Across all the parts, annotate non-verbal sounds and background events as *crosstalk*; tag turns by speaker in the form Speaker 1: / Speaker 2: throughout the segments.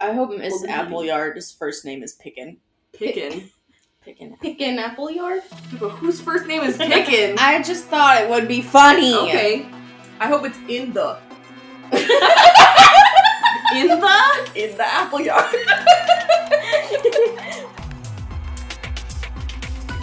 Speaker 1: I hope Miss
Speaker 2: Well,
Speaker 1: Appleyard's first name is Pickin.
Speaker 2: Pickin.
Speaker 1: Pickin. Pickin Appleyard?
Speaker 2: *laughs* but whose first name *laughs*
Speaker 3: *laughs*
Speaker 2: is Pickin?
Speaker 1: I just thought it would be funny. *laughs*
Speaker 2: okay. I hope it's in *laughs* the. in the? In the apple yard. *laughs*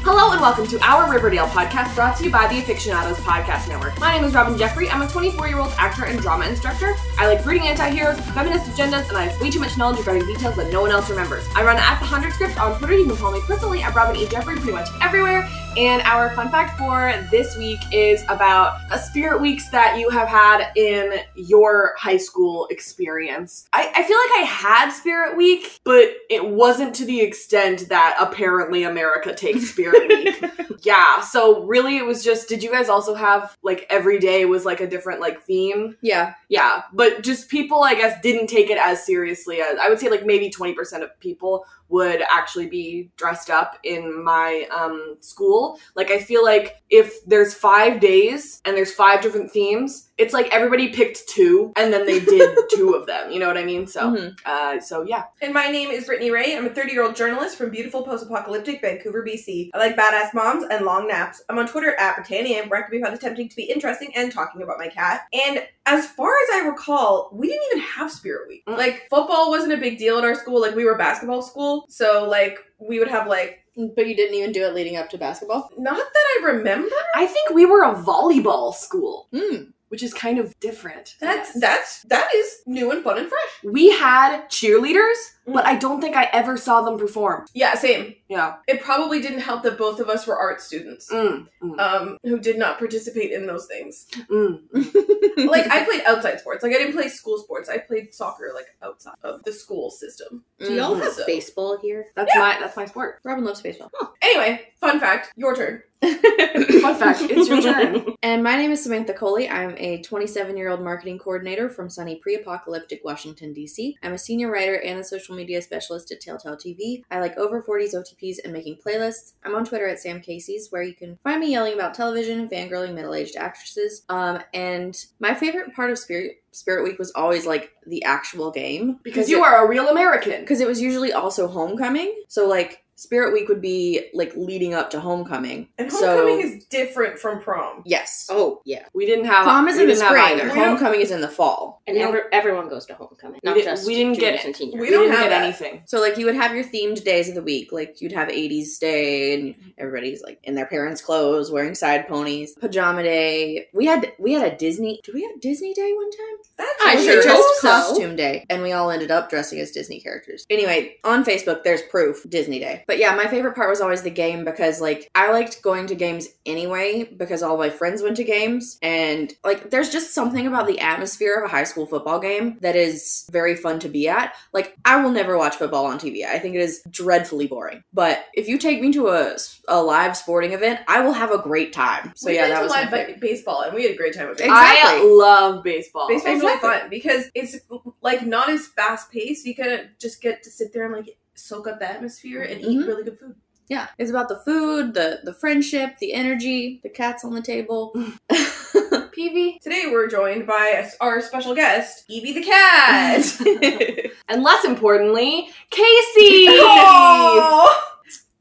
Speaker 2: Hello and welcome to our Riverdale podcast brought to you by the Aficionados Podcast Network. My name is Robin Jeffrey. I'm a 24 year old actor and drama instructor. I like brooding anti heroes, feminist agendas, and I have way too much knowledge regarding details that no one else remembers. I run at the 100 script on Twitter. You can follow me personally at Robin E. Jeffrey pretty much everywhere. And our fun fact for this week is about a spirit weeks that you have had in your high school experience. I, I feel like I had spirit week, but it wasn't to the extent that apparently America takes spirit week. yeah, so really it was just did you guys also have like every day was like a different like theme?
Speaker 1: yeah.
Speaker 2: Yeah, but just people I guess didn't take it as seriously as I would say like maybe 20% of people would actually be dressed up in my um school. Like I feel like if there's 5 days and there's five different themes, it's like everybody picked two and then they
Speaker 3: *laughs*
Speaker 2: did two of them, you know what I mean?
Speaker 3: Mm-hmm.
Speaker 2: So
Speaker 1: Mhm.
Speaker 2: uh so yeah.
Speaker 3: And my name is Brittany Ray. I'm a 30 year old journalist from beautiful post apocalyptic Vancouver, BC. I like badass moms and long naps. I'm on Twitter at Britannium, where I can be found attempting to be interesting and talking about my cat. And as far as I recall, we didn't even have Spirit Week.
Speaker 2: Mm.
Speaker 3: Like, football wasn't a big deal at our school. Like, we were basketball school. So, like, we would have, like,
Speaker 1: But you didn't even do it leading up to basketball?
Speaker 3: not that I remember.
Speaker 2: I think we were a volleyball school,
Speaker 1: Mm.
Speaker 2: which is kind of different.
Speaker 3: That's, that's, that is new and fun and fresh.
Speaker 2: We had cheerleaders,
Speaker 3: Mm.
Speaker 2: but I don't think I ever saw them perform.
Speaker 3: Yeah, same.
Speaker 2: Yeah.
Speaker 3: It probably didn't help that both of us were art students.
Speaker 2: Mm, mm,
Speaker 3: Um, who did not participate in those *laughs* things.
Speaker 2: mm.
Speaker 3: like I played outside sports. Like I didn't play school sports. I played soccer like outside of the school system.
Speaker 1: Do y'all
Speaker 3: Mhm.
Speaker 1: have baseball here?
Speaker 2: That's my that's my sport.
Speaker 1: Robin loves baseball.
Speaker 3: Anyway, fun fact. Your turn.
Speaker 2: Fun fact, it's your turn. *laughs*
Speaker 1: And my name is Samantha Coley. I'm a 27 year old marketing coordinator from sunny pre apocalyptic Washington, D.C. I'm a senior writer and a social media specialist at Telltale TV. I like over 40s OTPs and making playlists. I'm on Twitter at Sam Casey's, where you can find me yelling about television and fangirling middle aged actresses. Um, and my favorite part of Spirit. Spirit Week was always like the actual game
Speaker 2: Because
Speaker 1: it-
Speaker 2: you are a real American.
Speaker 1: because it was usually also homecoming. So like Spirit Week would be like leading up to homecoming.
Speaker 3: And
Speaker 1: So-
Speaker 3: homecoming is different from prom.
Speaker 1: yes. Oh yeah.
Speaker 2: We didn't have
Speaker 1: Prom is
Speaker 2: we
Speaker 1: in the
Speaker 2: didn't have
Speaker 1: spring.
Speaker 2: either.
Speaker 3: We don't-
Speaker 1: Homecoming is in the fall.
Speaker 4: And
Speaker 2: We don't-
Speaker 4: ever, everyone goes to homecoming, not
Speaker 2: didn't-
Speaker 4: just
Speaker 2: we didn't get
Speaker 4: juniors and seniors.
Speaker 3: We
Speaker 2: We
Speaker 3: don't
Speaker 2: didn't
Speaker 3: have
Speaker 2: get
Speaker 3: that.
Speaker 2: anything.
Speaker 1: So like you would have your themed days of the week. Like you'd have 80s day and everybody's like in their parents' clothes, wearing side ponies, pajama day. We had we had a Disney did we have Disney day one time?
Speaker 3: That's
Speaker 4: I
Speaker 1: It was
Speaker 4: sure
Speaker 1: a
Speaker 3: weird.
Speaker 4: hope
Speaker 1: just
Speaker 4: so.
Speaker 1: costume day, and we all ended up dressing as Disney characters. Anyway, on Facebook, there's proof Disney Day. But yeah, my favorite part was always the game because like I liked going to games anyway because all my friends went to games, and like there's just something about the atmosphere of a high school football game that is very fun to be at. Like I will never watch football on TV. I think it is dreadfully boring. But if you take me to a, a live sporting event, I will have a great time. So
Speaker 3: we
Speaker 1: yeah,
Speaker 3: went
Speaker 1: that
Speaker 3: to
Speaker 1: was my
Speaker 3: live
Speaker 1: favorite.
Speaker 3: ba- baseball and we had a great time with
Speaker 1: Exactly.
Speaker 3: baseball.
Speaker 2: I love baseball.
Speaker 3: Baseball's
Speaker 1: Exactly.
Speaker 3: really fun because it's like not as fast paced. You kind of just get to sit there and like soak up the atmosphere and eat
Speaker 1: Mhm.
Speaker 3: really good food.
Speaker 1: Yeah, it's about the food, the the friendship, the energy, the cats on the table. PV.
Speaker 3: Today we're joined by our special guest, Evie the cat. *laughs*
Speaker 2: And less importantly, *laughs* Casey.
Speaker 3: *laughs* Oh,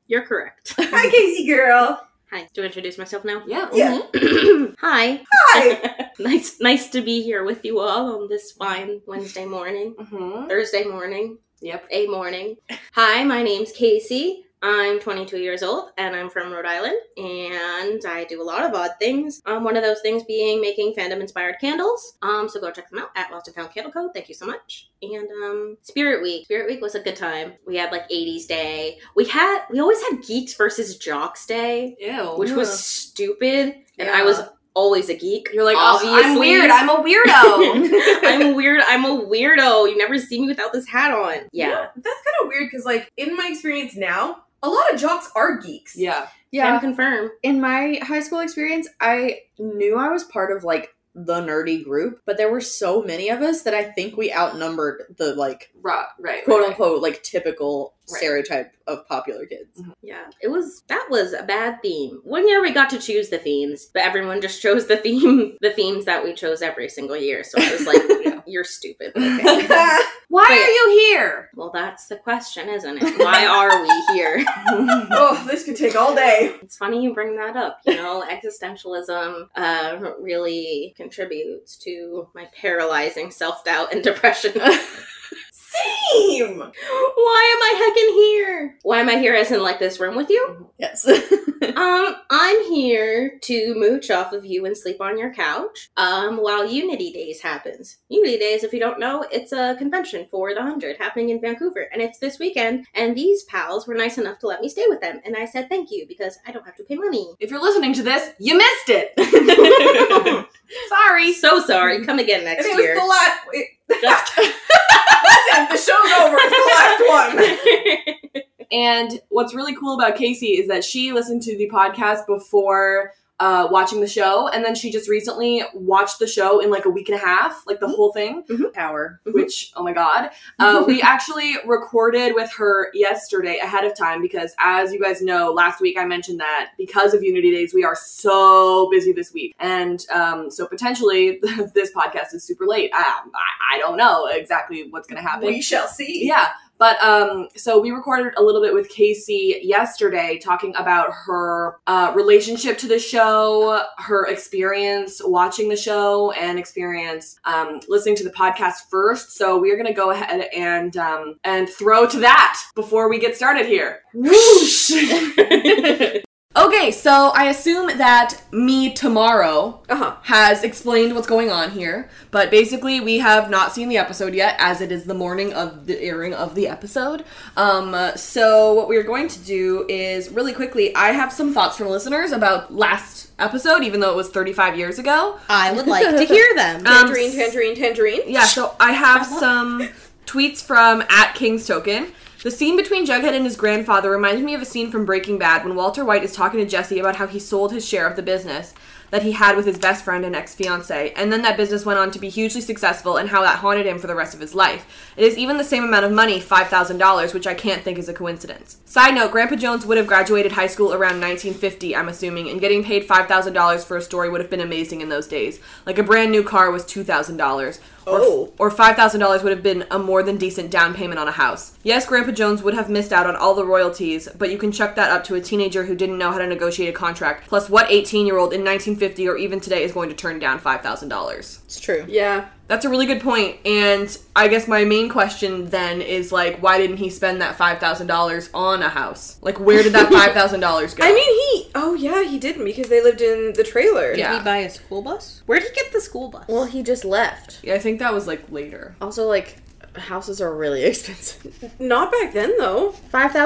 Speaker 4: You're *laughs* correct.
Speaker 3: hi, Casey girl.
Speaker 4: Hi. Do I introduce myself now? Mm-hmm.
Speaker 2: Yeah.
Speaker 3: Yeah.
Speaker 4: *clears throat* Hi.
Speaker 3: Hi.
Speaker 4: *laughs* Nice nice to be here with you all on this fine Wednesday morning.
Speaker 2: hmm
Speaker 4: Thursday morning.
Speaker 2: Yep.
Speaker 4: A morning. Hi, my name's Casey. I'm 22 years old and I'm from Rhode Island and I do a lot of odd things. Um, one of those things being making fandom inspired candles. Um, so go check them out at Lost and Found Candle Co. Thank you so much. And um, Spirit Week. Spirit Week was a good time. We had like 80s Day. We had we always had Geeks versus Jocks Day,
Speaker 2: Ew.
Speaker 4: which
Speaker 1: Yeah.
Speaker 4: was stupid. And I
Speaker 3: Yeah.
Speaker 4: was always a geek.
Speaker 2: You're like, oh,
Speaker 4: obviously
Speaker 2: I'm weird. I'm a weirdo.
Speaker 4: I'm a weird. I'm a weirdo. You never see me without this hat on. Yeah.
Speaker 3: That's kind of weird because, like, in my experience now, a lot of jocks are geeks.
Speaker 2: yeah.
Speaker 4: Can
Speaker 1: *laughs* Yeah,
Speaker 4: confirm.
Speaker 1: in my high school experience, I knew I was part of like the nerdy group, but there were so many of us that I think we outnumbered the like
Speaker 2: Right. *laughs* Right.
Speaker 1: quote unquote like typical
Speaker 2: Right.
Speaker 1: stereotype of popular kids.
Speaker 4: Yeah. It was that was a bad theme. One year we got to choose *laughs* the themes, but everyone just chose the theme the themes that we chose every single year. So I was like,
Speaker 1: *laughs*
Speaker 2: Yeah.
Speaker 5: You're stupid. Okay.
Speaker 3: I
Speaker 2: Why
Speaker 5: But-
Speaker 2: are you here?
Speaker 5: well, that's the question, isn't it? Why are we here?
Speaker 3: *laughs* oh, this could take all day.
Speaker 5: It's funny you bring that up. You know, existentialism uh, really contributes to my paralyzing self doubt and depression.
Speaker 3: Same.
Speaker 5: Why am I heckin' here? Why am I here as in like this room with you?
Speaker 4: Yes.
Speaker 5: Um, I'm here to mooch off of you and sleep on your couch. Um, while Unity Days happens. Unity Days, if you don't know, it's a convention for the hundred happening in Vancouver, and it's this weekend. And these pals were nice enough to let me stay with them, and I said thank you because I don't have to pay money.
Speaker 2: If you're listening to this, you missed *laughs* it. Sorry.
Speaker 5: So sorry. Come again
Speaker 3: If *laughs*
Speaker 5: next
Speaker 3: it
Speaker 5: year.
Speaker 3: was the
Speaker 5: *laughs*
Speaker 3: last. Wait, *laughs*
Speaker 5: Just-
Speaker 3: listen, the show's over. It's the *laughs* last one.
Speaker 2: And what's really cool about Casey is that she listened to the podcast before uh, watching the show, and then she just recently watched the show in like a week and a half, like the whole thing.
Speaker 4: Power.
Speaker 2: Which, oh my god, uh, we actually recorded with her yesterday ahead of time because, as you guys know, last week I mentioned that because of Unity Days, we are so busy this week, and um, so potentially *laughs* this podcast is super late. I, I, I don't know exactly what's going to happen.
Speaker 3: We shall see.
Speaker 2: Yeah. But um, so we recorded a little bit with Casey yesterday talking about her uh, relationship to the show, her experience watching the show, and experience um, listening to the podcast first. So we are going to go ahead and um, and throw to that before we get started here. Okay, so I assume that me tomorrow
Speaker 3: Uh-huh.
Speaker 2: has explained what's going on here, but basically we have not seen the episode yet, as it is the morning of the airing of the episode. Um, uh, so what we are going to do is really quickly. I have some thoughts from listeners about last episode, even though it was 35 years ago. Um,
Speaker 5: I would like to hear them.
Speaker 3: Uh, Tangerine, tangerine, tangerine.
Speaker 2: Yeah, so I have some tweets from at King's Token. The scene between Jughead and his grandfather reminded me of a scene from Breaking Bad when Walter White is talking to Jesse about how he sold his share of the business that he had with his best friend and ex fiance, and then that business went on to be hugely successful and how that haunted him for the rest of his life. It is even the same amount of money, $5,000, which I can't think is a coincidence. Side note Grandpa Jones would have graduated high school around 1950, I'm assuming, and getting paid $5,000 for a story would have been amazing in those days. Like a brand new car was $2,000. Or,
Speaker 3: Oh.
Speaker 2: or $5,000 would have been a more than decent down payment on a house. Yes, Grandpa Jones would have missed out on all the royalties, but you can chuck that up to a teenager who didn't know how to negotiate a contract. Plus, what 18 year old in 1950 or even today is going to turn down $5,000?
Speaker 5: It's true.
Speaker 3: Yeah.
Speaker 2: That's a really good point, and I guess my main question then is like, why didn't he spend that five thousand dollars on a house? Like, where did that
Speaker 5: *laughs*
Speaker 2: five thousand dollars go?
Speaker 3: I mean, he. Oh, yeah, he didn't because they lived in the trailer.
Speaker 2: Yeah.
Speaker 5: buy a school bus? Where'd he get the school bus?
Speaker 4: Well, he just left.
Speaker 2: yeah, I think that was like later.
Speaker 4: Also, like, houses are
Speaker 1: *laughs*
Speaker 4: really expensive.
Speaker 3: Not back then, though.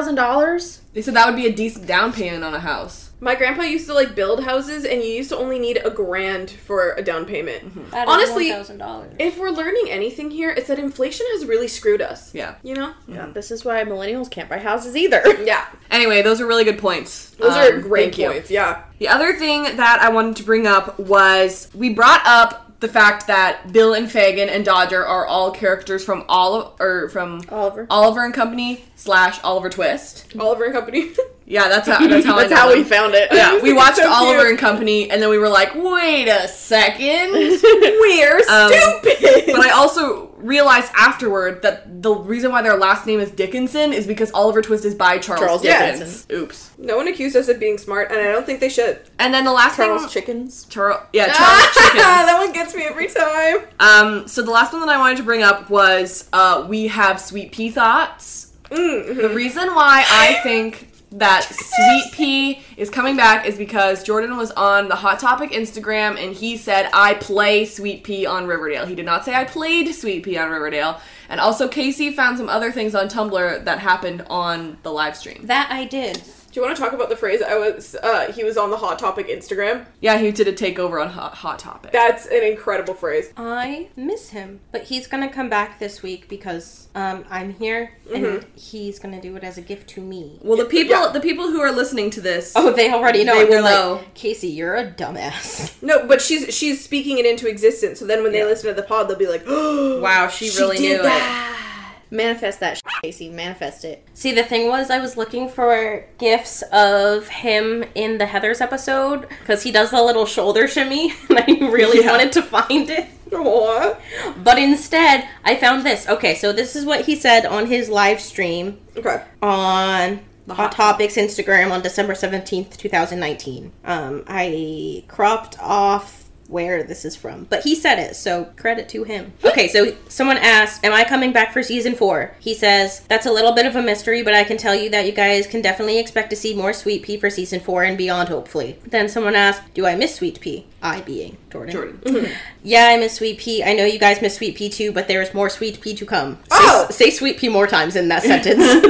Speaker 4: $5,000?
Speaker 2: They said that would be a decent down payment on a house.
Speaker 3: My grandpa used to like build houses, and you used to only need a grand for a down payment.
Speaker 5: That
Speaker 3: is Honestly-
Speaker 5: dollars.
Speaker 3: If we're learning anything here, it's that inflation has really screwed us.
Speaker 2: Yeah.
Speaker 3: You know?
Speaker 4: Yeah, this is why millennials can't buy houses either.
Speaker 3: Yeah.
Speaker 2: Anyway, those are really good points.
Speaker 3: Those
Speaker 2: Um,
Speaker 3: are great
Speaker 2: thank you.
Speaker 3: points. Yeah.
Speaker 2: The other thing that I wanted to bring up was we brought up the fact that Bill and Fagin and Dodger are all characters from all or from
Speaker 4: Oliver.
Speaker 2: Oliver and Company slash Oliver Twist.
Speaker 3: Oliver and Company.
Speaker 2: Yeah, that's how that's how I
Speaker 3: *laughs*
Speaker 4: That's
Speaker 2: know
Speaker 4: how
Speaker 2: them.
Speaker 4: we found it.
Speaker 2: Yeah, we watched
Speaker 3: so
Speaker 2: Oliver
Speaker 3: cute.
Speaker 2: and Company, and then we were like, wait a *laughs* second.
Speaker 3: We're
Speaker 2: Um,
Speaker 3: stupid.
Speaker 2: but I also realized afterward that the reason why their last name is Dickinson is because Oliver Twist is by Charles,
Speaker 4: Charles
Speaker 2: Dickens.
Speaker 4: Dickens.
Speaker 2: Oops.
Speaker 3: no one accused us of being smart, and I don't think they should.
Speaker 2: And then the last thing.
Speaker 4: Chickens.
Speaker 2: Charles, yeah, *laughs* Charles Dickens.
Speaker 3: that one gets me every time.
Speaker 2: Um, so the last one that I wanted to bring up was uh, we have sweet pea thoughts.
Speaker 3: Mm,
Speaker 2: The
Speaker 3: mm-hmm.
Speaker 2: reason why I think that sweet pea is coming back is because Jordan was on the Hot Topic Instagram and he said I play sweet pea on Riverdale. He did not say I played sweet pea on Riverdale. And also Casey found some other things on Tumblr that happened on the live stream.
Speaker 5: That I did.
Speaker 3: Do you want to talk about the phrase I was uh he was on the Hot Topic Instagram?
Speaker 2: Yeah, he did a takeover on Hot, Hot Topic.
Speaker 3: That's an incredible phrase.
Speaker 5: I miss him, but he's gonna come back this week because um, I'm here, and he's gonna do it as a gift to me.
Speaker 2: well, the people
Speaker 3: Yeah.
Speaker 2: the people who are listening to this
Speaker 5: *laughs* Oh, they already know.
Speaker 2: They
Speaker 5: it. They're
Speaker 2: will know.
Speaker 5: Like, Casey, you're a dumbass. *laughs*
Speaker 3: No, but she's she's speaking it into existence. So then when they listen to the pod, they'll be like, *gasps*
Speaker 2: wow, she, really
Speaker 3: did
Speaker 2: knew it.
Speaker 4: Manifest that, sh- Casey. Manifest it.
Speaker 5: See, the thing was, I was looking for gifs of him in *laughs* the Heather's episode because he does the little shoulder shimmy, and I really wanted to find it. But instead, I found this. Okay, so this is what he said on his live stream
Speaker 3: Okay.
Speaker 5: on Hot Topics Instagram on December 17th, 2019. Um, I cropped off where this is from, but he said it, so credit to him. Okay, so someone asked, Am I coming back for season four? He says, That's a little bit of a mystery, but I can tell you that you guys can definitely expect to see more Sweet Pea for season four and beyond, hopefully. Then someone asked, Do I miss Sweet Pea? I being Jordan.
Speaker 2: Jordan.
Speaker 5: *laughs* Yeah, I miss Sweet Pea. I know you guys miss Sweet Pea too, but there is more Sweet Pea to come. Say,
Speaker 3: Oh!
Speaker 5: say Sweet Pea more times in that sentence.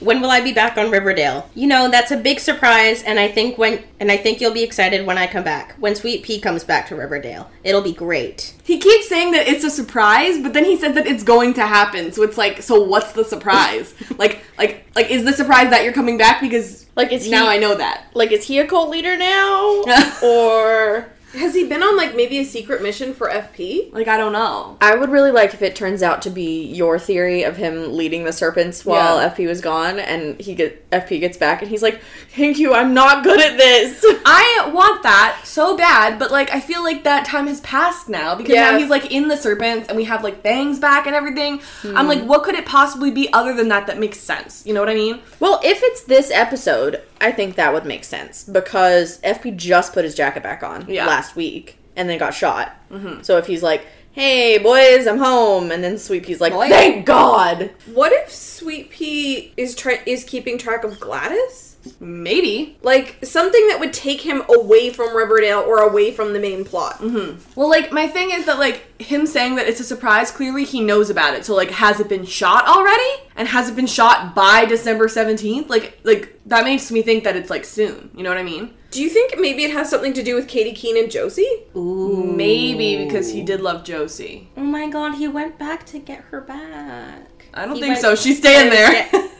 Speaker 5: when will I be back on Riverdale? You know, that's a big surprise, and I think when and I think you'll be excited when I come back. When Sweet Pea comes back to Riverdale, it'll be great.
Speaker 2: He keeps saying that it's a surprise, but then he says that it's going to happen. So it's like, so what's the surprise? like, like, like, is the surprise that you're coming back? Because
Speaker 1: Like is he
Speaker 2: now I know that.
Speaker 1: like is he a cult leader now? or
Speaker 3: Has he been on like maybe a secret mission for FP?
Speaker 2: Like, I don't know.
Speaker 4: I would really like if it turns out to be your theory of him leading the serpents while
Speaker 2: Yeah.
Speaker 4: FP was gone, and he get FP gets back, and he's like, "Thank you, I'm not good at
Speaker 1: *laughs*
Speaker 4: this."
Speaker 2: I want that so bad, but like, I feel like that time has passed now because now
Speaker 3: Yeah.
Speaker 2: he's like in the serpents and we have like bangs back and everything. I'm like, what could it possibly be other than that that makes sense? You know what I mean?
Speaker 4: well, if it's this episode, I think that would make sense because FP just put his jacket back on
Speaker 2: Yeah.
Speaker 4: last week and then got shot. So if he's like, "Hey boys, I'm home," and then Sweet Pea's like,
Speaker 2: Boy.
Speaker 4: "Thank God."
Speaker 3: What if Sweet Pea is try- is keeping track of Gladys?
Speaker 2: Maybe.
Speaker 3: Like something that would take him away from Riverdale or away from the main plot.
Speaker 2: Mm-hmm. Well, like, my thing is that, like, him saying that it's a surprise, clearly he knows about it. So, like, has it been shot already? And has it been shot by December 17th? Like, like, that makes me think that it's, like, soon. You know what I mean?
Speaker 3: Do you think maybe it has something to do with Katie Keene and Josie?
Speaker 5: Ooh.
Speaker 2: Maybe because he did love Josie.
Speaker 5: Oh my god, he went back to get her back.
Speaker 2: I don't
Speaker 5: He
Speaker 2: think
Speaker 5: went-
Speaker 2: so. She's staying there.
Speaker 5: well,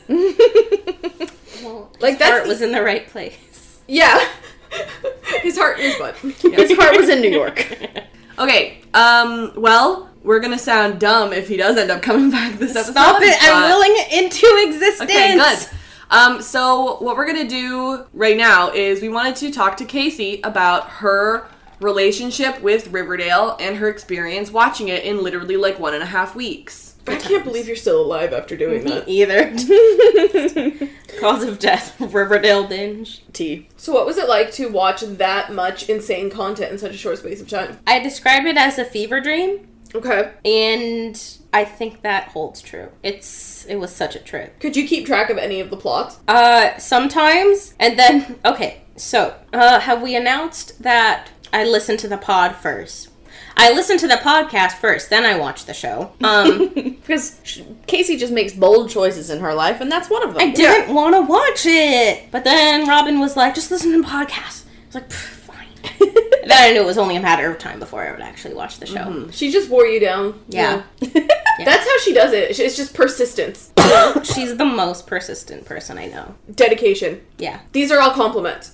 Speaker 5: his
Speaker 3: Like, that's
Speaker 5: heart
Speaker 3: the-
Speaker 5: was in the right place.
Speaker 2: *laughs*
Speaker 3: Yeah. His heart is butt.
Speaker 4: *laughs* His heart was in New York.
Speaker 2: *laughs* okay, um, well, we're gonna sound dumb if he does end up coming back this episode.
Speaker 5: Stop it!
Speaker 2: but-
Speaker 5: I'm willing it into existence.
Speaker 2: Okay, good. Um, so what we're gonna do right now is we wanted to talk to Casey about her relationship with Riverdale and her experience watching it in literally like one and a half weeks.
Speaker 3: I can't believe you're still alive after doing
Speaker 5: Me
Speaker 3: that.
Speaker 5: either. *laughs* Cause of death, Riverdale binge.
Speaker 4: T.
Speaker 3: So, what was it like to watch that much insane content in such a short space of time?
Speaker 5: I describe it as a fever dream,
Speaker 3: Okay.
Speaker 5: and I think that holds true. It's it was such a trip.
Speaker 3: Could you keep track of any of the plots?
Speaker 5: Uh, sometimes, and then *laughs* okay. So, uh, have we announced that I listened to the pod first? I listened to the podcast first, then I watched the show.
Speaker 3: *laughs*
Speaker 5: Um,
Speaker 4: Because sh- Casey just makes bold choices in her life, and that's one of them.
Speaker 5: I didn't want to watch it, but then Robin was like, "Just listen to the podcast." I was like, "Pff, "Fine."
Speaker 3: *laughs*
Speaker 5: then I knew it was only a matter of time before I would actually watch the show.
Speaker 3: She just wore you down.
Speaker 5: Yeah.
Speaker 3: That's how she does it. It's just persistence,
Speaker 5: She's the most persistent person I know.
Speaker 3: dedication.
Speaker 5: Yeah.
Speaker 3: These are all compliments.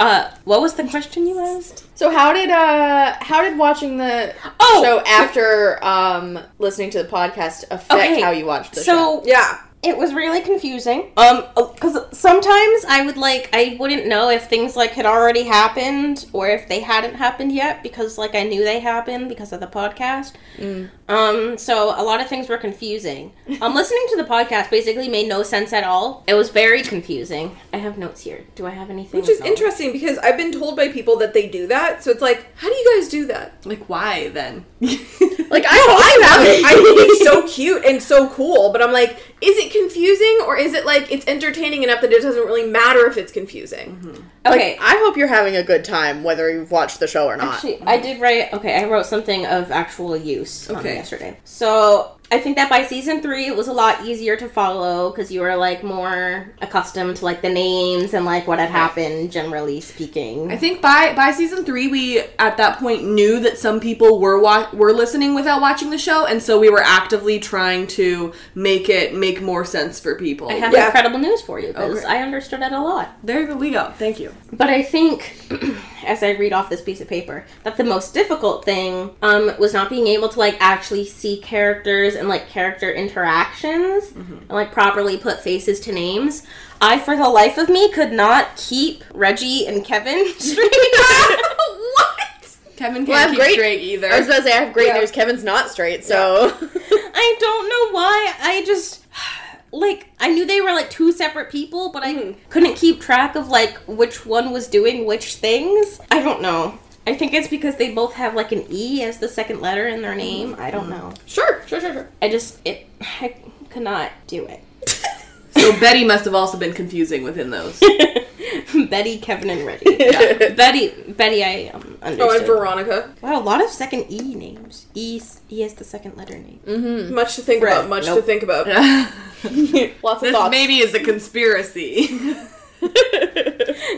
Speaker 5: uh, what was the question you asked?
Speaker 4: So how did uh how did watching the
Speaker 5: Oh,
Speaker 4: show after um listening to the podcast affect
Speaker 5: Okay,
Speaker 4: how you watched the show?
Speaker 5: so
Speaker 3: Yeah.
Speaker 5: it was really confusing. Um, because sometimes I would like I wouldn't know if things like had already happened or if they hadn't happened yet because like I knew they happened because of the podcast.
Speaker 4: Mm.
Speaker 5: Um, so a lot of things were confusing. Um, listening to the podcast basically made no sense at all. It was very confusing. I have notes here. Do I have anything?
Speaker 3: Which is
Speaker 5: else?
Speaker 3: interesting because I've been told by people that they do that. So it's like, how do you guys do that?
Speaker 2: Like why
Speaker 3: *laughs*
Speaker 2: then?
Speaker 3: Like, I I love it. I think it's so cute and so cool, but I'm like, is it confusing or is it like it's entertaining enough that it doesn't really matter if it's confusing?
Speaker 5: Okay.
Speaker 4: I hope you're having a good time whether you've watched the show or not.
Speaker 5: Actually,
Speaker 2: Uh,
Speaker 5: I did write. Okay, I wrote something of actual use on
Speaker 2: Okay.
Speaker 5: yesterday. So I think that by season three, it was a lot easier to follow because you were like more accustomed to like the names and like what had happened, generally speaking.
Speaker 2: I think by by season three, we at that point knew that some people were wa- were listening without watching the show, and so we were actively trying to make it make more sense for people.
Speaker 5: I have
Speaker 3: Yeah.
Speaker 5: incredible news for you because
Speaker 2: great.
Speaker 5: I understood it a lot.
Speaker 2: there we go. Thank you.
Speaker 5: But I think, *clears throat* as I read off this piece of paper, that the most difficult thing um, was not being able to like actually see characters and like character interactions and like properly put faces to names. I, for the life *laughs* of me, could not keep Reggie and Kevin straight.
Speaker 2: Okay. Kevin can't
Speaker 1: Well, I have
Speaker 2: keep
Speaker 1: great-
Speaker 2: straight either.
Speaker 1: I was about to say I have great
Speaker 3: Yeah.
Speaker 1: news. Kevin's not straight, so
Speaker 5: I don't know why. I just like I knew they were like two separate people, but
Speaker 1: Hmm.
Speaker 5: I couldn't keep track of like which one was doing which things. I don't know. I think it's because they both have like an E as the second letter in their name. I don't know.
Speaker 1: Hmm. sure, sure, sure, sure.
Speaker 5: I just it I could not do
Speaker 1: *laughs*
Speaker 5: it.
Speaker 2: so Betty must have also been confusing within those.
Speaker 5: Betty, Kevin,
Speaker 1: *laughs*
Speaker 5: and Reggie. Betty, Betty, I um,
Speaker 1: oh, and
Speaker 5: understood.
Speaker 1: Veronica.
Speaker 5: wow, a lot of second E names. E, e is the second letter name.
Speaker 1: Mm-hmm. Much to think
Speaker 5: Fred.
Speaker 1: about. Much to
Speaker 5: Nope.
Speaker 1: think about. Lots of
Speaker 2: this
Speaker 1: thoughts.
Speaker 2: maybe is a conspiracy.
Speaker 5: *laughs*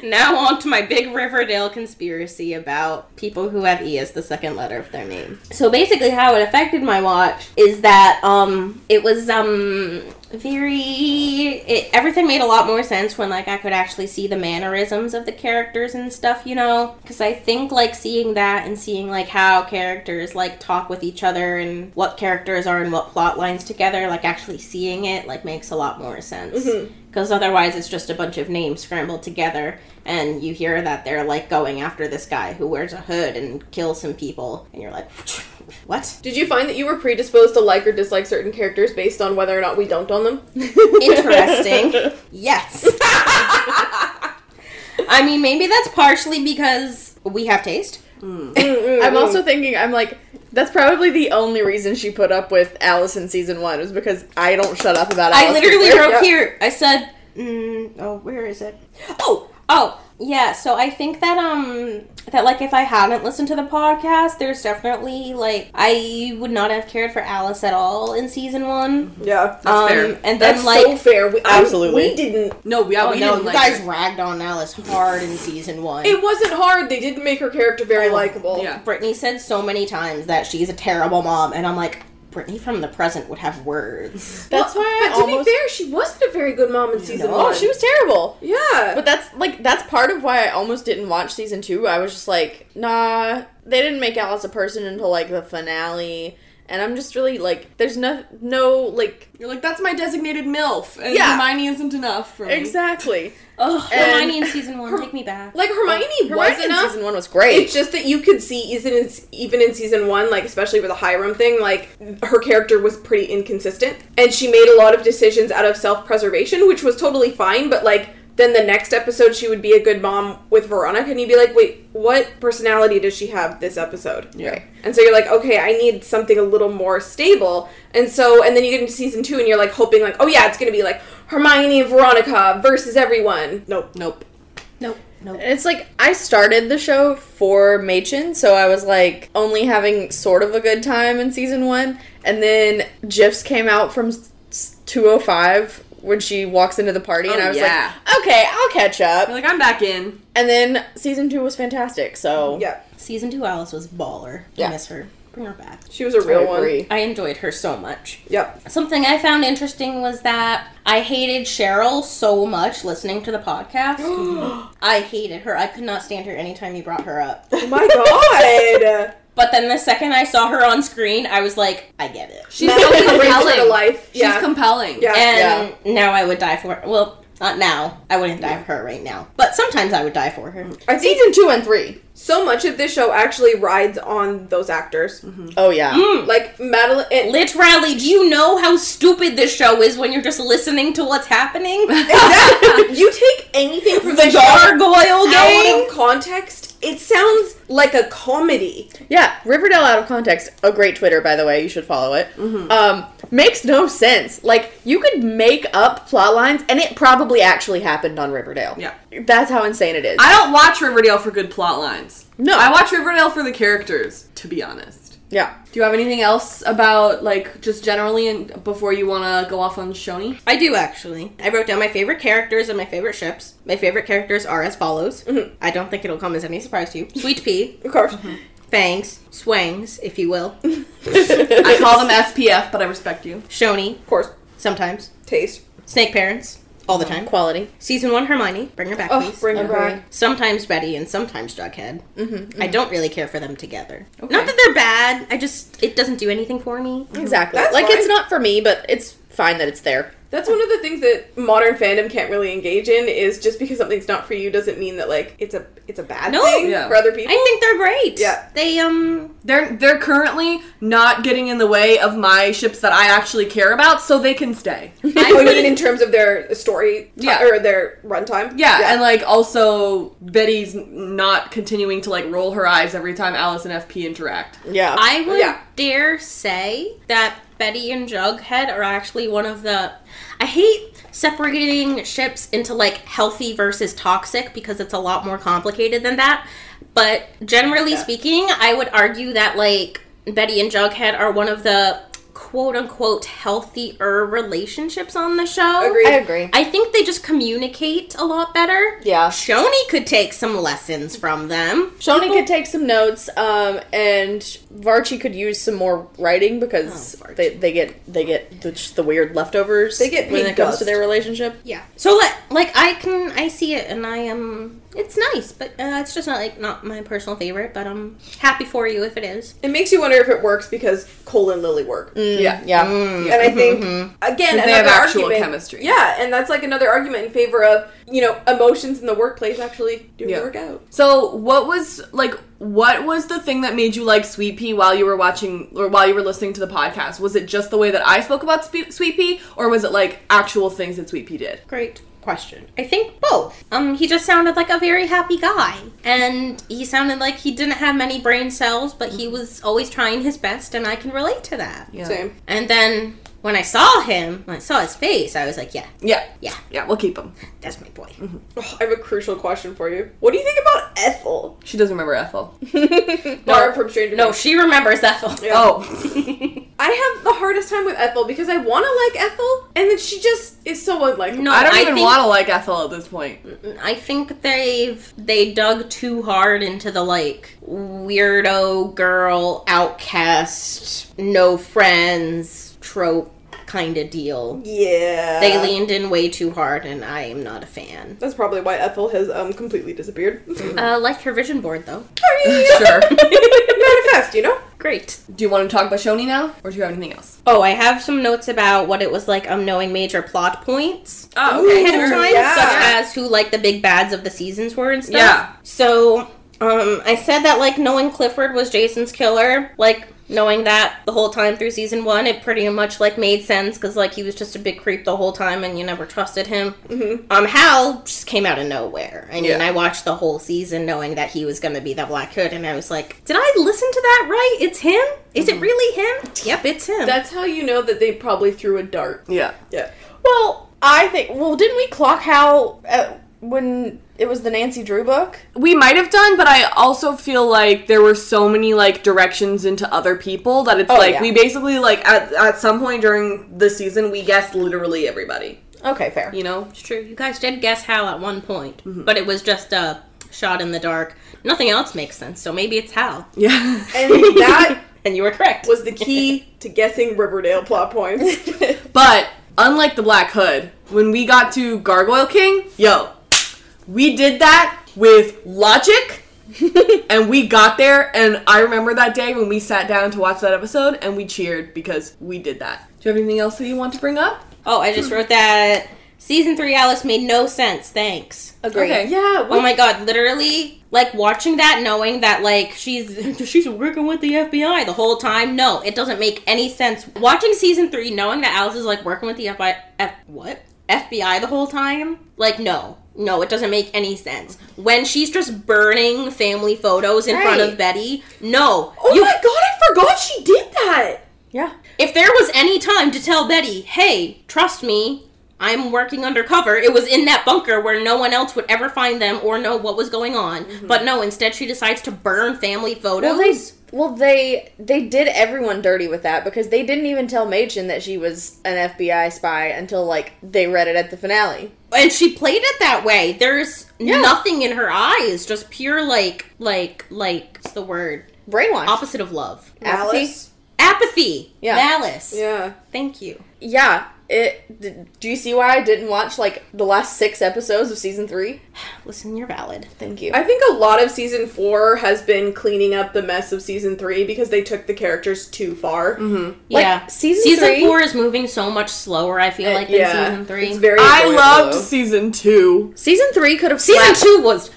Speaker 5: Now on to my big Riverdale conspiracy about people who have E as the second letter of their name. So basically how it affected my watch is that um it was um very it, everything made a lot more sense when like I could actually see the mannerisms of the characters and stuff, you know, cuz I think like seeing that and seeing like how characters like talk with each other and what characters are in what plot lines together, like actually seeing it like makes a lot more sense because otherwise it's just a bunch of names scrambled together and you hear that they're like going after this guy who wears a hood and kills some people and you're like *laughs* what
Speaker 1: Did you find that you were predisposed to like or dislike certain characters based on whether or not we dunked on them?
Speaker 5: interesting yes *laughs* i mean maybe that's partially because we have taste
Speaker 1: I'm also thinking, I'm like, that's probably the only reason she put up with Alice in season one was because I don't shut up about
Speaker 5: i
Speaker 1: Alice.
Speaker 5: literally
Speaker 1: either.
Speaker 5: wrote
Speaker 1: Yeah.
Speaker 5: here i said mm, oh where is it oh oh yeah so i think that um that like if i hadn't listened to the podcast there's definitely like i would not have cared for alice at all in season one
Speaker 3: Yeah.
Speaker 2: That's
Speaker 5: um,
Speaker 2: fair.
Speaker 5: And then
Speaker 1: That's
Speaker 5: like,
Speaker 1: so fair. We, I-
Speaker 3: Absolutely.
Speaker 1: we didn't.
Speaker 2: no, yeah,
Speaker 5: oh
Speaker 2: we
Speaker 5: no,
Speaker 2: didn't
Speaker 5: you
Speaker 2: like
Speaker 5: guys
Speaker 2: her.
Speaker 5: ragged on Alice hard in season one.
Speaker 1: It wasn't hard. They didn't make her character very
Speaker 5: Oh,
Speaker 1: likable.
Speaker 2: Yeah.
Speaker 5: Brittany said so many times that she's a terrible mom, and I'm like, Brittany from the present would have *laughs*
Speaker 1: *laughs*
Speaker 5: words.
Speaker 1: That's why I
Speaker 3: But to
Speaker 1: almost.
Speaker 3: be fair, she wasn't a very good mom in season
Speaker 5: No.
Speaker 1: oh,
Speaker 3: one.
Speaker 1: she was terrible.
Speaker 3: yeah.
Speaker 1: But that's like that's part of why I almost didn't watch season two. I was just like, nah, they didn't make Alice a person until like the finale, and I'm just really like, there's no no like
Speaker 2: You're like, that's my designated MILF, and
Speaker 1: Yeah.
Speaker 2: Hermione isn't enough for me.
Speaker 1: exactly
Speaker 5: Oh,
Speaker 1: And-
Speaker 5: Hermione *laughs* in season one, take me back.
Speaker 3: like Hermione was
Speaker 1: Hermione in
Speaker 3: enough.
Speaker 1: season one was great.
Speaker 3: It's just that you could see even in, even in season one, like especially with the Hiram thing, like her character was pretty inconsistent, and she made a lot of decisions out of self preservation, which was totally fine. But like then the next episode, she would be a good mom with Veronica, and you'd be like, wait, what personality does she have this episode?
Speaker 2: Yeah. Right.
Speaker 3: And so you're like, okay, I need something a little more stable. And so, and then you get into season two, and you're like hoping, like, oh yeah, it's gonna be like Hermione and Veronica versus everyone. Nope.
Speaker 2: Nope.
Speaker 5: Nope, nope.
Speaker 1: It's like I started the show for Machen, so I was like only having sort of a good time in season one, and then GIFs came out from s- s- 205 when she walks into the party, and
Speaker 2: Oh,
Speaker 1: I was
Speaker 2: yeah.
Speaker 1: like, okay, I'll catch
Speaker 2: You're
Speaker 1: up.
Speaker 2: like, I'm back in.
Speaker 1: And then season two was fantastic, so
Speaker 3: Yeah,
Speaker 5: Season two, Alice was baller.
Speaker 1: Yeah.
Speaker 5: I miss her. Bring her back.
Speaker 3: she was a
Speaker 1: I
Speaker 3: real one.
Speaker 1: agree.
Speaker 5: I enjoyed her so much.
Speaker 3: Yep.
Speaker 5: Something I found interesting was that I hated Cheryl so much listening to
Speaker 3: *gasps*
Speaker 5: the podcast. I hated her. I could not stand her anytime you brought her up.
Speaker 3: Oh my god.
Speaker 5: *laughs* But then the second I saw her on screen, I was like, I get it.
Speaker 2: She's
Speaker 3: That
Speaker 2: so
Speaker 3: was a great sort of
Speaker 2: compelling.
Speaker 3: life.
Speaker 2: She's
Speaker 3: yeah.
Speaker 2: compelling.
Speaker 3: Yeah.
Speaker 5: And now I would die for her. Well, not now. I wouldn't die for her right now. But sometimes I would die for her.
Speaker 3: I think
Speaker 1: Season two and three.
Speaker 3: so much of this show actually rides on those actors.
Speaker 1: Oh yeah,
Speaker 2: Mm.
Speaker 3: Like Madeline and
Speaker 5: Literally, do you know how stupid this show is when you're just listening to
Speaker 3: *laughs*
Speaker 5: what's happening?
Speaker 3: Exactly. you take anything from the
Speaker 5: the
Speaker 3: show
Speaker 5: gargoyle
Speaker 3: out
Speaker 5: game?
Speaker 3: of context, it sounds like a comedy.
Speaker 1: yeah. Riverdale out of context, a great Twitter by the way. You should follow it.
Speaker 2: Mm-hmm.
Speaker 1: Um, makes no sense. Like you could make up plot lines, and it probably actually happened on Riverdale.
Speaker 2: Yeah.
Speaker 1: that's how insane it is.
Speaker 2: I don't watch Riverdale for good plot lines.
Speaker 1: No.
Speaker 2: I watch Riverdale for the characters, to be honest.
Speaker 1: yeah.
Speaker 2: Do you have anything else about, like, just generally and before you want to go off on Shoni?
Speaker 5: I do actually. I wrote down my favorite characters and my favorite ships. My favorite characters are as follows. I don't think it'll come as any surprise to you. Sweet Pea,
Speaker 3: Of course.
Speaker 5: Fangs, Swangs, if you will,
Speaker 2: I call them SPF, but I respect you.
Speaker 5: Shoni,
Speaker 3: Of course.
Speaker 5: sometimes,
Speaker 3: Taste.
Speaker 5: Snake Parents, all the time.
Speaker 1: Quality.
Speaker 5: Season 1 Hermione, bring her back
Speaker 3: Oh,
Speaker 5: please.
Speaker 3: bring her
Speaker 1: Agree.
Speaker 3: back.
Speaker 5: sometimes Betty and sometimes Jughead. Mm-hmm, I don't really care for them together.
Speaker 2: Okay.
Speaker 5: Not that they're bad. I just it doesn't do anything for me.
Speaker 1: Exactly.
Speaker 3: That's
Speaker 1: like
Speaker 3: fine.
Speaker 1: it's not for me, but it's fine that it's there. That's one of the things that modern fandom can't really engage in is just because something's not for you doesn't mean that like it's a it's a bad
Speaker 5: No.
Speaker 1: thing
Speaker 2: Yeah.
Speaker 1: for other people.
Speaker 5: I think they're great.
Speaker 1: Yeah.
Speaker 5: They um
Speaker 2: They're they're currently not getting in the way of my ships that I actually care about, so they can stay.
Speaker 5: I
Speaker 1: *laughs* I mean,
Speaker 5: wouldn't-
Speaker 1: in terms of their story, ti-
Speaker 2: Yeah.
Speaker 1: or their runtime.
Speaker 2: Yeah, and like also Betty's not continuing to like roll her eyes every time Alice and FP interact.
Speaker 1: yeah,
Speaker 5: I would
Speaker 1: Yeah.
Speaker 5: dare say that Betty and Jughead are actually one of the. I hate separating ships into like healthy versus toxic because it's a lot more complicated than that. But generally speaking, I would argue that like Betty and Jughead are one of the quote unquote healthier relationships on the show.
Speaker 1: Agreed.
Speaker 6: agree.
Speaker 5: I think they just communicate a lot better.
Speaker 1: yeah.
Speaker 5: Shoni could take some lessons from them.
Speaker 1: Shoni could take some notes, um, and Varchi could use some more writing because
Speaker 5: Oh, Varchi.
Speaker 1: they, they get they
Speaker 4: Oh,
Speaker 1: get the, just the weird leftovers. They
Speaker 3: get
Speaker 1: when
Speaker 3: pink
Speaker 1: it comes
Speaker 3: dust.
Speaker 1: to their relationship.
Speaker 5: Yeah. So like, like I can I see it and I um it's nice, but uh, it's just not like not my personal favorite, but I'm happy for you if it is.
Speaker 3: It makes you wonder if it works because Cole and Lily work.
Speaker 1: Mm, Yeah, yeah.
Speaker 3: And I think again,
Speaker 2: Mm. Mm-hmm. 'Cause
Speaker 3: another
Speaker 2: they have actual
Speaker 3: argument,
Speaker 2: chemistry.
Speaker 3: Yeah, and that's like another argument in favor of you know emotions in the workplace actually do
Speaker 2: Yeah.
Speaker 3: work out.
Speaker 2: So what was like what was the thing that made you like Sweet Pea while you were watching or while you were listening to the podcast? Was it just the way that I spoke about Spe- Sweet Pea, or was it like actual things that Sweet Pea did?
Speaker 5: Great question. I think both. Um he just sounded like a very happy guy and he sounded like he didn't have many brain cells, but he was always trying his best and I can relate to that.
Speaker 2: Yeah.
Speaker 3: Same.
Speaker 5: And then when I saw him, when I saw his face, I was like, yeah,
Speaker 2: Yeah.
Speaker 5: Yeah.
Speaker 2: Yeah, we'll keep them.
Speaker 5: that's my boy. *laughs*
Speaker 3: Oh, *sighs* I have a crucial question for you. What do you think about Ethel?
Speaker 2: She doesn't remember
Speaker 1: *laughs*
Speaker 2: Ethel.
Speaker 3: Barb from Stranger
Speaker 5: No,
Speaker 3: Things.
Speaker 5: she remembers Ethel.
Speaker 2: Oh.
Speaker 3: I have the hardest time with Ethel because I want to like Ethel, and then she just is so unlikable.
Speaker 5: No,
Speaker 2: I don't even
Speaker 5: think-
Speaker 2: want to like Ethel at this point.
Speaker 5: I think they've they dug too hard into the like weirdo girl outcast no friends trope kind of deal.
Speaker 3: Yeah.
Speaker 5: They leaned in way too hard and I am not a fan.
Speaker 3: That's probably why Ethel has um completely disappeared.
Speaker 5: Uh like her vision board though.
Speaker 2: sure.
Speaker 3: Manifest, you know.
Speaker 5: Great.
Speaker 2: Do you want to talk about Shoni now, or do you have anything else?
Speaker 5: Oh, I have some notes about what it was like um knowing major plot points.
Speaker 2: Oh,
Speaker 5: ahead of time,
Speaker 3: yeah.
Speaker 5: such as who like the big bads of the seasons were and stuff.
Speaker 2: Yeah.
Speaker 5: So, um, I said that like knowing Clifford was Jason's killer, like knowing that the whole time through season one, it pretty much like made sense because like he was just a big creep the whole time and you never trusted him. Mm-hmm. Um, Hal just came out of nowhere. I mean,
Speaker 2: Yeah.
Speaker 5: I watched the whole season knowing that he was going to be the Black Hood, and I was like, did I listen to that right? It's him. Is it really him? Yep, it's him.
Speaker 3: That's how you know that they probably threw a dart.
Speaker 2: Yeah.
Speaker 3: Yeah.
Speaker 1: Well, I think. Well, didn't we clock how uh, when it was the Nancy Drew book?
Speaker 2: We might have done, but I also feel like there were so many like directions into other people that it's
Speaker 1: Oh,
Speaker 2: like
Speaker 1: yeah.
Speaker 2: we basically like at at some point during the season we guessed literally everybody.
Speaker 1: Okay, fair.
Speaker 2: You know?
Speaker 5: It's true. You guys did guess Hal at one point, but it was just a shot in the dark. Nothing else makes sense, so maybe it's Hal.
Speaker 2: Yeah. *laughs*
Speaker 3: And that
Speaker 5: And you were correct.
Speaker 3: was the key to guessing Riverdale plot points.
Speaker 2: But unlike the Black Hood, when we got to Gargoyle King, yo, we did that with logic. and we got there, and I remember that day when we sat down to watch that episode and we cheered because we did that. Do you have anything else that you want to bring up?
Speaker 5: Oh, I just wrote that season three Alice made no sense. Thanks.
Speaker 1: Agreed.
Speaker 2: Okay.
Speaker 3: yeah.
Speaker 5: Oh my god, literally, like watching that, knowing that like she's *laughs* she's working with the FBI the whole time. No, it doesn't make any sense. Watching season three, knowing that Alice is like working with the FBI, F, what FBI the whole time. Like no, no, it doesn't make any sense. When she's just burning family photos in front of
Speaker 1: Right.
Speaker 5: Betty, no,
Speaker 3: Oh
Speaker 5: you
Speaker 3: my god, I forgot she did that.
Speaker 1: Yeah.
Speaker 5: if there was any time to tell Betty, hey, trust me, I'm working undercover, it was in that bunker where no one else would ever find them or know what was going on. But no, instead she decides to burn family photos.
Speaker 1: Mm-hmm. Well, they well they they did everyone dirty with that because they didn't even tell Machen that she was an FBI spy until like they read it at the finale.
Speaker 5: and she played it that way. There's nothing in her eyes, just pure like like like what's the word?
Speaker 1: Brainwash.
Speaker 5: Opposite of love.
Speaker 1: Apathy?
Speaker 3: Alice?
Speaker 5: Apathy.
Speaker 1: Yeah.
Speaker 5: Malice.
Speaker 3: Yeah.
Speaker 5: Thank you.
Speaker 1: Yeah. It. d- Do you see why I didn't watch like the last six episodes of season three?
Speaker 5: Listen, you're valid.
Speaker 1: Thank you.
Speaker 3: I think a lot of season four has been cleaning up the mess of season three because they took the characters too far.
Speaker 5: yeah.
Speaker 1: season,
Speaker 5: Season
Speaker 1: three,
Speaker 5: four is moving so much slower, I feel like, than
Speaker 3: yeah.
Speaker 5: season three.
Speaker 1: It's very.
Speaker 7: I
Speaker 1: enjoyable,
Speaker 7: loved
Speaker 1: though.
Speaker 7: season two.
Speaker 1: season three. Could have
Speaker 5: season two was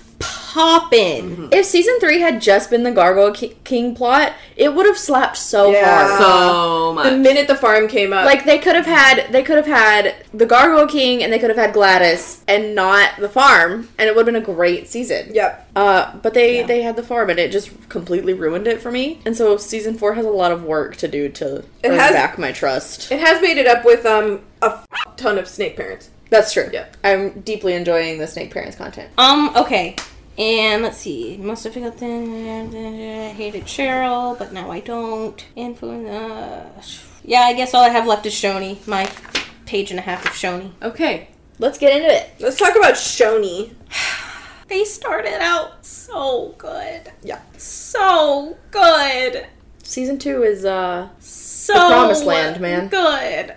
Speaker 5: popping.
Speaker 1: If season three had just been the Gargoyle Ki- King plot, it would have slapped so
Speaker 3: Yeah.
Speaker 1: hard.
Speaker 7: So
Speaker 3: The
Speaker 7: much.
Speaker 3: minute the farm came up,
Speaker 1: Like they could have had they could have had the Gargoyle King and they could have had Gladys and not the farm and it would have been a great season.
Speaker 3: yep,
Speaker 1: Uh, but they they had the farm and it just completely ruined it for me. And so season four has a lot of work to do to
Speaker 3: It
Speaker 1: earn
Speaker 3: has-
Speaker 1: back my trust.
Speaker 3: it has made it up with um a f- ton of snake parents.
Speaker 1: That's true.
Speaker 3: Yeah.
Speaker 1: I'm deeply enjoying the Snake Parents content.
Speaker 5: Um, okay. And let's see. Most difficult thing. I hated Cheryl, but now I don't. Influence. Uh, sh- yeah, I guess all I have left is Shoni. My page and a half of Shoni.
Speaker 7: Okay.
Speaker 1: Let's get into it.
Speaker 3: Let's talk about Shoni.
Speaker 5: They started out so good.
Speaker 3: Yeah.
Speaker 5: So good.
Speaker 1: Season two is uh
Speaker 5: So
Speaker 1: promised land, man.
Speaker 5: Good.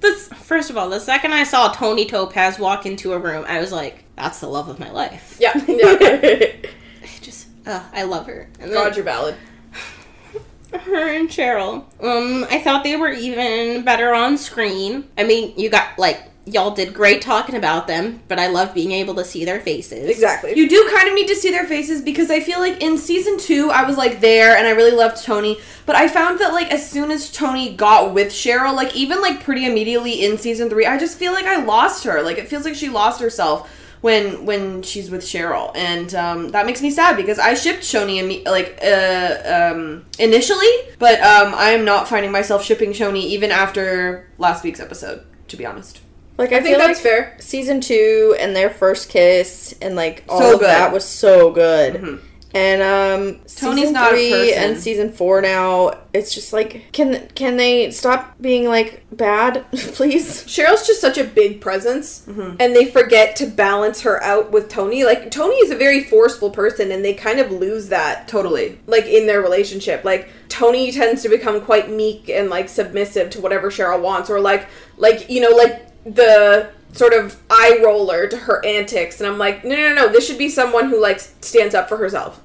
Speaker 5: This first of all, the second I saw Tony Topaz walk into a room, I was like, "That's the love of my life."
Speaker 1: *laughs*
Speaker 3: Yeah, yeah.
Speaker 5: I just, uh, I love her. And then-
Speaker 3: Roger Ballad.
Speaker 5: her and Cheryl. Um, I thought they were even better on screen. I mean, you got like y'all did great talking about them, but I love being able to see their faces.
Speaker 3: Exactly.
Speaker 2: You do kind of need to see their faces because I feel like in season two, I was like there and I really loved Tony. But I found that like as soon as Tony got with Cheryl, like even like pretty immediately in season three, I just feel like I lost her. Like it feels like she lost herself when when she's with Cheryl, and um, that makes me sad because I shipped Shoni imme- like uh, um, initially, but um, I am not finding myself shipping Shoni even after last week's episode. To be honest.
Speaker 1: Like
Speaker 3: I, think that's
Speaker 1: fair.
Speaker 3: fair.
Speaker 1: season two and their first kiss and like all
Speaker 2: So
Speaker 1: of
Speaker 2: good.
Speaker 1: that was so good.
Speaker 3: Mm-hmm.
Speaker 1: And um,
Speaker 2: Tony's
Speaker 1: season
Speaker 2: not a
Speaker 1: three
Speaker 2: person.
Speaker 1: and season four now. It's just like can can they stop being like bad, *laughs* please? Mm-hmm.
Speaker 3: Cheryl's just such a big presence, and they forget to balance her out with Tony. Like Tony is a very forceful person, and they kind of lose that
Speaker 2: Totally.
Speaker 3: like in their relationship like tony tends to become quite meek and like submissive to whatever cheryl wants or like like you know like the sort of eye roller to her antics and i'm like no no no this should be someone who like stands up for herself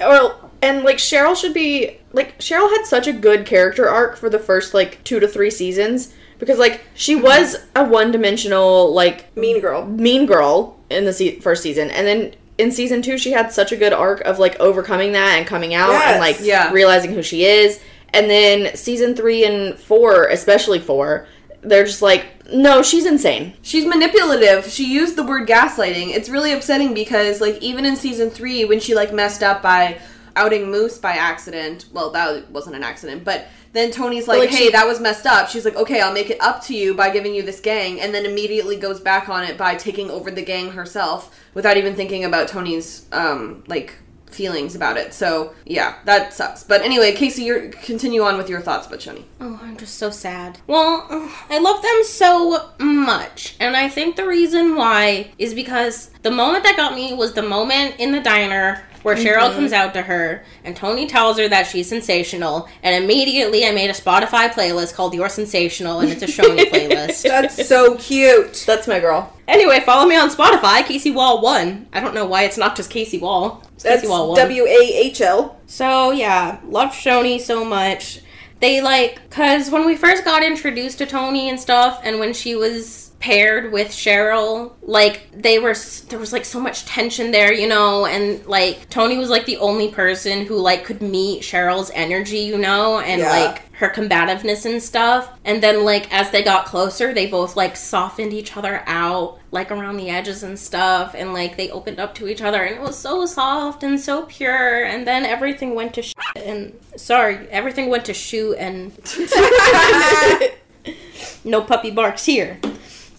Speaker 1: Or and like Cheryl should be like Cheryl had such a good character arc for the first like two to three seasons because like she was a one dimensional like
Speaker 3: mean girl
Speaker 1: mean girl in the se- first season and then in season two she had such a good arc of like overcoming that and coming out and
Speaker 3: Yes.
Speaker 1: like
Speaker 2: Yeah.
Speaker 1: realizing who she is and then season three and four especially four they're just like no she's insane
Speaker 2: She's manipulative. She used the word gaslighting. It's really upsetting because, like, even in season three, when she like messed up by outing Moose by accident. Well, that wasn't an accident, but then Tony's like,
Speaker 1: like,
Speaker 2: "Hey,
Speaker 1: she-
Speaker 2: that was messed up." She's like, "Okay, I'll make it up to you by giving you this gang," and then immediately goes back on it by taking over the gang herself without even thinking about Tony's um like feelings about it. So yeah, that sucks. But anyway, Casey, you continue on with your thoughts about Shoni.
Speaker 5: Oh, I'm just so sad. Well, ugh, I love them so much. And I think the reason why is because the moment that got me was the moment in the diner where Cheryl comes out to her and Tony tells her that she's sensational. And immediately I made a Spotify playlist called You're Sensational and it's a Shoney
Speaker 1: *laughs*
Speaker 5: playlist.
Speaker 3: that's so cute
Speaker 1: that's my girl
Speaker 5: Anyway, follow me on Spotify, Casey Wall 1. I don't know why it's not just Casey Wall. It's
Speaker 3: that's
Speaker 5: Casey Wall 1.
Speaker 3: w-a-h-l
Speaker 5: So yeah, love Shoni so much. They like cuz when we first got introduced to Tony and stuff and when she was paired with Cheryl, like they were s- there was like so much tension there, you know, and like Tony was like the only person who like could meet Cheryl's energy, you know, and
Speaker 3: Yeah.
Speaker 5: like her combativeness and stuff. And then like as they got closer, they both like softened each other out, like around the edges and stuff, and like they opened up to each other and it was so soft and so pure. And then everything went to shit and sorry, everything went to shoot and *laughs* no puppy barks here.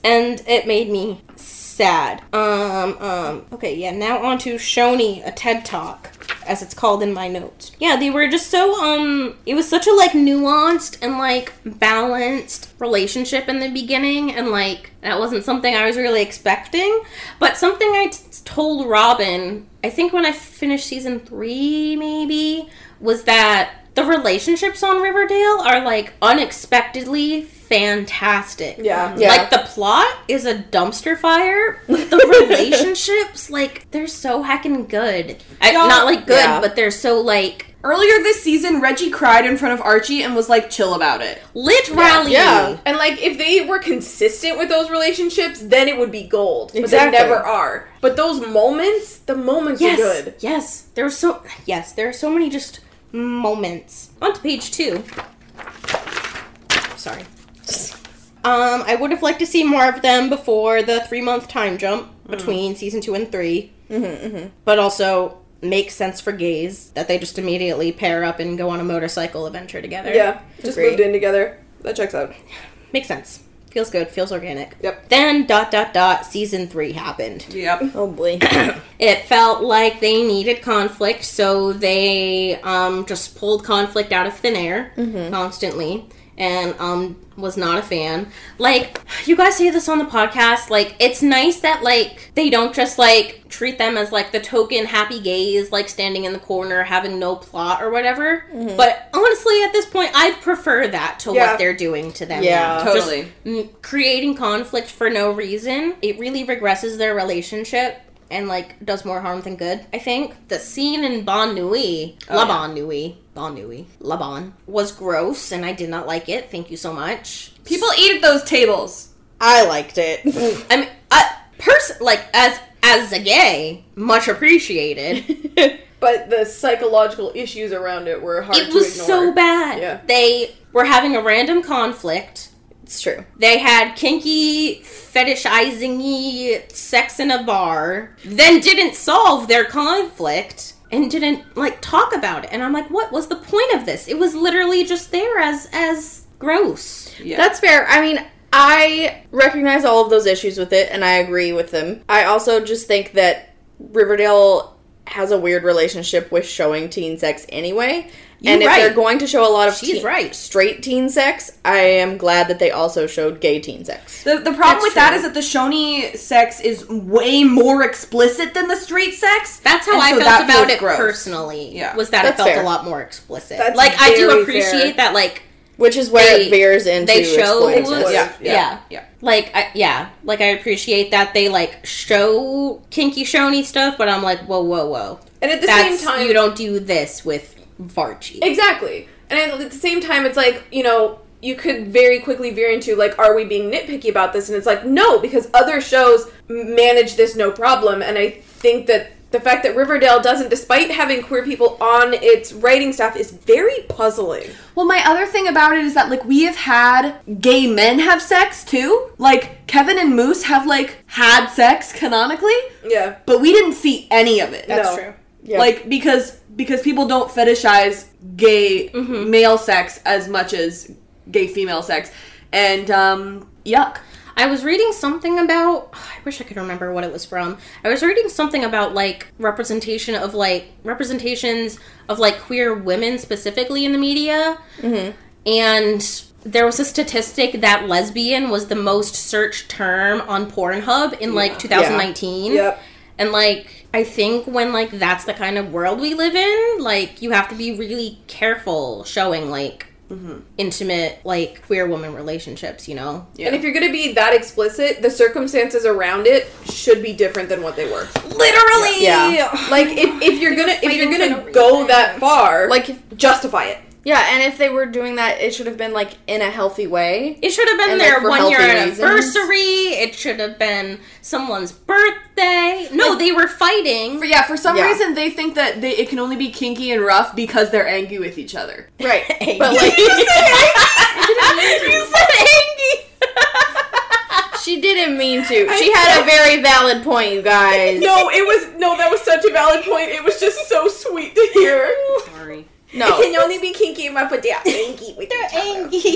Speaker 5: And it made me sad. Um, um, okay, yeah, now on to Shoni, a TED Talk, as it's called in my notes. Yeah, they were just so, um, it was such a, like, nuanced and, like, balanced relationship in the beginning, and, like, that wasn't something I was really expecting, but something I t- told Robin, I think when I finished season three, maybe, was that the relationships on Riverdale are like unexpectedly fantastic.
Speaker 3: Yeah.
Speaker 1: Yeah.
Speaker 5: Like the plot is a dumpster fire, but *laughs* the relationships, like, they're so heckin' good. I, not like good,
Speaker 1: yeah.
Speaker 5: but they're so like
Speaker 2: Earlier this season, Reggie cried in front of Archie and was like chill about it.
Speaker 5: lit rally.
Speaker 1: Yeah.
Speaker 3: And like if they were consistent with those relationships, then it would be gold.
Speaker 1: Exactly.
Speaker 3: But they never are. But those moments, the moments
Speaker 5: Yes.
Speaker 3: are good.
Speaker 5: Yes. There are so yes, there are so many just moments. On to page two. Sorry. Um, I would have liked to see more of them before the three month time jump between season two and 3 Mm-hmm, But also makes sense for gays that they just immediately pair up and go on a motorcycle adventure together.
Speaker 3: Yeah. Just moved in together. That checks out.
Speaker 5: Makes sense. Feels good. Feels organic.
Speaker 3: Yep.
Speaker 5: Then dot dot dot season three happened.
Speaker 2: Yep.
Speaker 1: Oh boy.
Speaker 5: it felt like they needed conflict, so they um, just pulled conflict out of thin air constantly, and um, was not a fan. Like you guys say this on the podcast, like it's nice that like they don't just like treat them as like the token happy gays, like standing in the corner having no plot or whatever. But honestly, at this point, I prefer that to
Speaker 3: Yeah.
Speaker 5: what they're doing to them.
Speaker 1: Yeah.
Speaker 5: now. Just
Speaker 2: Totally.
Speaker 5: m- creating conflict for no reason. It really regresses their relationship and like does more harm than good. I think the scene in Bon Nui,
Speaker 3: Oh,
Speaker 5: La Bon Nui, Bon Nui, La Bon was gross and I did not like it. Thank you so much.
Speaker 2: People eat at those tables.
Speaker 1: I
Speaker 3: *laughs*
Speaker 1: liked it.
Speaker 5: I mean, I, pers- like as as a gay, much appreciated.
Speaker 3: *laughs* But the psychological issues around it were hard
Speaker 5: it was
Speaker 3: to ignore.
Speaker 5: so bad.
Speaker 3: Yeah.
Speaker 5: They were having a random conflict.
Speaker 1: it's true.
Speaker 5: They had kinky, fetishizing sex in a bar, then didn't solve their conflict and didn't like talk about it. And I'm like, what was the point of this? It was literally just there as as gross.
Speaker 1: That's fair. I mean, I recognize all of those issues with it and I agree with them. I also just think that Riverdale has a weird relationship with showing teen sex anyway. and
Speaker 5: right.
Speaker 1: if they're going to show a lot of
Speaker 5: She's
Speaker 1: teen-
Speaker 5: right.
Speaker 1: straight teen sex, I am glad that they also showed gay teen sex.
Speaker 2: The, the problem with that is that the Shoni sex is way more explicit than the straight sex.
Speaker 5: That's how
Speaker 2: And
Speaker 5: I
Speaker 2: so
Speaker 5: felt
Speaker 2: that
Speaker 5: about
Speaker 2: feels
Speaker 5: it
Speaker 2: gross.
Speaker 5: personally.
Speaker 2: Yeah.
Speaker 5: Was that
Speaker 1: That's
Speaker 5: it felt
Speaker 1: fair.
Speaker 5: a lot more explicit.
Speaker 3: That's
Speaker 5: like I do
Speaker 3: very
Speaker 5: appreciate that like
Speaker 1: Which is where
Speaker 5: They-
Speaker 1: it veers into
Speaker 5: they show
Speaker 1: exploiting sex.
Speaker 5: yeah,
Speaker 2: Yeah,
Speaker 5: yeah.
Speaker 2: yeah.
Speaker 5: Like I, yeah, like I appreciate that they like show kinky shony stuff, but I'm like, whoa, whoa, whoa.
Speaker 3: And at the
Speaker 5: That's
Speaker 3: same time
Speaker 5: you don't do this with Varchi.
Speaker 3: Exactly. And at the same time, it's like, you know, you could very quickly veer into, like, are we being nitpicky about this? And it's like, no, because other shows manage this no problem. And I think that the fact that Riverdale doesn't, despite having queer people on its writing staff, is very puzzling.
Speaker 2: Well, my other thing about it is that like we have had gay men have sex too. Like Kevin and Moose have like had sex canonically,
Speaker 3: Yeah.
Speaker 2: but we didn't see any of it.
Speaker 3: That's
Speaker 2: true. Like because because people don't fetishize gay male sex as much as gay female sex, and um, yuck.
Speaker 5: I was reading something about *sighs* I wish I could remember what it was from. I was reading something about like representation of like representations of like queer women specifically in the media. And there was a statistic that lesbian was the most searched term on Pornhub in like
Speaker 1: Mm-hmm.
Speaker 5: 2019.
Speaker 3: Yep.
Speaker 5: And like I think when like that's the kind of world we live in, like you have to be really careful showing like
Speaker 1: Mm-hmm.
Speaker 5: intimate like queer woman relationships, you know.
Speaker 3: And if you're going to be that explicit, the circumstances around it should be different than what they were.
Speaker 5: Literally.
Speaker 1: Yeah.
Speaker 3: Like if, if you're gonna if you're
Speaker 5: Fighting
Speaker 3: gonna
Speaker 5: for no
Speaker 3: go
Speaker 5: reason.
Speaker 3: that far,
Speaker 1: Like, if-
Speaker 3: justify it.
Speaker 1: yeah, and if they were doing that, it should have been like in a healthy way.
Speaker 5: It should have been
Speaker 1: And,
Speaker 5: their
Speaker 1: like, for
Speaker 5: one year
Speaker 1: healthy
Speaker 5: anniversary. It should have been someone's birthday. No, they were fighting.
Speaker 2: But yeah, for some
Speaker 1: Yeah.
Speaker 2: reason they think that they, it can only be kinky and rough because they're angry with each other.
Speaker 1: *laughs* Right. But like
Speaker 5: you said Angie.
Speaker 1: she didn't mean to. She had a very valid point, you guys.
Speaker 3: *laughs* No, it was no. That was such a valid point. It was just so sweet to hear.
Speaker 2: Sorry.
Speaker 1: No.
Speaker 3: Can only be kinky and rough with the kinky with each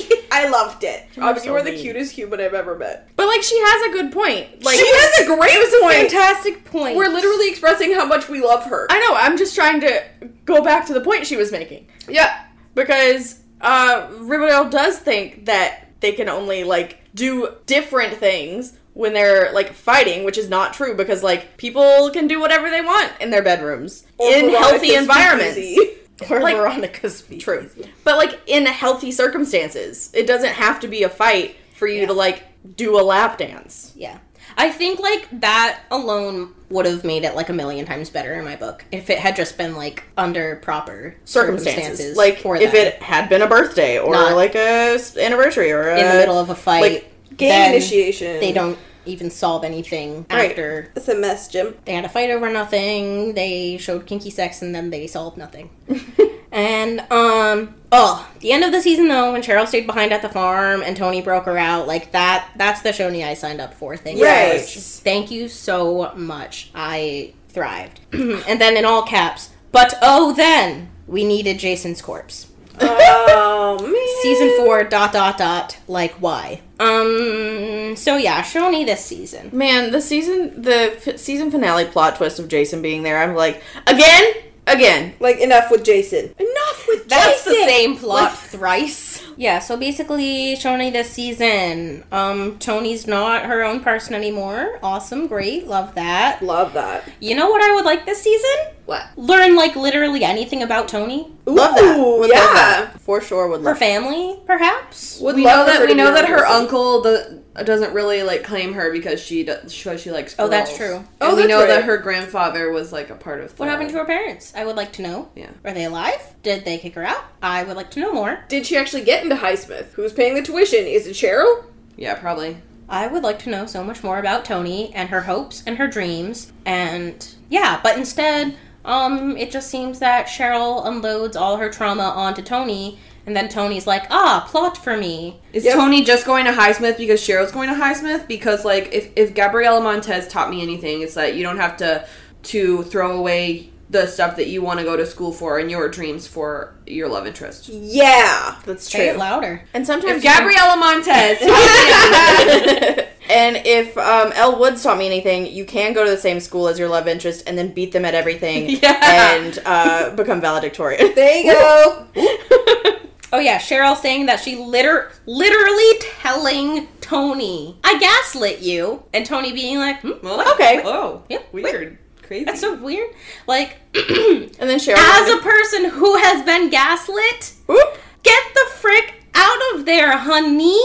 Speaker 3: other. I loved it. Um, you were the cutest human I've ever met.
Speaker 1: But like she has a good point. Like
Speaker 3: has a great point.
Speaker 5: Fantastic point.
Speaker 3: We're literally expressing how much we love her.
Speaker 1: I know, I'm just trying to go back to the point she was making.
Speaker 3: yeah,
Speaker 1: Because uh Riverdale does think that they can only like do different things when they're like fighting, which is not true because like people can do whatever they want in their bedrooms in
Speaker 3: Veronica's
Speaker 1: healthy environments.
Speaker 3: *laughs* speakeasy.
Speaker 1: Or
Speaker 8: Like-
Speaker 1: Veronica's true. But like in healthy circumstances, it doesn't have to be a fight for you to like do a lap dance.
Speaker 5: Yeah. I think like that alone would have made it like a million times better in my book if it had just been like under proper
Speaker 1: Circumstances,
Speaker 5: circumstances,
Speaker 1: like
Speaker 5: for
Speaker 1: if
Speaker 5: them.
Speaker 1: it had been a birthday or
Speaker 5: Not-
Speaker 1: like a s- anniversary or a,
Speaker 5: in
Speaker 4: Uh,
Speaker 5: the middle of a fight,
Speaker 1: like,
Speaker 5: game
Speaker 4: initiation.
Speaker 5: They don't even solve anything
Speaker 1: Right.
Speaker 5: after
Speaker 4: It's a mess, Jim.
Speaker 5: they had a fight over nothing. They showed kinky sex and then they solved
Speaker 4: *laughs*
Speaker 5: nothing. and um oh, the end of the season though, when Cheryl stayed behind at the farm and Tony broke her out, like that that's the Shoney I signed up for. Thank you.
Speaker 4: Right.
Speaker 5: so much. Thank you so much. I thrived. *clears throat* and then in all caps, but oh then we needed Jason's corpse.
Speaker 4: Oh man.
Speaker 5: Season four dot dot dot like why? Um so yeah, Shoney this season.
Speaker 1: Man, the season the f- season finale plot twist of Jason being there, I'm like, again, again.
Speaker 4: Like enough with Jason.
Speaker 1: Enough with
Speaker 5: That's the
Speaker 1: Jason!
Speaker 5: same plot thrice. Yeah, so basically, Shoni this season. Um, Tony's not her own person anymore. Awesome, great, love that.
Speaker 4: Love that.
Speaker 5: You know what I would like this season?
Speaker 1: What?
Speaker 5: Learn like literally anything about Tony,
Speaker 1: Love that.
Speaker 4: Ooh,
Speaker 1: Would
Speaker 4: yeah.
Speaker 1: love that. For sure would
Speaker 5: her
Speaker 1: love.
Speaker 5: family, perhaps.
Speaker 4: Would
Speaker 2: we know
Speaker 4: love for
Speaker 2: that
Speaker 4: her to
Speaker 2: we
Speaker 4: be
Speaker 2: know
Speaker 4: on
Speaker 2: that her
Speaker 4: Jason.
Speaker 2: uncle the, doesn't really like claim her because she does, she, she likes.
Speaker 5: Oh, that's
Speaker 2: girls.
Speaker 5: true.
Speaker 2: And
Speaker 4: Oh,
Speaker 2: we
Speaker 4: that's
Speaker 2: know that
Speaker 4: right.
Speaker 2: her grandfather was like a part of.
Speaker 5: What happened to her parents? I would like to know.
Speaker 2: Yeah.
Speaker 5: Are they alive? Did they kick her out? I would like to know more.
Speaker 4: Did she actually get into Highsmith? Who's paying the tuition? Is it Cheryl?
Speaker 2: Yeah, probably.
Speaker 5: I would like to know so much more about Tony and her hopes and her dreams. And yeah, but instead, um, it just seems that Cheryl unloads all her trauma onto Tony, and then Tony's like, ah, plot for me.
Speaker 2: Is
Speaker 4: Yep.
Speaker 2: Tony just going to Highsmith because Cheryl's going to Highsmith? Because like if, if Gabriela Montez taught me anything, it's that you don't have to to throw away the stuff that you want to go to school for and your dreams for your love interest.
Speaker 4: Yeah.
Speaker 1: That's
Speaker 5: Say it
Speaker 1: true.
Speaker 5: louder.
Speaker 1: And sometimes
Speaker 2: If Gabriela Montez
Speaker 1: *laughs*
Speaker 5: *laughs*
Speaker 1: and if um, Elle Woods taught me anything, you can go to the same school as your love interest and then beat them at
Speaker 5: *laughs*
Speaker 1: everything
Speaker 2: Yeah.
Speaker 1: and uh, become valedictorian.
Speaker 4: There you go.
Speaker 5: Oh yeah, Cheryl saying that she liter- literally telling Tony, I gaslit you, and Tony being like, hmm,
Speaker 2: Well, that-
Speaker 1: Okay.
Speaker 2: Oh,
Speaker 5: Yeah.
Speaker 2: weird, crazy.
Speaker 5: that's so weird. Like,
Speaker 1: *laughs*
Speaker 5: *clears throat*
Speaker 1: and then Cheryl.
Speaker 5: as a person who has been gaslit,
Speaker 1: Oop.
Speaker 5: Get the frick out of there, honey.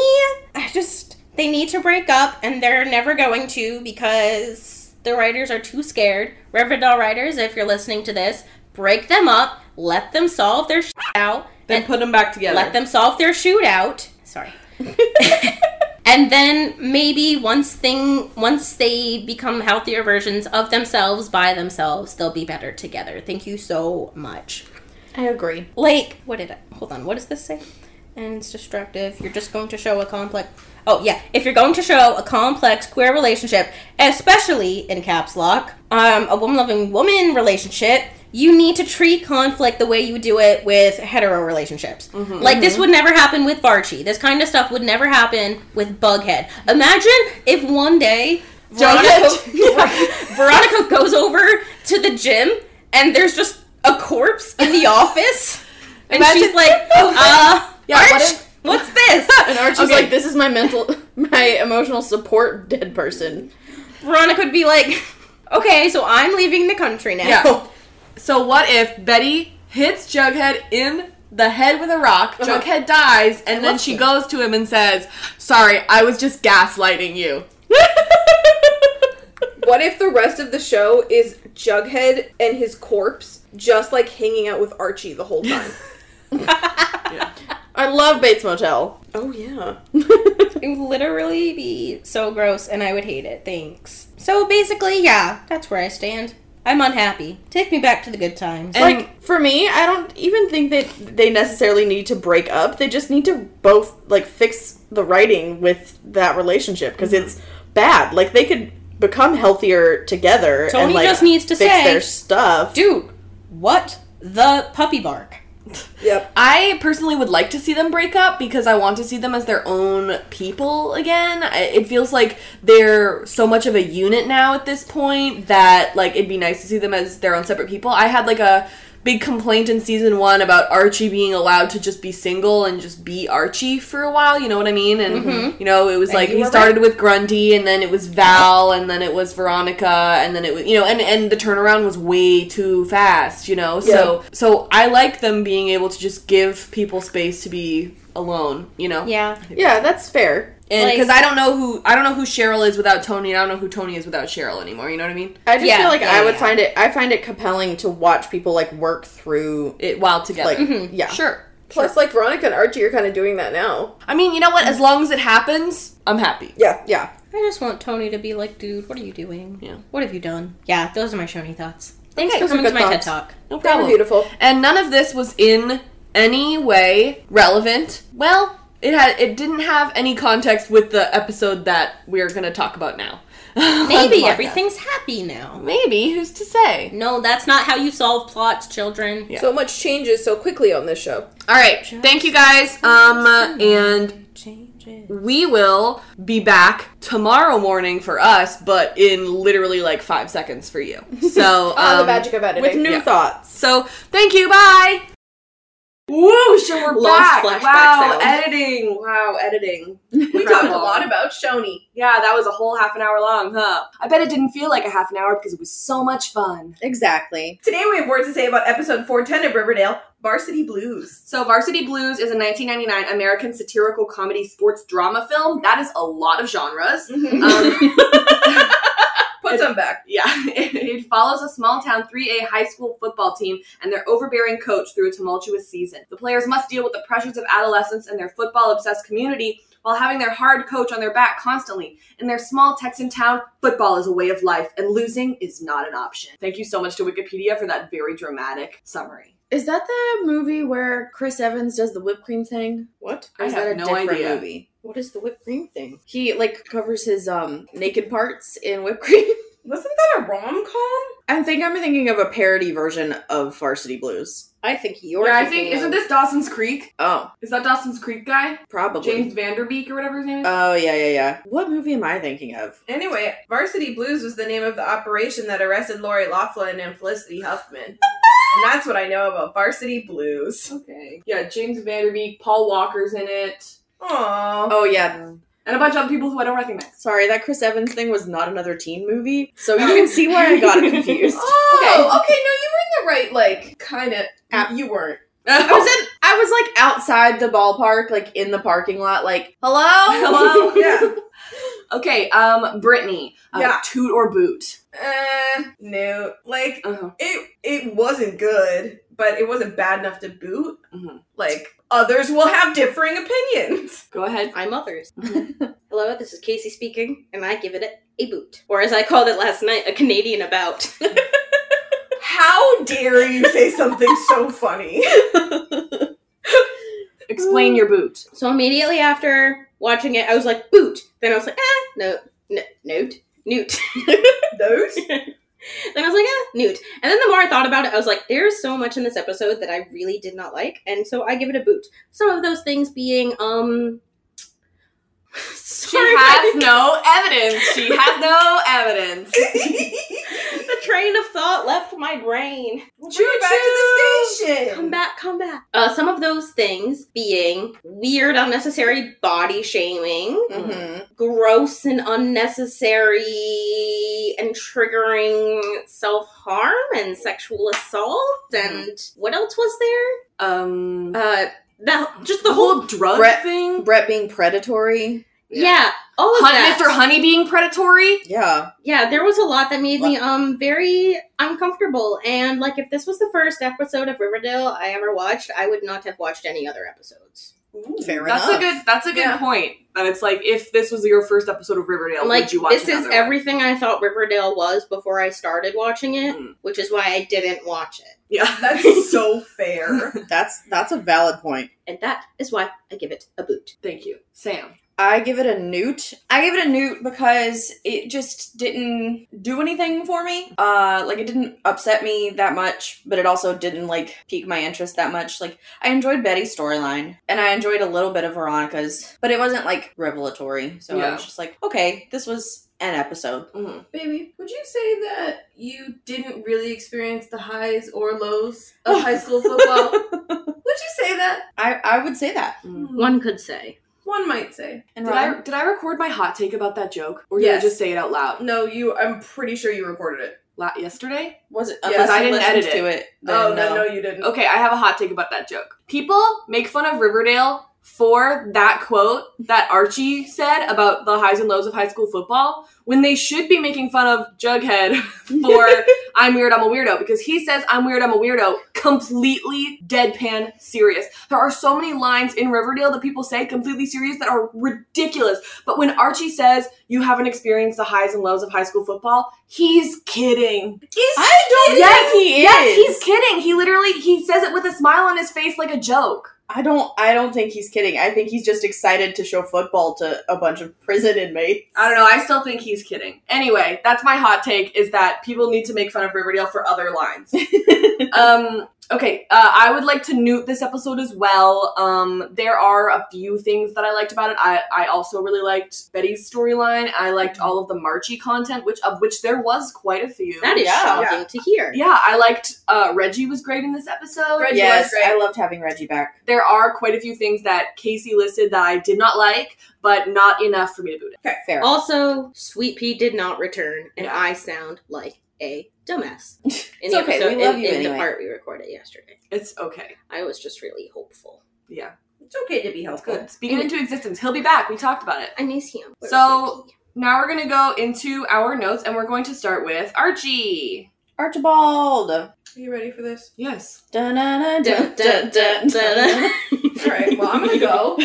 Speaker 5: I just they need to break up and they're never going to because the writers are too scared. Riverdale writers, if you're listening to this, break them up, let them solve their shit out,
Speaker 2: then
Speaker 5: and
Speaker 2: put them back together.
Speaker 5: let them solve their shootout. Sorry. and then maybe once thing once they become healthier versions of themselves by themselves, they'll be better together. Thank you so much.
Speaker 1: I agree.
Speaker 5: Like, what did I? Hold on, what does this say? And it's destructive. You're just going to show a complex. Oh, yeah. If you're going to show a complex queer relationship, especially in caps lock, um, a woman loving woman relationship, you need to treat conflict the way you do it with hetero relationships. Like, this would never happen with Varchi. This kind of stuff would never happen with Bughead. Imagine if one day Veronica, *laughs* Veronica goes over to the gym and there's just a corpse in the office. And she's like, uh, Arch,
Speaker 1: what if-
Speaker 5: what's this?
Speaker 1: And Archie's like, "This is my mental, *laughs* my emotional support dead person."
Speaker 5: Veronica would be like, okay, so I'm leaving the country now.
Speaker 4: *laughs*
Speaker 5: *laughs*
Speaker 2: Yeah. So what if Betty hits Jughead in the head with a rock,
Speaker 4: Uh-huh.
Speaker 2: Jughead dies, and then she goes to him and says, Sorry, I was just gaslighting you.
Speaker 4: *laughs* What if the rest of the show is Jughead and his corpse just like hanging out with Archie the whole
Speaker 2: *laughs*
Speaker 4: time?
Speaker 1: I love Bates Motel.
Speaker 4: oh yeah.
Speaker 5: It would literally be so gross and I would hate it. Thanks. So basically, yeah, that's where I stand. I'm unhappy. Take me back to the good times.
Speaker 2: And-
Speaker 1: like for me, I don't even think that they necessarily need to break up. They just need to both like fix the writing with that relationship because it's bad. Like they could become healthier together.
Speaker 5: Tony
Speaker 1: and, like,
Speaker 5: just needs to
Speaker 1: fix
Speaker 5: say-
Speaker 1: their stuff.
Speaker 5: Dude, what the puppy bark?
Speaker 4: Yep.
Speaker 2: I personally would like to see them break up because I want to see them as their own people again. I- It feels like they're so much of a unit now at this point that like it'd be nice to see them as their own separate people. I had like a
Speaker 9: big complaint in season one about Archie being allowed to just be single and just be Archie for a while. You know what I mean? Mm-hmm. And you know, it was like he started with Grundy, and then it was Val, and then it was Veronica, and then it was you know, and and the turnaround was way too fast. You know, so so I like them being able to just give people space to be alone. You know,
Speaker 5: Yeah.
Speaker 1: Yeah, that's fair.
Speaker 9: and
Speaker 5: Like-
Speaker 9: because I don't know who I don't know who Cheryl is without Tony, and I don't know who Tony is without Cheryl anymore. You know what I mean?
Speaker 1: I just
Speaker 5: Yeah,
Speaker 1: feel like
Speaker 5: yeah,
Speaker 1: I would
Speaker 5: yeah.
Speaker 1: find it. I find it compelling to watch people like work through.
Speaker 9: It while together.
Speaker 1: Like,
Speaker 5: Mm-hmm.
Speaker 1: yeah,
Speaker 9: Sure.
Speaker 10: Plus, like Veronica and Archie are kind of doing that now.
Speaker 9: I mean, you know what? As long as it happens, I'm happy.
Speaker 1: yeah.
Speaker 5: I just want Tony to be like, dude, what are you doing?
Speaker 9: Yeah.
Speaker 5: What have you done? Yeah, those are my Shoney thoughts. Thanks
Speaker 1: Okay,
Speaker 5: for
Speaker 1: those are
Speaker 5: coming to
Speaker 1: good
Speaker 5: my
Speaker 1: thoughts.
Speaker 5: TED Talk.
Speaker 9: No
Speaker 10: They're
Speaker 9: problem.
Speaker 10: beautiful.
Speaker 9: And none of this was in any way relevant. Well, it had it didn't have any context with the episode that we're gonna talk about now. *laughs*
Speaker 5: Maybe
Speaker 9: Like,
Speaker 5: everything's happy now.
Speaker 9: Maybe who's to say?
Speaker 5: No, that's not how you solve plots, children.
Speaker 9: Yeah.
Speaker 10: So much changes so quickly on this show.
Speaker 9: All right, thank you guys. Um, and we will be back tomorrow morning for us, but in literally like five seconds for
Speaker 10: *laughs*
Speaker 9: you. So,
Speaker 10: Ah, the
Speaker 9: um,
Speaker 10: magic of editing.
Speaker 1: With new
Speaker 9: Yeah.
Speaker 1: thoughts.
Speaker 9: so thank you. Bye.
Speaker 2: Woo! So we're
Speaker 5: Lost
Speaker 2: back.
Speaker 5: flashback
Speaker 2: Wow,
Speaker 5: sound.
Speaker 2: editing. Wow, editing.
Speaker 3: We talked a lot about Shoni.
Speaker 2: Yeah, that was a whole half an hour long, huh? I bet it didn't feel like a half an hour because it was so much fun.
Speaker 4: Exactly.
Speaker 3: Today we have words to say about episode 410 of Riverdale, Varsity Blues.
Speaker 2: So, Varsity Blues is a 1999 American satirical comedy sports drama film. That is a lot of genres. Um,
Speaker 3: Put some back.
Speaker 2: Yeah, *laughs* it, follows a small town 3A high school football team and their overbearing coach through a tumultuous season. The players must deal with the pressures of adolescence and their football obsessed community while having their hard coach on their back constantly. In their small Texan town, football is a way of life and losing is not an option. Thank you so much to Wikipedia for that very dramatic summary.
Speaker 4: Is that the movie where Chris Evans does the whipped cream thing?
Speaker 1: What?
Speaker 4: Or
Speaker 2: I
Speaker 4: is
Speaker 2: have
Speaker 4: that a
Speaker 2: no
Speaker 4: different
Speaker 2: idea.
Speaker 4: movie? What is the whipped cream thing? He like covers his um naked parts in whipped cream.
Speaker 3: Wasn't that a rom com?
Speaker 4: I think I'm thinking of a parody version of Varsity Blues.
Speaker 5: I think you're.
Speaker 2: yeah, I think, isn't this Dawson's Creek?
Speaker 4: Oh,
Speaker 2: Is that Dawson's Creek guy?
Speaker 4: probably.
Speaker 2: James Vanderbeek or whatever his name is?
Speaker 4: Oh yeah, yeah, yeah. What movie am I thinking of?
Speaker 3: Anyway, Varsity Blues was the name of the operation that arrested Lori Laughlin and Felicity Huffman. and that's what I know about Varsity Blues.
Speaker 2: okay. Yeah, James Vanderbeek, Paul Walker's in it,
Speaker 3: Aww.
Speaker 4: Oh yeah.
Speaker 2: and a bunch of other people who I don't recognize.
Speaker 4: Sorry, that Chris Evans thing was not another teen movie. So *laughs* you can see where I got it confused.
Speaker 3: Oh, okay. No, you were in the right, like, kind of. You weren't.
Speaker 4: *laughs* I was in I was like outside the ballpark, like in the parking lot, like, hello? *laughs*
Speaker 2: Hello.
Speaker 3: Yeah.
Speaker 2: Okay. Um, Brittany. Uh,
Speaker 3: Yeah.
Speaker 2: Toot or boot.
Speaker 3: Uh, no. Like,
Speaker 2: Uh-huh.
Speaker 3: it it wasn't good, but it wasn't bad enough to boot.
Speaker 4: Mm-hmm.
Speaker 2: Mhm.
Speaker 3: Like, others will have differing opinions.
Speaker 2: Go ahead. *laughs*
Speaker 5: I'm others.
Speaker 2: Mm-hmm.
Speaker 5: Hello, this is Casey speaking, and I give it a boot. Or as I called it last night, a Canadian about.
Speaker 3: How dare you say something so funny?
Speaker 2: Explain your boot.
Speaker 5: so immediately after watching it, I was like, boot. Then I was like, ah, no, no, note, newt.
Speaker 3: *laughs*
Speaker 5: *laughs*
Speaker 3: Those?
Speaker 5: Then I was like, ah, newt. And then the more I thought about it, I was like, there's so much in this episode that I really did not like, and so I give it a boot. Some of those things being, um. *laughs*
Speaker 2: She
Speaker 5: *laughs* sorry,
Speaker 2: has no evidence. She has no evidence.
Speaker 5: *laughs* the train of thought left my brain.
Speaker 3: Choo back to the station.
Speaker 5: Come back, come back. Uh, some of those things being weird, unnecessary body shaming,
Speaker 4: Mm-hmm.
Speaker 5: gross and unnecessary and triggering self harm and sexual assault, and what else was there?
Speaker 2: Um,
Speaker 5: Uh, that just the,
Speaker 9: The
Speaker 5: whole,
Speaker 9: whole drug
Speaker 4: Brett-
Speaker 9: thing.
Speaker 4: Brett being predatory.
Speaker 5: yeah, all of
Speaker 9: Hun-
Speaker 5: that.
Speaker 9: Mr. Honey being predatory.
Speaker 4: Yeah.
Speaker 5: Yeah, there was a lot that made me um very uncomfortable. And like, if this was the first episode of Riverdale I ever watched, I would not have watched any other episodes.
Speaker 4: Fair
Speaker 2: That's
Speaker 4: enough.
Speaker 2: a good. That's a good point. That it's like if this was your first episode of Riverdale,
Speaker 5: I'm like
Speaker 2: would you watch?
Speaker 5: this is
Speaker 2: another one?
Speaker 5: everything I thought Riverdale was before I started watching it,
Speaker 2: Mm.
Speaker 5: which is why I didn't watch it.
Speaker 2: Yeah. *laughs*
Speaker 3: That's so fair.
Speaker 4: That's that's a valid point.
Speaker 5: And that is why I give it a boot.
Speaker 2: Thank you, Sam.
Speaker 4: I give it a newt. I give it a newt because it just didn't do anything for me. Uh like it didn't upset me that much, but it also didn't like pique my interest that much. Like I enjoyed Betty's storyline and I enjoyed a little bit of Veronica's, but it wasn't like revelatory. So I
Speaker 2: Yeah.
Speaker 4: was just like, okay, this was an episode.
Speaker 3: Baby, would you say that you didn't really experience the highs or lows of high school *laughs* football? would you say that?
Speaker 4: I, I would say that.
Speaker 3: Mm.
Speaker 5: One could say.
Speaker 3: One might say.
Speaker 4: And
Speaker 2: Did
Speaker 4: Ryan?
Speaker 2: I did I record my hot take about that joke, or did I
Speaker 3: Yes.
Speaker 2: just say it out loud
Speaker 3: No, you. I'm pretty sure you recorded it.
Speaker 2: La- yesterday?
Speaker 4: was it?
Speaker 3: Yes,
Speaker 4: Unless
Speaker 2: I
Speaker 4: you
Speaker 2: didn't
Speaker 4: listened
Speaker 2: edit
Speaker 4: to it. then
Speaker 3: Oh
Speaker 4: no.
Speaker 3: no, no, you didn't.
Speaker 2: *laughs* Okay, I have a hot take about that joke. People make fun of Riverdale for that quote that Archie said about the highs and lows of high school football when they should be making fun of Jughead *laughs* for I'm weird, I'm a weirdo because he says I'm weird, I'm a weirdo completely deadpan serious. There are so many lines in Riverdale that people say completely serious that are ridiculous. But when Archie says you haven't experienced the highs and lows of high school football, he's kidding.
Speaker 4: I don't
Speaker 2: Yes,
Speaker 4: think he is.
Speaker 2: Yes, he's kidding. He literally he says it with a smile on his face like a joke.
Speaker 4: I don't. I don't think he's kidding. I think he's just excited to show football to a bunch of prison inmates.
Speaker 2: I don't know. I still think he's kidding. Anyway, that's my hot take: is that people need to make fun of Riverdale for other *laughs* lines. um, okay, uh, I would like to note this episode as well. Um, there are a few things that I liked about it. I, I also really liked Betty's storyline. I liked all of the Marchie content, which of which there was quite a few.
Speaker 5: That is
Speaker 4: Yeah.
Speaker 5: shocking to hear.
Speaker 2: yeah, I liked uh, Reggie was great in this episode.
Speaker 3: Reggie
Speaker 4: yes,
Speaker 3: was great.
Speaker 4: I loved having Reggie back.
Speaker 2: there are quite a few things that Casey listed that I did not like, but not enough for me to boot it.
Speaker 4: Fair.
Speaker 5: Also, Sweet Pea did not return, and
Speaker 2: Yeah.
Speaker 5: I sound like a dumbass. In
Speaker 4: It's
Speaker 5: the
Speaker 4: okay,
Speaker 5: episode-
Speaker 4: we love
Speaker 5: in,
Speaker 4: you
Speaker 5: in
Speaker 4: anyway.
Speaker 5: the part we recorded yesterday.
Speaker 2: It's okay.
Speaker 5: I was just really hopeful.
Speaker 2: Yeah,
Speaker 3: It's okay to be
Speaker 2: it's
Speaker 3: helpful.
Speaker 2: good. Speaking into existence, he'll be back. We talked about it.
Speaker 5: I miss him. Where's
Speaker 2: So-
Speaker 5: my key?
Speaker 2: Now we're gonna go into our notes, and we're going to start with Archie.
Speaker 4: Archibald.
Speaker 3: Are you ready for this?
Speaker 2: Yes.
Speaker 4: Dun-dun-dun, *laughs*
Speaker 5: Dun, dun, *laughs* dun, dun, dun.
Speaker 3: All right. Well, I'm gonna *laughs* go.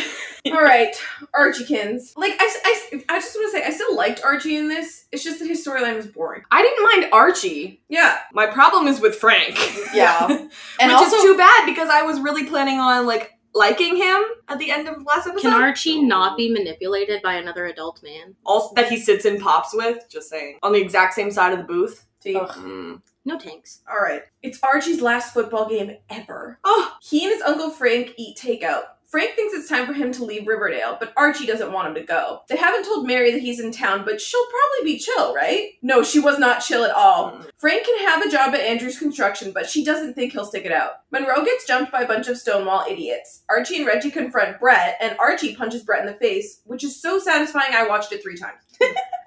Speaker 3: All right, Archiekins. Like I, s- I s- I just want to say, I still liked Archie in this. It's just that his storyline was boring.
Speaker 2: I didn't mind Archie.
Speaker 3: Yeah,
Speaker 2: My problem is with Frank.
Speaker 4: Yeah. And
Speaker 2: Which
Speaker 4: also,
Speaker 2: is too bad because I was really planning on like liking him at the end of last episode.
Speaker 5: Can Archie not be manipulated by another adult man?
Speaker 2: also that he sits in pops with, just saying. On the exact same side of the booth.
Speaker 3: See?
Speaker 4: Ugh.
Speaker 2: Mm.
Speaker 5: No thanks.
Speaker 3: All right. It's Archie's last football game ever.
Speaker 2: Oh,
Speaker 3: He and his uncle Frank eat takeout. Frank thinks it's time for him to leave Riverdale, but Archie doesn't want him to go. They haven't told Mary that he's in town, but she'll probably be chill, right? No, she was not chill at all. Frank can have a job at Andrew's construction, but she doesn't think he'll stick it out. Monroe gets jumped by a bunch of Stonewall idiots. Archie and Reggie confront Brett, and Archie punches Brett in the face, which is so satisfying I watched it three times.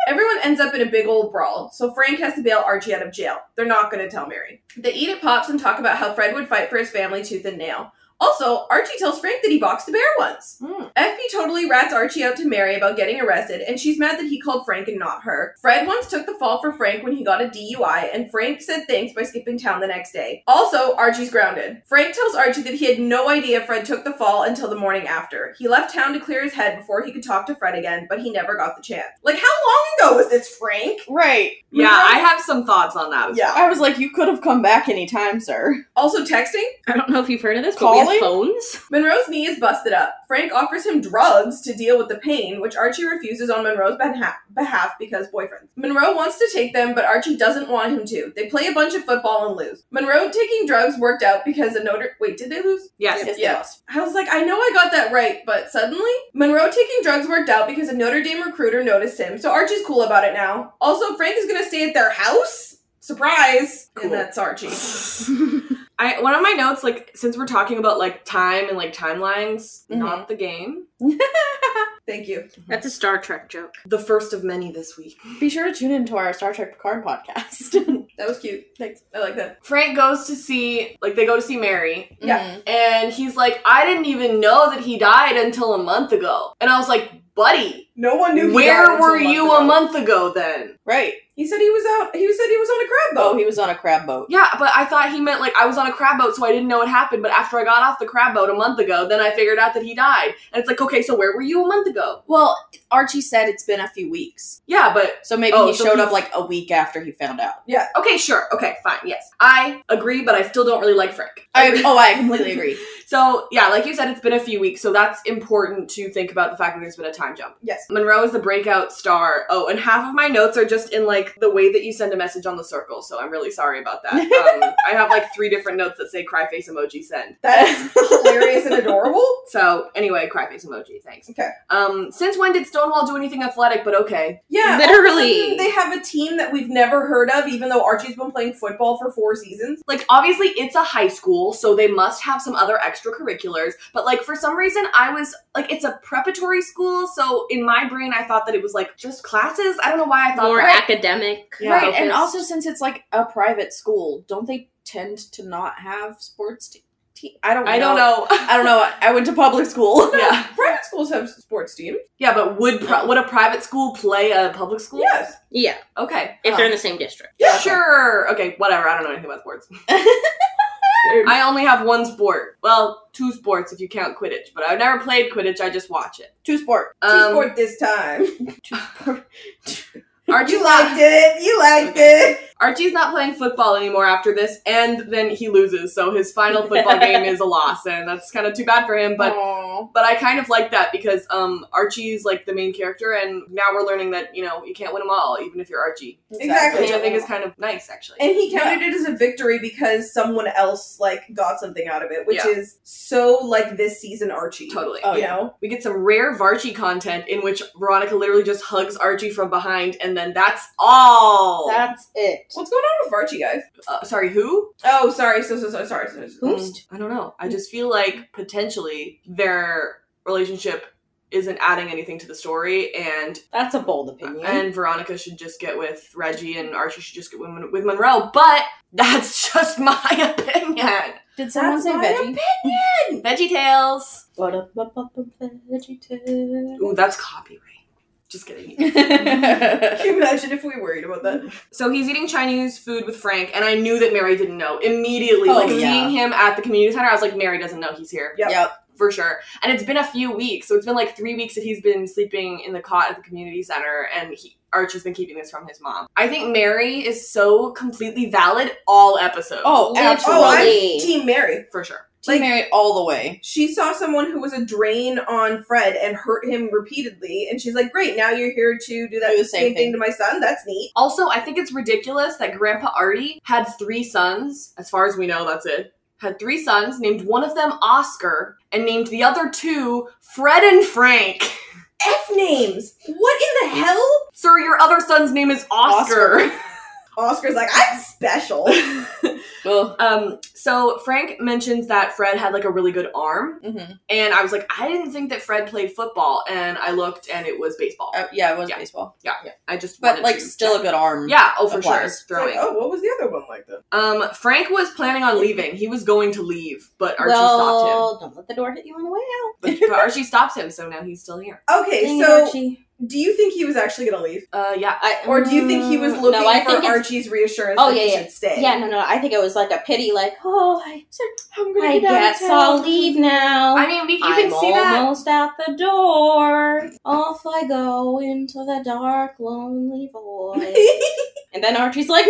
Speaker 3: Everyone ends up in a big old brawl, so Frank has to bail Archie out of jail. They're not going to tell Mary. They eat at Pops and talk about how Fred would fight for his family tooth and nail. Also, Archie tells Frank that he boxed a bear once.
Speaker 2: Mm.
Speaker 3: FP totally rats Archie out to Mary about getting arrested, and she's mad that he called Frank and not her. Fred once took the fall for Frank when he got a DUI, and Frank said thanks by skipping town the next day. Also, Archie's grounded. Frank tells Archie that he had no idea Fred took the fall until the morning after. He left town to clear his head before he could talk to Fred again, but he never got the chance. Like, how long ago was this, Frank?
Speaker 4: right.
Speaker 2: yeah.
Speaker 3: Monroe-
Speaker 2: I have some thoughts on that. as
Speaker 3: Yeah.
Speaker 4: I was like, you could have come back anytime, sir. *laughs*
Speaker 3: Also, texting?
Speaker 5: I don't know if you've heard of this, but we
Speaker 4: Calling?
Speaker 5: have phones.
Speaker 3: Monroe's knee is busted up. Frank offers him drugs to deal with the pain, which Archie refuses on Monroe's beha- behalf because boyfriends. Monroe wants to take them, but Archie doesn't want him to. They play a bunch of football and lose. Monroe taking drugs worked out because a Notre. Wait, did they lose?
Speaker 2: Yes.
Speaker 4: Yes,
Speaker 3: Yeah.
Speaker 4: yes.
Speaker 3: I was like, I know I got that right, but suddenly? Monroe taking drugs worked out because a Notre Dame recruiter noticed him, so Archie's cool about it now. Also, Frank is gonna stay at their house? Surprise!
Speaker 2: Cool.
Speaker 3: And that's Archie.
Speaker 2: I one of my notes, like since we're talking about like time and like timelines,
Speaker 3: Mm-hmm.
Speaker 2: not the game.
Speaker 3: Thank you.
Speaker 5: That's a Star Trek joke.
Speaker 2: The first of many this week.
Speaker 4: Be sure to tune into our Star Trek Picard podcast. *laughs*
Speaker 3: That was cute. Thanks. I like that.
Speaker 2: Frank goes to see like they go to see Mary
Speaker 3: Yeah.
Speaker 2: and he's like, I didn't even know that he died until a month ago. And I was like, buddy,
Speaker 3: No one knew. he died
Speaker 2: where
Speaker 3: until
Speaker 2: were you
Speaker 3: ago.
Speaker 2: a month ago then?
Speaker 4: Right.
Speaker 3: He said he was out. He said he was on a crab boat.
Speaker 4: Oh, he was on a crab boat.
Speaker 2: Yeah, but I thought he meant like I was on a crab boat, so I didn't know it happened. But after I got off the crab boat a month ago, then I figured out that he died. And it's like, okay, so where were you a month ago?
Speaker 4: Well, Archie said it's been a few weeks.
Speaker 2: Yeah, but
Speaker 4: So maybe
Speaker 2: Oh,
Speaker 4: he
Speaker 2: so
Speaker 4: showed
Speaker 2: he-
Speaker 4: up like a week after he found out.
Speaker 2: Okay, sure. Okay, fine. Yes. I agree, but I still don't really like Frank.
Speaker 4: I, oh, I completely agree. *laughs*
Speaker 2: So, yeah, like you said, it's been a few weeks, so that's important to think about the fact that there's been a time jump.
Speaker 3: yes.
Speaker 2: Monroe is the breakout star. Oh, and half of my notes are just in like like the way that you send a message on the circle. So I'm really sorry about
Speaker 3: *laughs*
Speaker 2: that. Um, I have like three different notes that say cry face emoji send.
Speaker 3: That is
Speaker 4: *laughs*
Speaker 3: hilarious and adorable.
Speaker 2: So anyway, cry face emoji. Thanks.
Speaker 3: Okay.
Speaker 2: Um, since when did Stonewall do anything athletic? But okay.
Speaker 3: Yeah, all of a
Speaker 5: Literally.
Speaker 3: sudden they have a team that we've never heard of, even though Archie's been playing football for four seasons.
Speaker 2: Like obviously it's a high school, so they must have some other extracurriculars. But like for some reason, I was like it's a preparatory school, so in my brain I thought that it was like just classes. I don't know why I thought
Speaker 5: More
Speaker 2: that.
Speaker 5: academic.
Speaker 2: Yeah.
Speaker 1: right, and
Speaker 5: focused.
Speaker 1: also since it's like a private school, don't they tend to not have sports te- te- I don't.
Speaker 2: *laughs* I don't know.
Speaker 1: I don't know. I went to public school.
Speaker 2: *laughs* yeah,
Speaker 3: Private schools have sports teams.
Speaker 2: yeah, but would pri- would a private school play a public school?
Speaker 3: Yes.
Speaker 5: Yeah,
Speaker 2: Okay,
Speaker 5: if
Speaker 2: Oh.
Speaker 5: they're in the same district.
Speaker 2: Yeah, sure. Okay, whatever. I don't know anything about
Speaker 3: *laughs*
Speaker 2: sports. I only have one sport. Well, two sports if you count Quidditch, but I've never played Quidditch. I just watch it.
Speaker 1: Two sport.
Speaker 3: Two
Speaker 2: Um,
Speaker 3: sport this time.
Speaker 2: *laughs* Archie's
Speaker 3: You
Speaker 2: not,
Speaker 3: liked it. You liked it.
Speaker 2: Archie's not playing football anymore after this, and then he loses, so his final
Speaker 3: *laughs*
Speaker 2: football game is a loss, and that's kind of too bad for him. But but I kind of like that because um Archie's like the main character, and now we're learning that you know you can't win them all, even if you're Archie,
Speaker 3: Exactly.
Speaker 2: which I think is kind of nice actually.
Speaker 3: And he counted it as a victory because someone else like got something out of it, which
Speaker 2: Yeah.
Speaker 3: is so like this season Archie.
Speaker 2: Totally.
Speaker 1: Oh,
Speaker 3: you
Speaker 1: yeah.
Speaker 3: know?
Speaker 2: We get some rare Varchie content in which Veronica literally just hugs Archie from behind, and then that's all.
Speaker 1: That's it.
Speaker 3: What's going on with Archie, guys?
Speaker 2: Uh, sorry, who?
Speaker 3: Oh, sorry. So so so sorry. So, so.
Speaker 2: Who's? I don't know. I just feel like potentially their relationship isn't adding anything to the story, and
Speaker 1: That's a bold opinion.
Speaker 2: and Veronica should just get with Reggie, and Archie should just get with, Mon- with Monroe. But that's *laughs* just my opinion.
Speaker 1: Did someone
Speaker 3: That's
Speaker 1: say
Speaker 3: my
Speaker 1: veggie?
Speaker 2: Veggie Tales.
Speaker 4: *laughs*
Speaker 5: Veggie
Speaker 2: Ooh, that's copyright. Just kidding.
Speaker 3: Can you imagine if we worried about that?
Speaker 2: So he's eating Chinese food with Frank, and I knew that Mary didn't know immediately.
Speaker 1: Oh,
Speaker 2: like
Speaker 1: yeah.
Speaker 2: seeing him at the community center, I was like, Mary doesn't know he's here.
Speaker 3: Yep.
Speaker 1: Yep.
Speaker 2: for sure. And it's been a few weeks, so it's been like three weeks that he's been sleeping in the cot at the community center, and he, Archie's been keeping this from his mom. I think Mary is so completely valid all episodes.
Speaker 1: Oh,
Speaker 3: Oh, I'm
Speaker 1: absolutely.
Speaker 5: Totally.
Speaker 3: Team Mary.
Speaker 2: for sure.
Speaker 1: Team
Speaker 3: like-
Speaker 1: Mary all the way.
Speaker 3: She saw someone who was a drain on Fred and hurt him repeatedly, and she's like, "Great, now you're here to do that
Speaker 1: Do the
Speaker 3: same,
Speaker 1: same
Speaker 3: thing
Speaker 1: thing.
Speaker 3: to my son. That's neat."
Speaker 2: Also, I think it's ridiculous that Grandpa Artie had three sons. As far as we know, that's it. Had three sons, named one of them Oscar, and named the other two Fred and Frank. *laughs*
Speaker 3: F names. What in the hell?
Speaker 2: Sir, your other son's name is Oscar.
Speaker 3: Oscar's like, "I'm special."
Speaker 1: Well,
Speaker 2: *laughs* Um, so Frank mentions that Fred had like a really good arm,
Speaker 1: mhm.
Speaker 2: and I was like, I didn't think that Fred played football, and I looked, and it was baseball.
Speaker 1: Uh, yeah, it was
Speaker 2: Yeah.
Speaker 1: baseball,
Speaker 2: I just
Speaker 1: but
Speaker 2: wanted
Speaker 1: like
Speaker 2: to
Speaker 1: still a good arm.
Speaker 2: yeah, oh for
Speaker 1: applies.
Speaker 2: sure, throwing.
Speaker 3: Like, oh, what was the other one like then?
Speaker 2: Um, Frank was planning on leaving. He was going to leave, but Archie stopped him.
Speaker 5: Well, don't let the door hit you on the way *laughs* out.
Speaker 2: But, but Archie stops him, so now he's still here.
Speaker 3: Okay,
Speaker 5: Dang it,
Speaker 3: so
Speaker 5: Archie.
Speaker 3: do you think he was actually going to leave,
Speaker 2: Uh, yeah.
Speaker 5: I-
Speaker 3: or do you think he was
Speaker 5: Mm,
Speaker 3: looking
Speaker 5: no, I
Speaker 3: for
Speaker 5: think it's-
Speaker 3: Archie's reassurance
Speaker 5: Oh,
Speaker 3: that he
Speaker 5: yeah, yeah.
Speaker 3: should stay? *laughs*
Speaker 5: Yeah, no, no. I think it was like a pity, like, oh, I,
Speaker 1: I'm gonna
Speaker 5: I
Speaker 1: get out of
Speaker 5: guess I'll leave now.
Speaker 2: I mean, we, you
Speaker 5: I'm
Speaker 2: can see that.
Speaker 5: almost at the door. Off I go into the dark, lonely void.
Speaker 3: *laughs*
Speaker 5: and then Archie's like,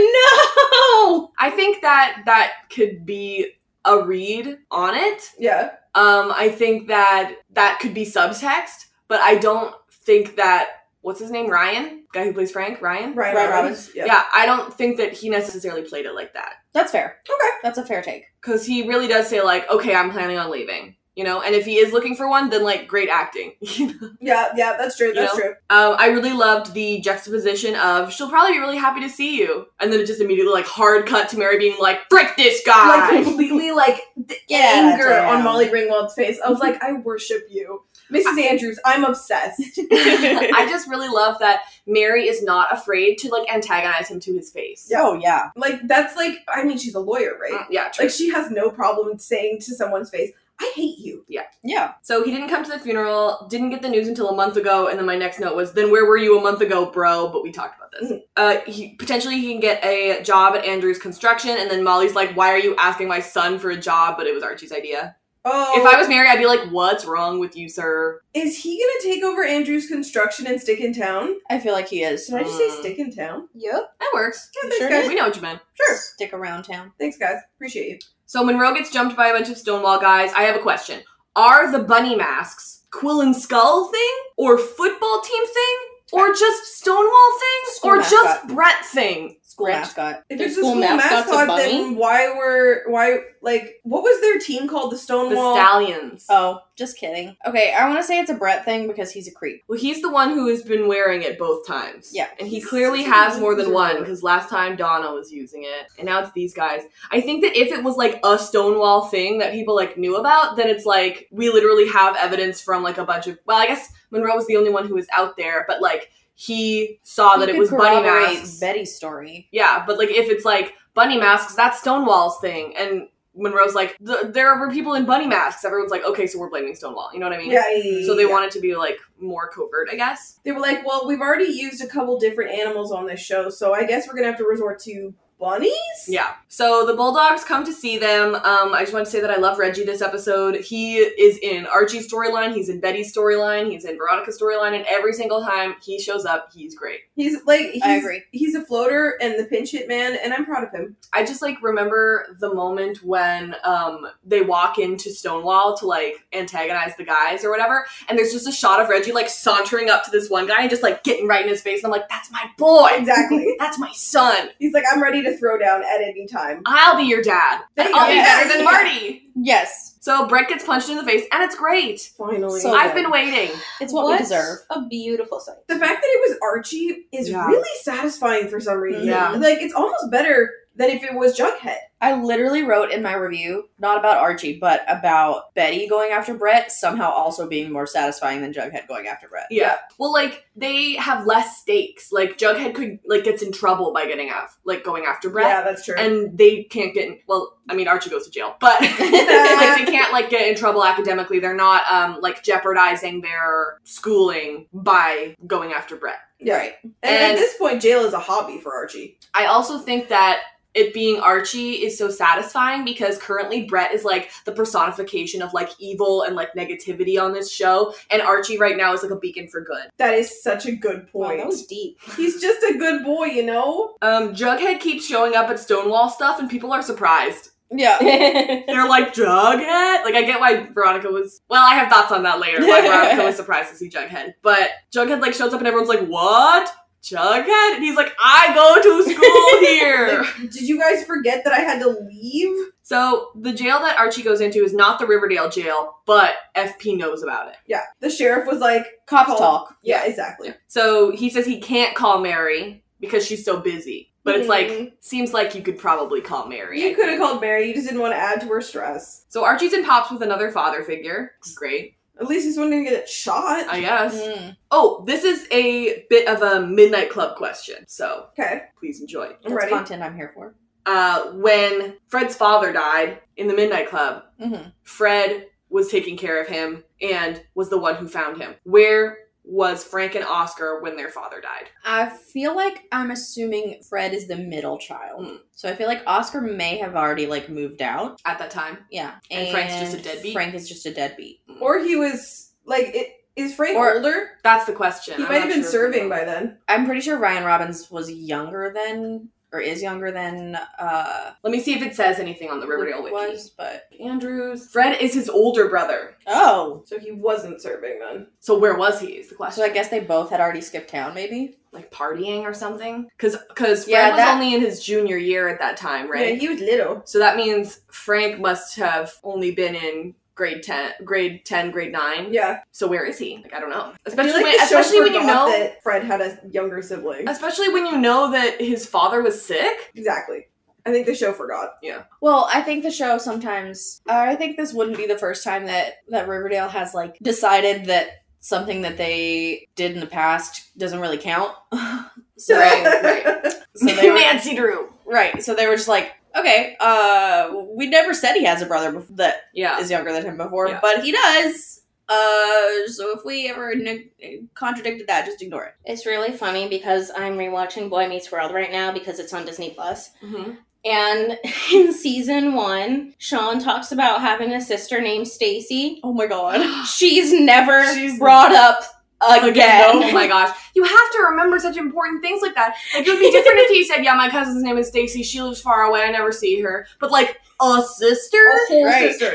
Speaker 5: no!
Speaker 2: I think that that could be a read on it.
Speaker 3: yeah.
Speaker 2: Um, I think that that could be subtext, but I don't think that what's his name, Ryan, guy who plays Frank, Ryan.
Speaker 3: Ryan,
Speaker 1: Ryan
Speaker 3: Robbins.
Speaker 2: Yeah. I don't think that he necessarily played it like that
Speaker 1: That's fair.
Speaker 3: Okay.
Speaker 1: that's a fair take.
Speaker 2: because he really does say like, "Okay, I'm planning on leaving," you know. And if he is looking for one, then like, great acting. *laughs* you know?
Speaker 3: Yeah, yeah, that's true.
Speaker 2: You
Speaker 3: That's
Speaker 2: know?
Speaker 3: true.
Speaker 2: um, I really loved the juxtaposition of she'll probably be really happy to see you, and then it just immediately like hard cut to Mary being like, "Frick this guy."
Speaker 3: Like *laughs* completely like the
Speaker 1: Yeah,
Speaker 3: anger
Speaker 1: damn.
Speaker 3: on Molly Ringwald's face. I was like, I worship you, Mrs. Andrews. I'm obsessed.
Speaker 2: *laughs* I just really love that Mary is not afraid to like antagonize him to his face.
Speaker 3: Yeah.
Speaker 1: Oh yeah,
Speaker 3: Like that's like I mean, she's a lawyer, right?
Speaker 2: Mm, yeah, true.
Speaker 3: Like she has no problem saying to someone's face, "I hate you."
Speaker 1: yeah.
Speaker 2: So he didn't come to the funeral, didn't get the news until a month ago, and then my next note was, then where were you a month ago, bro? But we talked about
Speaker 3: Mm-hmm.
Speaker 2: this. Uh, he, potentially he can get a job at Andrew's construction, and then Molly's like, why are you asking my son for a job? But it was Archie's idea.
Speaker 3: Oh,
Speaker 2: If I was Mary, I'd be like, what's wrong with you, sir?
Speaker 3: is he gonna take over Andrews' construction and stick in town?
Speaker 1: I feel like he is.
Speaker 3: Did I just say
Speaker 2: Mm.
Speaker 3: stick in town?
Speaker 1: Yep.
Speaker 2: That works.
Speaker 3: Yeah, thanks,
Speaker 1: sure
Speaker 3: guys.
Speaker 2: We know what you meant.
Speaker 3: Sure.
Speaker 1: Stick around town.
Speaker 3: Thanks, guys. Appreciate you.
Speaker 2: So Monroe gets jumped by a bunch of Stonewall guys. I have a question. Are the bunny masks Quill and Skull thing, or football team thing, or just Stonewall thing, or just Brett thing.
Speaker 4: school mascot.
Speaker 3: If
Speaker 5: The
Speaker 3: it's a
Speaker 5: school
Speaker 3: school
Speaker 5: mascot's a
Speaker 3: mascot,
Speaker 5: bunny?
Speaker 3: then why were why like what was their team called? The
Speaker 2: The
Speaker 3: Stonewall.
Speaker 2: stallions.
Speaker 4: Oh, just kidding. Okay, I want to say it's a Brett thing because he's a creep.
Speaker 2: Well, he's the one who has been wearing it both times.
Speaker 4: Yeah.
Speaker 2: And he clearly has more than one because last time Donna was using it, and now it's these guys. I think that if it was like a Stonewall thing that people like knew about, then it's like we literally have evidence from like a bunch of. Well, I guess Monroe was the only one who was out there, but like he saw that
Speaker 4: You
Speaker 2: it
Speaker 4: could
Speaker 2: was bunny
Speaker 4: corroborate
Speaker 2: masks.
Speaker 4: Betty's story.
Speaker 2: yeah, but like if it's like bunny masks, that's Stonewall's thing, and. Monroe's like, "Th- there were people in bunny masks. Everyone's like, okay, so we're blaming Stonewall. You know what I mean?
Speaker 3: Yeah, yeah, yeah,
Speaker 2: So they
Speaker 3: yeah.
Speaker 2: wanted to be like more covert, I guess.
Speaker 3: They were like, well, we've already used a couple different animals on this show, so I guess we're gonna have to resort to bunnies.
Speaker 2: Yeah. So the Bulldogs come to see them. Um, I just want to say that I love Reggie this episode. He is in Archie's storyline, he's in Betty's storyline, he's in Veronica's storyline, and every single time he shows up, he's great.
Speaker 3: He's like, he's,
Speaker 4: I agree.
Speaker 3: He's a floater and the pinch hit man, and I'm proud of him.
Speaker 2: I just like remember the moment when um, they walk into Stonewall to like antagonize the guys or whatever, and there's just a shot of Reggie like sauntering up to this one guy and just like getting right in his face. And I'm like, that's my boy. *laughs*
Speaker 3: Exactly.
Speaker 2: That's my son.
Speaker 3: he's like, I'm ready to throw down at any time.
Speaker 2: I'll be your dad.
Speaker 3: There you
Speaker 2: I'll
Speaker 3: go.
Speaker 2: be better than
Speaker 3: Yeah.
Speaker 2: Marty.
Speaker 4: Yes,
Speaker 2: So Brett gets punched in the face, and it's great.
Speaker 3: Finally.
Speaker 4: So-
Speaker 2: I've
Speaker 4: good.
Speaker 2: been waiting.
Speaker 4: it's what, we
Speaker 5: *laughs*
Speaker 4: deserve.
Speaker 5: A beautiful sight.
Speaker 3: the fact that it was Archie is
Speaker 2: Yeah.
Speaker 3: really satisfying for some reason.
Speaker 2: Yeah.
Speaker 3: Like it's almost better than if it was Jughead.
Speaker 4: I literally wrote in my review not about Archie, but about Betty going after Brett somehow also being more satisfying than Jughead going after Brett.
Speaker 2: Yeah. Well, like they have less stakes. Like Jughead could like gets in trouble by getting af- like going after
Speaker 3: Yeah,
Speaker 2: Brett,
Speaker 3: that's true.
Speaker 2: and they can't get. In- well, I mean Archie goes to jail, but *laughs* like they can't like get in trouble academically. They're not um like jeopardizing their schooling by going after Brett.
Speaker 3: yeah.
Speaker 4: Right.
Speaker 3: And,
Speaker 2: And-
Speaker 3: at this point, jail is a hobby for Archie.
Speaker 2: I also think that it being Archie is so satisfying because currently Brett is like the personification of like evil and like negativity on this show, and Archie right now is like a beacon for good.
Speaker 3: That is such a good
Speaker 5: Wow,
Speaker 3: point.
Speaker 5: that was deep.
Speaker 3: *laughs* He's just a good boy, you know?
Speaker 2: Um, Jughead keeps showing up at Stonewall stuff, and people are surprised.
Speaker 4: Yeah.
Speaker 2: They're like, Jughead? Like, I get why Veronica was. Well, I have thoughts on that later, why Veronica was surprised to see Jughead. But Jughead, like, shows up, and everyone's like, What? Jughead? And he's like, I go to school here.
Speaker 3: Like, did you guys forget that I had to leave?
Speaker 2: so, the jail that Archie goes into is not the Riverdale jail, but FP knows about it.
Speaker 3: Yeah. The sheriff was like,
Speaker 4: Cops
Speaker 3: Call-
Speaker 4: talk.
Speaker 3: yeah, exactly.
Speaker 2: So, he says he can't call Mary because she's so busy. But it's
Speaker 3: Mhm.
Speaker 2: like, seems like you could probably call Mary. I
Speaker 3: You could
Speaker 2: think.
Speaker 3: have called Mary. You just didn't want to add to her stress.
Speaker 2: So Archie's in Pops with another father figure. Great,
Speaker 3: At least he's wanting to get shot.
Speaker 2: I guess.
Speaker 4: Mm.
Speaker 2: Oh, this is a bit of a Midnight Club question, so
Speaker 3: okay.
Speaker 2: please enjoy.
Speaker 3: I'm
Speaker 4: That's
Speaker 3: ready.
Speaker 4: content I'm here for.
Speaker 2: Uh, when Fred's father died in the Midnight Club,
Speaker 4: Mhm.
Speaker 2: Fred was taking care of him and was the one who found him. Where was Frank and Oscar when their father died?
Speaker 4: I feel like I'm assuming Fred is the middle child.
Speaker 2: Mm.
Speaker 4: So I feel like Oscar may have already like moved out.
Speaker 2: At that time,
Speaker 4: Yeah.
Speaker 2: And Frank's just a deadbeat?
Speaker 4: Frank is just a deadbeat.
Speaker 3: Or he was like, it, is Frank
Speaker 4: Or-
Speaker 3: older?
Speaker 2: that's the question.
Speaker 3: He
Speaker 2: I'm
Speaker 3: might
Speaker 2: not
Speaker 3: have been
Speaker 2: sure if
Speaker 3: serving
Speaker 2: we know.
Speaker 3: by then.
Speaker 4: I'm pretty sure Ryan Robbins was younger than or is younger than uh
Speaker 2: Let me see if it says anything on the Riverdale
Speaker 4: Luke
Speaker 2: wiki.
Speaker 4: was, but
Speaker 2: Andrews. Fred is his older brother.
Speaker 4: Oh.
Speaker 3: So he wasn't serving then.
Speaker 2: So where was he? Is the question.
Speaker 4: So I guess they both had already skipped town, maybe?
Speaker 2: like partying or something because because Fred
Speaker 4: Yeah,
Speaker 2: was
Speaker 4: that-
Speaker 2: only in his junior year at that time, right?
Speaker 3: Yeah, he was little.
Speaker 2: so that means Frank must have only been in grade ten, grade ten, grade nine.
Speaker 3: Yeah.
Speaker 2: So where is he? Like I don't know.
Speaker 3: I feel
Speaker 2: Especially
Speaker 3: like
Speaker 2: when,
Speaker 3: the show
Speaker 2: especially when you
Speaker 3: forgot
Speaker 2: know,
Speaker 3: that Fred had a younger sibling.
Speaker 2: especially when you know that his father was sick.
Speaker 3: Exactly. I think the show forgot.
Speaker 4: Well, I think the show sometimes I think this wouldn't be the first time that that Riverdale has like decided that something that they did in the past doesn't really count. *laughs*
Speaker 3: *laughs*
Speaker 4: so
Speaker 2: *laughs*
Speaker 4: so they were,
Speaker 2: Nancy Drew.
Speaker 4: right, so they were just like, okay, uh we never said he has a brother bef- that
Speaker 2: Yeah.
Speaker 4: is younger than him before,
Speaker 2: Yeah.
Speaker 4: but he does. Uh, so if we ever neg contradicted that, just ignore it.
Speaker 5: It's really funny because I'm rewatching Boy Meets World right now because it's on Disney Plus.
Speaker 2: hmm
Speaker 5: And *laughs* in season one, Sean talks about having a sister named Stacy.
Speaker 4: Oh my god.
Speaker 5: *gasps* She's never
Speaker 2: She's-
Speaker 5: brought up again.
Speaker 2: Oh my gosh. You have to remember such important things like that. Like, it would be different if he said, Yeah, my cousin's name is Stacy. She lives far away. I never see her. But, like, a sister?
Speaker 4: Right.
Speaker 3: sister.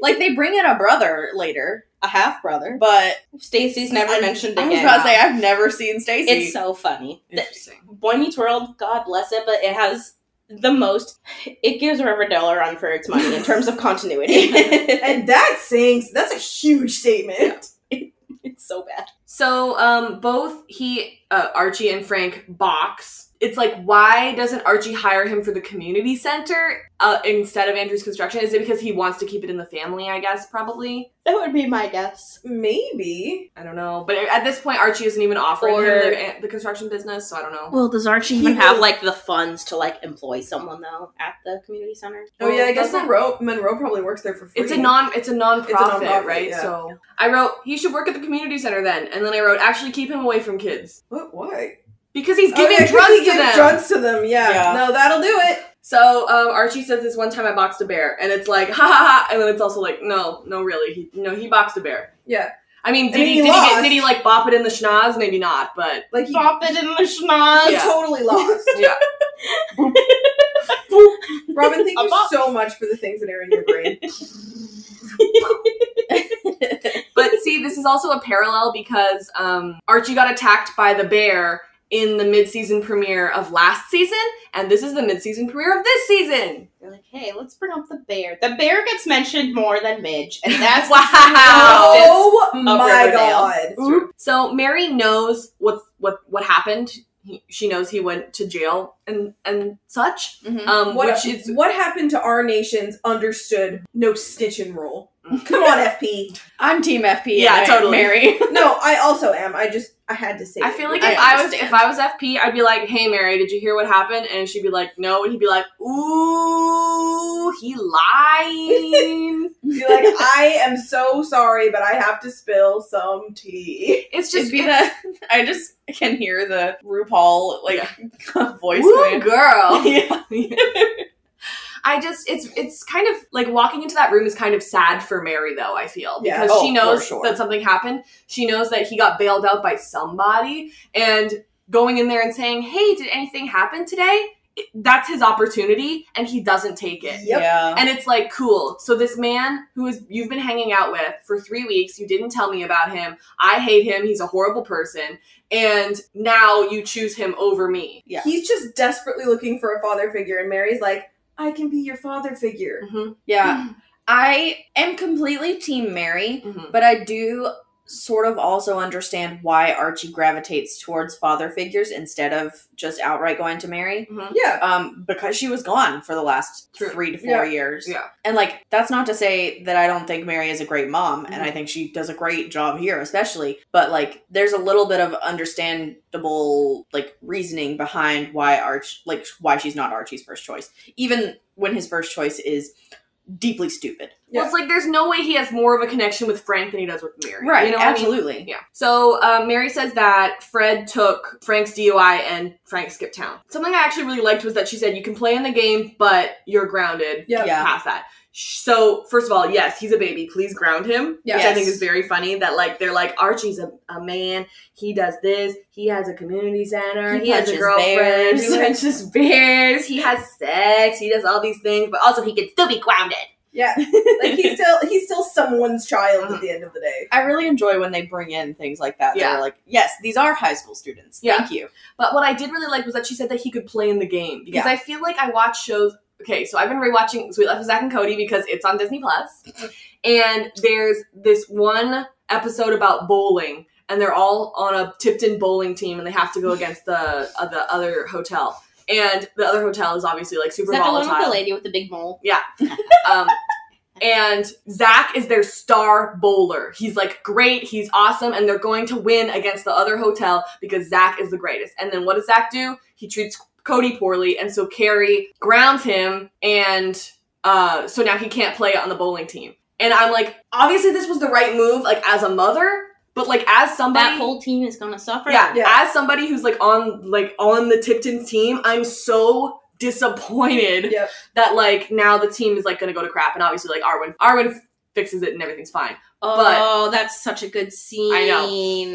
Speaker 4: like they bring in a brother later.
Speaker 5: a half brother.
Speaker 4: But
Speaker 5: Stacy's never mentioned
Speaker 4: I
Speaker 5: again.
Speaker 4: was about to say I've never seen Stacy.
Speaker 5: it's so funny. The-
Speaker 2: Interesting.
Speaker 5: Boy Meets World, God bless it, but it has the most. It gives Riverdale a run for its money in terms of continuity.
Speaker 3: And that sinks. That's a huge statement.
Speaker 5: *laughs* it's so bad.
Speaker 2: So, um, both he, uh, Archie and Frank box. It's like, why doesn't Archie hire him for the community center uh, instead of Andrew's construction? Is it because he wants to keep it in the family? I guess probably.
Speaker 5: That would be my guess.
Speaker 3: Maybe.
Speaker 2: I don't know. But at this point, Archie isn't even offering
Speaker 5: Or-
Speaker 2: him the, the construction business, so I don't know.
Speaker 5: Well, does Archie
Speaker 3: even have,
Speaker 5: like the funds to like employ someone though at the community center?
Speaker 3: Oh yeah, I
Speaker 2: Well,
Speaker 3: guess
Speaker 2: doesn't-
Speaker 3: Monroe Monroe probably works there for free.
Speaker 2: It's a non it's a non
Speaker 3: nonprofit,
Speaker 2: profit, right?
Speaker 3: yeah.
Speaker 2: So I wrote he should work at the community center then, and then I wrote actually keep him away from kids
Speaker 3: What? Why?
Speaker 2: because he's
Speaker 3: Oh,
Speaker 2: giving
Speaker 3: yeah, 'cause
Speaker 2: drugs
Speaker 3: he
Speaker 2: to
Speaker 3: gives
Speaker 2: them.
Speaker 3: Drugs to them. Yeah.
Speaker 4: Yeah.
Speaker 3: No, that'll do it.
Speaker 2: So um, Archie says this one time I boxed a bear, and it's like *laughs* ha ha ha, and then it's also like no no really he no he boxed a bear.
Speaker 3: Yeah.
Speaker 2: I mean did
Speaker 3: mean,
Speaker 2: he,
Speaker 3: he
Speaker 2: did, he get,
Speaker 3: lost.
Speaker 2: did he like bop it in the schnoz? Maybe not, but
Speaker 3: Like he,
Speaker 5: Pop it in *laughs* the schnoz.
Speaker 3: he
Speaker 2: Yeah.
Speaker 3: totally lost.
Speaker 2: *laughs* Yeah.
Speaker 3: *laughs* Robin, thank
Speaker 5: A
Speaker 3: you
Speaker 5: bop.
Speaker 3: so much for the things that are in
Speaker 2: *laughs*
Speaker 3: your brain.
Speaker 2: But see, this is also a parallel because um, Archie got attacked by the bear in the mid-season premiere of last season, and this is the mid-season premiere of this season.
Speaker 5: You're like, hey, let's bring up the bear. The bear gets mentioned more than Midge,
Speaker 4: *laughs*
Speaker 5: and that's
Speaker 2: Wow.
Speaker 3: oh my
Speaker 5: Riverdale.
Speaker 3: god.
Speaker 2: So Mary knows what what what happened. He, she knows he went to jail and and such.
Speaker 4: Mhm.
Speaker 2: Um,
Speaker 3: What,
Speaker 2: which is
Speaker 3: what happened to our nation's understood no snitching rule?
Speaker 2: Mm.
Speaker 3: Come
Speaker 2: *laughs*
Speaker 3: on, FP.
Speaker 4: I'm Team FP.
Speaker 2: Yeah,
Speaker 4: and
Speaker 2: totally.
Speaker 4: Mary.
Speaker 3: No, I also am. I just I had to say.
Speaker 2: I
Speaker 3: it.
Speaker 2: feel like
Speaker 4: I
Speaker 2: if I was
Speaker 4: understand.
Speaker 2: if I was FP, I'd be like, "Hey Mary, did you hear what happened?" And she'd be like, "No," and he'd be like, "Ooh, he lied."
Speaker 4: *laughs*
Speaker 3: Be like, I am so sorry, but I have to spill some tea.
Speaker 2: it's
Speaker 4: Just
Speaker 2: just
Speaker 4: be that. I just can hear the RuPaul like *laughs* voice.
Speaker 2: Ooh,
Speaker 4: going.
Speaker 2: girl.
Speaker 4: *laughs* Yeah.
Speaker 2: *laughs* I just it's it's kind of like walking into that room is kind of sad for Mary though, I feel.
Speaker 3: Yeah.
Speaker 2: Because
Speaker 4: Oh,
Speaker 2: she knows
Speaker 4: for sure.
Speaker 2: that something happened. She knows that he got bailed out by somebody and going in there and saying, "Hey, did anything happen today?" It- That's his opportunity and he doesn't take it.
Speaker 3: Yep.
Speaker 4: Yeah.
Speaker 2: And it's like, cool. So this man who is you've been hanging out with for three weeks, you didn't tell me about him. I hate him. He's a horrible person. And now you choose him over me.
Speaker 4: Yeah.
Speaker 3: He's just desperately looking for a father figure, and Mary's like, I can be your father figure.
Speaker 2: Mm-hmm.
Speaker 4: Yeah. I am completely Team Mary,
Speaker 2: Mm-hmm.
Speaker 4: but I do sort of also understand why Archie gravitates towards father figures instead of just outright going to Mary.
Speaker 2: Mm-hmm.
Speaker 3: Yeah.
Speaker 4: Um, because she was gone for the last
Speaker 2: True.
Speaker 4: three to four
Speaker 3: Yeah.
Speaker 4: years.
Speaker 2: Yeah.
Speaker 4: And like that's not to say that I don't think Mary is a great mom, and
Speaker 2: Mhm.
Speaker 4: I think she does a great job here, especially. But like there's a little bit of understandable like reasoning behind why Arch like why she's not Archie's first choice. Even when his first choice is deeply stupid.
Speaker 2: Well, it's like there's no way he has more of a connection with Frank than he does with Mary.
Speaker 4: Right.
Speaker 2: You know what I mean?
Speaker 4: absolutely.
Speaker 2: Yeah. So uh, Mary says that Fred took Frank's DUI and Frank skipped town. Something I actually really liked was that she said you can play in the game, but you're grounded
Speaker 3: Yeah.
Speaker 4: Yeah.
Speaker 2: past that. Sh- So first of all, yes, he's a baby. Please ground him.
Speaker 3: Yeah.
Speaker 2: Which I think
Speaker 4: Yes.
Speaker 2: is very funny that like they're like Archie's a, a man. He does this. He has a community center. He,
Speaker 4: He
Speaker 2: has a
Speaker 4: punches
Speaker 2: girlfriend.
Speaker 4: bears.
Speaker 2: He *laughs* punches bears. He has sex. He does all these things, but also he can still be grounded.
Speaker 3: Yeah.
Speaker 2: *laughs*
Speaker 3: like he's still he's still someone's child
Speaker 2: Uh-huh.
Speaker 3: at the end of the day.
Speaker 4: I really enjoy when they bring in things like that.
Speaker 2: Yeah.
Speaker 4: They're like, yes, these are high school students.
Speaker 2: Yeah.
Speaker 4: Thank you.
Speaker 2: But what I did really like was that she said that he could play in the game because
Speaker 4: Yeah.
Speaker 2: I feel like I watch shows. Okay, so I've been rewatching Sweet Life of Zach and Cody because it's on Disney Plus, and there's this one episode about bowling, and they're all on a Tipton bowling team, and they have to go against the uh, the other hotel, and the other hotel is obviously like
Speaker 5: Is
Speaker 2: super
Speaker 5: that the one
Speaker 2: volatile.
Speaker 5: with the lady with the big mole?
Speaker 2: Um, and Zach is their star bowler. He's like great, he's awesome, and they're going to win against the other hotel because Zach is the greatest. And then what does Zach do? He treats Cody poorly, and so Carrie grounds him, and uh, so now he can't play on the bowling team. And I'm like, obviously this was the right move, like as a mother, but like as somebody
Speaker 5: That whole team is gonna suffer.
Speaker 2: yeah,
Speaker 3: Yeah.
Speaker 2: as somebody who's like on like on the Tipton team, I'm so disappointed
Speaker 3: Yep.
Speaker 2: that like now the team is like gonna go to crap, and obviously like Arwen Arwen fixes it and everything's fine.
Speaker 5: Oh, that's such a good scene.
Speaker 2: I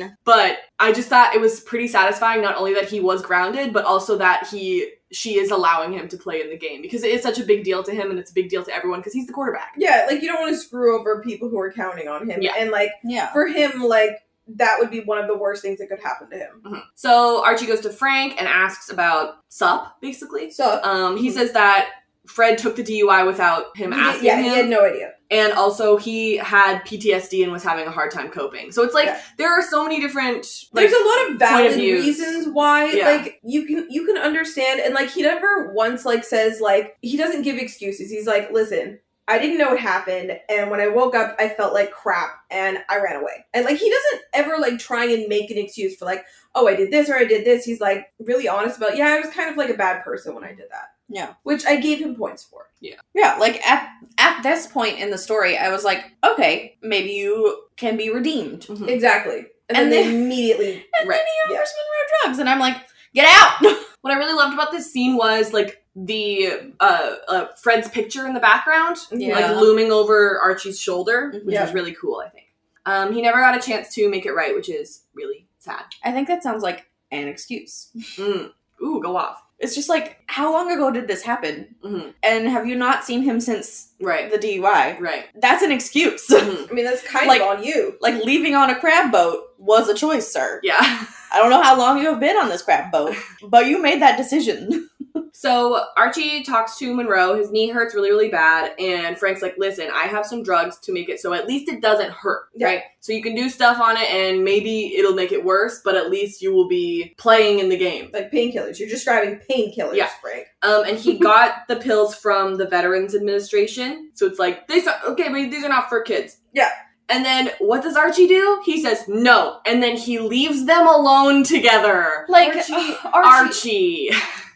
Speaker 2: know. But I just thought it was pretty satisfying, not only that he was grounded, but also that he she is allowing him to play in the game because it is such a big deal to him and it's a big deal to everyone because he's the quarterback.
Speaker 3: Yeah, like you don't want to screw over people who are counting on him.
Speaker 2: Yeah.
Speaker 3: And like
Speaker 4: Yeah.
Speaker 3: for him, like that would be one of the worst things that could happen to him.
Speaker 2: Mhm. So Archie goes to Frank and asks about sup, basically.
Speaker 3: So
Speaker 2: Um, he says that Fred took the DUI without him asking
Speaker 3: yeah,
Speaker 2: him.
Speaker 3: he had no idea.
Speaker 2: and also he had PTSD and was having a hard time coping. So it's like
Speaker 3: Yeah.
Speaker 2: there are so many different like
Speaker 3: There's a lot of
Speaker 2: point of
Speaker 3: valid
Speaker 2: views.
Speaker 3: reasons why,
Speaker 2: Yeah.
Speaker 3: like you can you can understand, and like he never once like says like he doesn't give excuses. He's like, listen. I didn't know what happened, and when I woke up, I felt like crap, and I ran away. And like, he doesn't ever like try and make an excuse for like, oh, I did this or I did this. He's like really honest about, yeah, I was kind of like a bad person when I did that.
Speaker 4: Yeah.
Speaker 3: which I gave him points for.
Speaker 4: Yeah, like at at this point in the story, I was like, okay, maybe you can be redeemed. And
Speaker 3: Exactly.
Speaker 4: And
Speaker 3: And, then
Speaker 4: then-
Speaker 3: they immediately
Speaker 4: then
Speaker 2: Right.
Speaker 4: the
Speaker 3: Yeah.
Speaker 4: Irishman rode drugs, and I'm like, get
Speaker 2: *laughs*
Speaker 4: out. *laughs*
Speaker 2: what I really loved about this scene was like the uh, uh Fred's picture in the background,
Speaker 4: Yeah.
Speaker 2: like looming over Archie's shoulder, which
Speaker 3: Mhm. Yeah.
Speaker 2: was really cool. I think um, he never got a chance to make it right, which is really sad.
Speaker 4: I think that sounds like an excuse.
Speaker 2: Mm. Ooh, go off.
Speaker 4: It's just like, how long ago did this happen?
Speaker 2: Mhm.
Speaker 4: And have you not seen him since
Speaker 2: Right,
Speaker 4: the DUI?
Speaker 2: right. *laughs*
Speaker 4: That's an excuse. *laughs*
Speaker 2: Mhm.
Speaker 3: I mean that's kind
Speaker 4: Like-
Speaker 3: of on you.
Speaker 4: like leaving on a crab boat was a choice, sir.
Speaker 2: yeah. *laughs*
Speaker 4: I don't know how long you have been on this crab boat, but you made that decision.
Speaker 2: So Archie talks to Monroe. His knee hurts really, really bad. And Frank's like, listen, I have some drugs to make it so at least it doesn't hurt,
Speaker 3: Yeah.
Speaker 2: right? So you can do stuff on it and maybe it'll make it worse, but at least you will be playing in the game.
Speaker 3: Like painkillers. You're describing painkillers,
Speaker 2: Yeah.
Speaker 3: Frank.
Speaker 2: Um,
Speaker 4: *laughs*
Speaker 2: and he got the pills from the Veterans Administration. So it's like, these are, okay, but these are not for kids.
Speaker 3: Yeah.
Speaker 2: And then what does Archie do? He says no. And then he leaves them alone together.
Speaker 4: Like uh,
Speaker 3: Archie-
Speaker 4: ugh,
Speaker 2: Archie.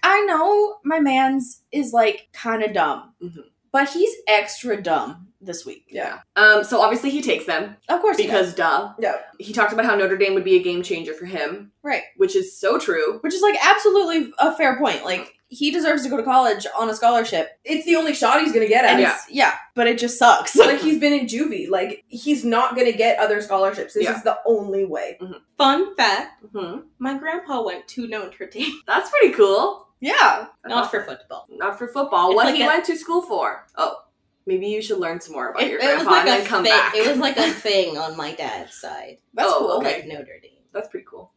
Speaker 4: I know my man's is like kind of dumb,
Speaker 3: Mm-hmm.
Speaker 2: Mhm.
Speaker 4: but he's extra dumb this week.
Speaker 2: Yeah. Um, so obviously he takes them
Speaker 4: Of course, he does.
Speaker 2: because duh.
Speaker 3: No.
Speaker 2: he talked about how Notre Dame would be a game changer for him,
Speaker 4: right,
Speaker 2: which is so true.
Speaker 4: which is like absolutely a fair point. Like he deserves to go to college on a scholarship,
Speaker 3: It's the only shot he's gonna get at.
Speaker 4: and it's- yeah, but it just
Speaker 2: *laughs*
Speaker 4: sucks.
Speaker 3: like he's been in juvie. Like he's not gonna get other scholarships. This
Speaker 2: Yeah.
Speaker 3: is the only way.
Speaker 5: Fun fact
Speaker 2: hmm
Speaker 5: my grandpa went to Notre Dame,
Speaker 2: That's pretty cool.
Speaker 4: yeah,
Speaker 5: not for football.
Speaker 2: Not for football.
Speaker 5: It's
Speaker 2: what
Speaker 5: like
Speaker 2: he
Speaker 5: a-
Speaker 2: went to school for? Oh, maybe you should learn some more about Oh, your
Speaker 5: It, it was
Speaker 2: grandpa
Speaker 5: like
Speaker 2: and
Speaker 5: a
Speaker 2: then
Speaker 5: thing.
Speaker 2: come back.
Speaker 5: It was like
Speaker 2: *laughs*
Speaker 5: a thing on my dad's side.
Speaker 2: That's
Speaker 5: Oh,
Speaker 2: cool.
Speaker 5: Like
Speaker 2: Okay.
Speaker 5: Notre Dame.
Speaker 2: That's pretty cool.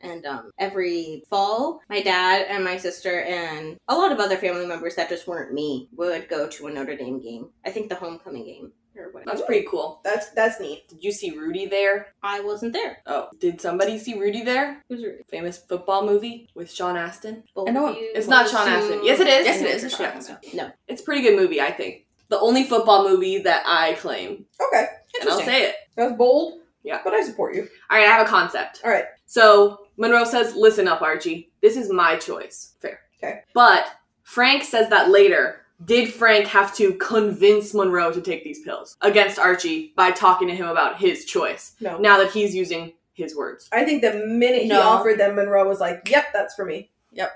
Speaker 5: And um, every fall, my dad and my sister and a lot of other family members that just weren't me would go to a Notre Dame game. I think the homecoming game or whatever.
Speaker 2: That's pretty cool.
Speaker 3: That's that's neat.
Speaker 2: Did you see Rudy there?
Speaker 5: I wasn't there.
Speaker 2: Oh, did somebody see Rudy there?
Speaker 5: Who's Rudy?
Speaker 2: Famous football movie with Sean Astin.
Speaker 5: Both
Speaker 4: I know
Speaker 5: of you
Speaker 2: It's not
Speaker 5: will
Speaker 2: Sean
Speaker 5: assume-
Speaker 2: Astin. Yes, it is.
Speaker 4: Yes, it
Speaker 2: I know
Speaker 4: is.
Speaker 2: what
Speaker 4: It's
Speaker 2: you're
Speaker 4: Sean
Speaker 2: talking about.
Speaker 5: No.
Speaker 2: It's a pretty good movie, I think. The only football movie that I claim,
Speaker 3: Okay.
Speaker 2: and I'll say it.
Speaker 3: That was bold.
Speaker 2: Yeah.
Speaker 3: But I support you.
Speaker 2: All right, I have a concept.
Speaker 3: All right.
Speaker 2: So Monroe says, "Listen up, Archie. This is my choice." Fair.
Speaker 3: Okay.
Speaker 2: But Frank says that later. Did Frank have to convince Monroe to take these pills against Archie by talking to him about his choice?
Speaker 3: No.
Speaker 2: Now that he's using his words,
Speaker 3: I think the minute he
Speaker 4: No.
Speaker 3: offered them, Monroe was like, "Yep, that's for me."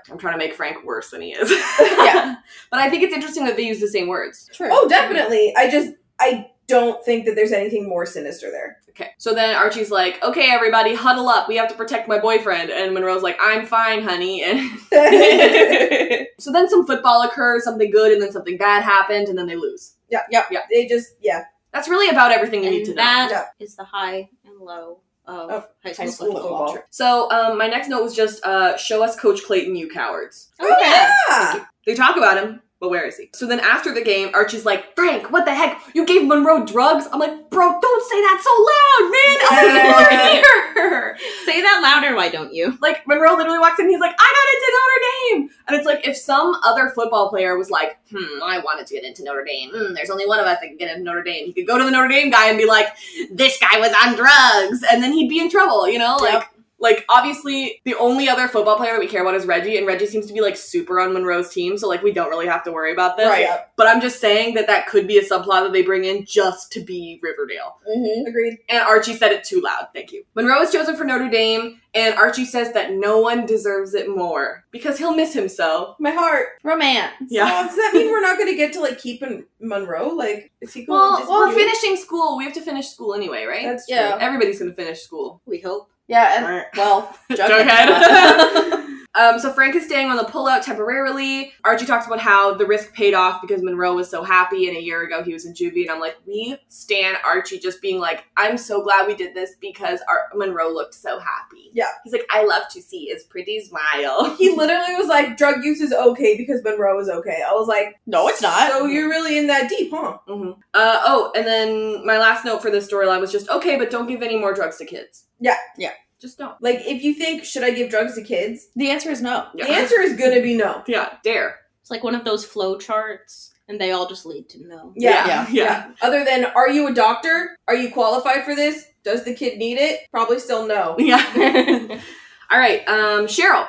Speaker 2: I'm trying to make Frank worse than he
Speaker 5: *laughs*
Speaker 2: is.
Speaker 4: Yeah.
Speaker 2: *laughs* But I think it's interesting that they use the same words.
Speaker 4: true.
Speaker 3: Oh, definitely. I just I don't think that there's anything more sinister
Speaker 2: *laughs*
Speaker 3: there. *laughs*
Speaker 2: Okay. So then Archie's like, "Okay, everybody, huddle up. We have to protect my boyfriend." And Monroe's like, "I'm fine, honey." *laughs* And
Speaker 5: *laughs*
Speaker 3: they
Speaker 2: So then some football occurs, something good, and then something bad happened, and then they lose.
Speaker 3: just yeah.
Speaker 2: That's really about everything you need to
Speaker 5: And that is
Speaker 3: Yeah.
Speaker 5: the high and low of
Speaker 3: Of
Speaker 5: high school,
Speaker 4: high school
Speaker 5: football.
Speaker 4: football.
Speaker 2: know. So um, my next note was just uh, show us Coach Clayton, you cowards.
Speaker 3: Oh,
Speaker 5: yeah.
Speaker 3: yeah.
Speaker 2: They talk about him, but where is he? So then after the game, Archie's like, Frank, what the heck? You gave Monroe drugs? I'm like, bro, don't say that so loud, man.
Speaker 3: Yeah.
Speaker 2: I'll be here.
Speaker 5: Say that louder, why don't you?
Speaker 2: Like Monroe literally walks in, he's like, I got into Notre Dame, and it's like if some other football player was like, hmm, I wanted to get into Notre Dame. Hmm, there's only one of us that can get into Notre Dame. He could go to the Notre Dame guy and be like, this guy was on drugs, and then he'd be in trouble, you know, like. Like obviously, the only other football player that we care about is Reggie, and Reggie seems to be like super on Monroe's team, so like we don't really have to worry about this.
Speaker 3: Right.
Speaker 2: But I'm just saying that that could be a subplot that they bring in just to be Riverdale.
Speaker 4: Mhm.
Speaker 3: Agreed.
Speaker 2: And Archie said it too loud. Thank you. Monroe is chosen for Notre Dame, and Archie says that no one deserves it more because he'll miss him so.
Speaker 3: My heart.
Speaker 4: romance.
Speaker 2: Yeah.
Speaker 3: Oh, does that mean we're not going to get to like keep in Monroe? Like, is he going
Speaker 2: Well,
Speaker 3: to
Speaker 2: we're
Speaker 3: Disney?
Speaker 2: finishing school. We have to finish school anyway, right?
Speaker 3: That's true.
Speaker 4: Yeah.
Speaker 2: Everybody's gonna finish school.
Speaker 3: *laughs*
Speaker 5: We hope.
Speaker 4: Yeah, and well,
Speaker 2: Jughead. *laughs* Um, so Frank is staying on the pullout temporarily. Archie talks about how the risk paid off because Monroe was so happy, and a year ago he was in juvie. And I'm like, we stan Archie just being like, I'm so glad we did this because our Monroe looked so happy.
Speaker 3: Yeah.
Speaker 2: he's like, I love to see his pretty smile. *laughs*
Speaker 3: He literally was like, drug use is okay because Monroe is okay. I was like,
Speaker 4: No, it's not.
Speaker 3: So you're really in that deep, huh?
Speaker 2: hmm Uh, oh, and then my last note for this storyline was just okay, but don't give any more drugs to kids.
Speaker 3: Yeah.
Speaker 4: Yeah.
Speaker 2: just don't.
Speaker 3: Like, if you think, should I give drugs to kids?
Speaker 4: the answer is no.
Speaker 2: Yeah.
Speaker 3: The answer is gonna be no.
Speaker 2: Yeah, dare.
Speaker 5: It's like one of those flow charts, and they all just lead to no.
Speaker 3: Yeah.
Speaker 4: Yeah.
Speaker 2: yeah.
Speaker 3: Other than, are you a doctor? Are you qualified for this? Does the kid need it? Probably still no.
Speaker 4: *laughs*
Speaker 2: Yeah. *laughs* All right, um, Cheryl.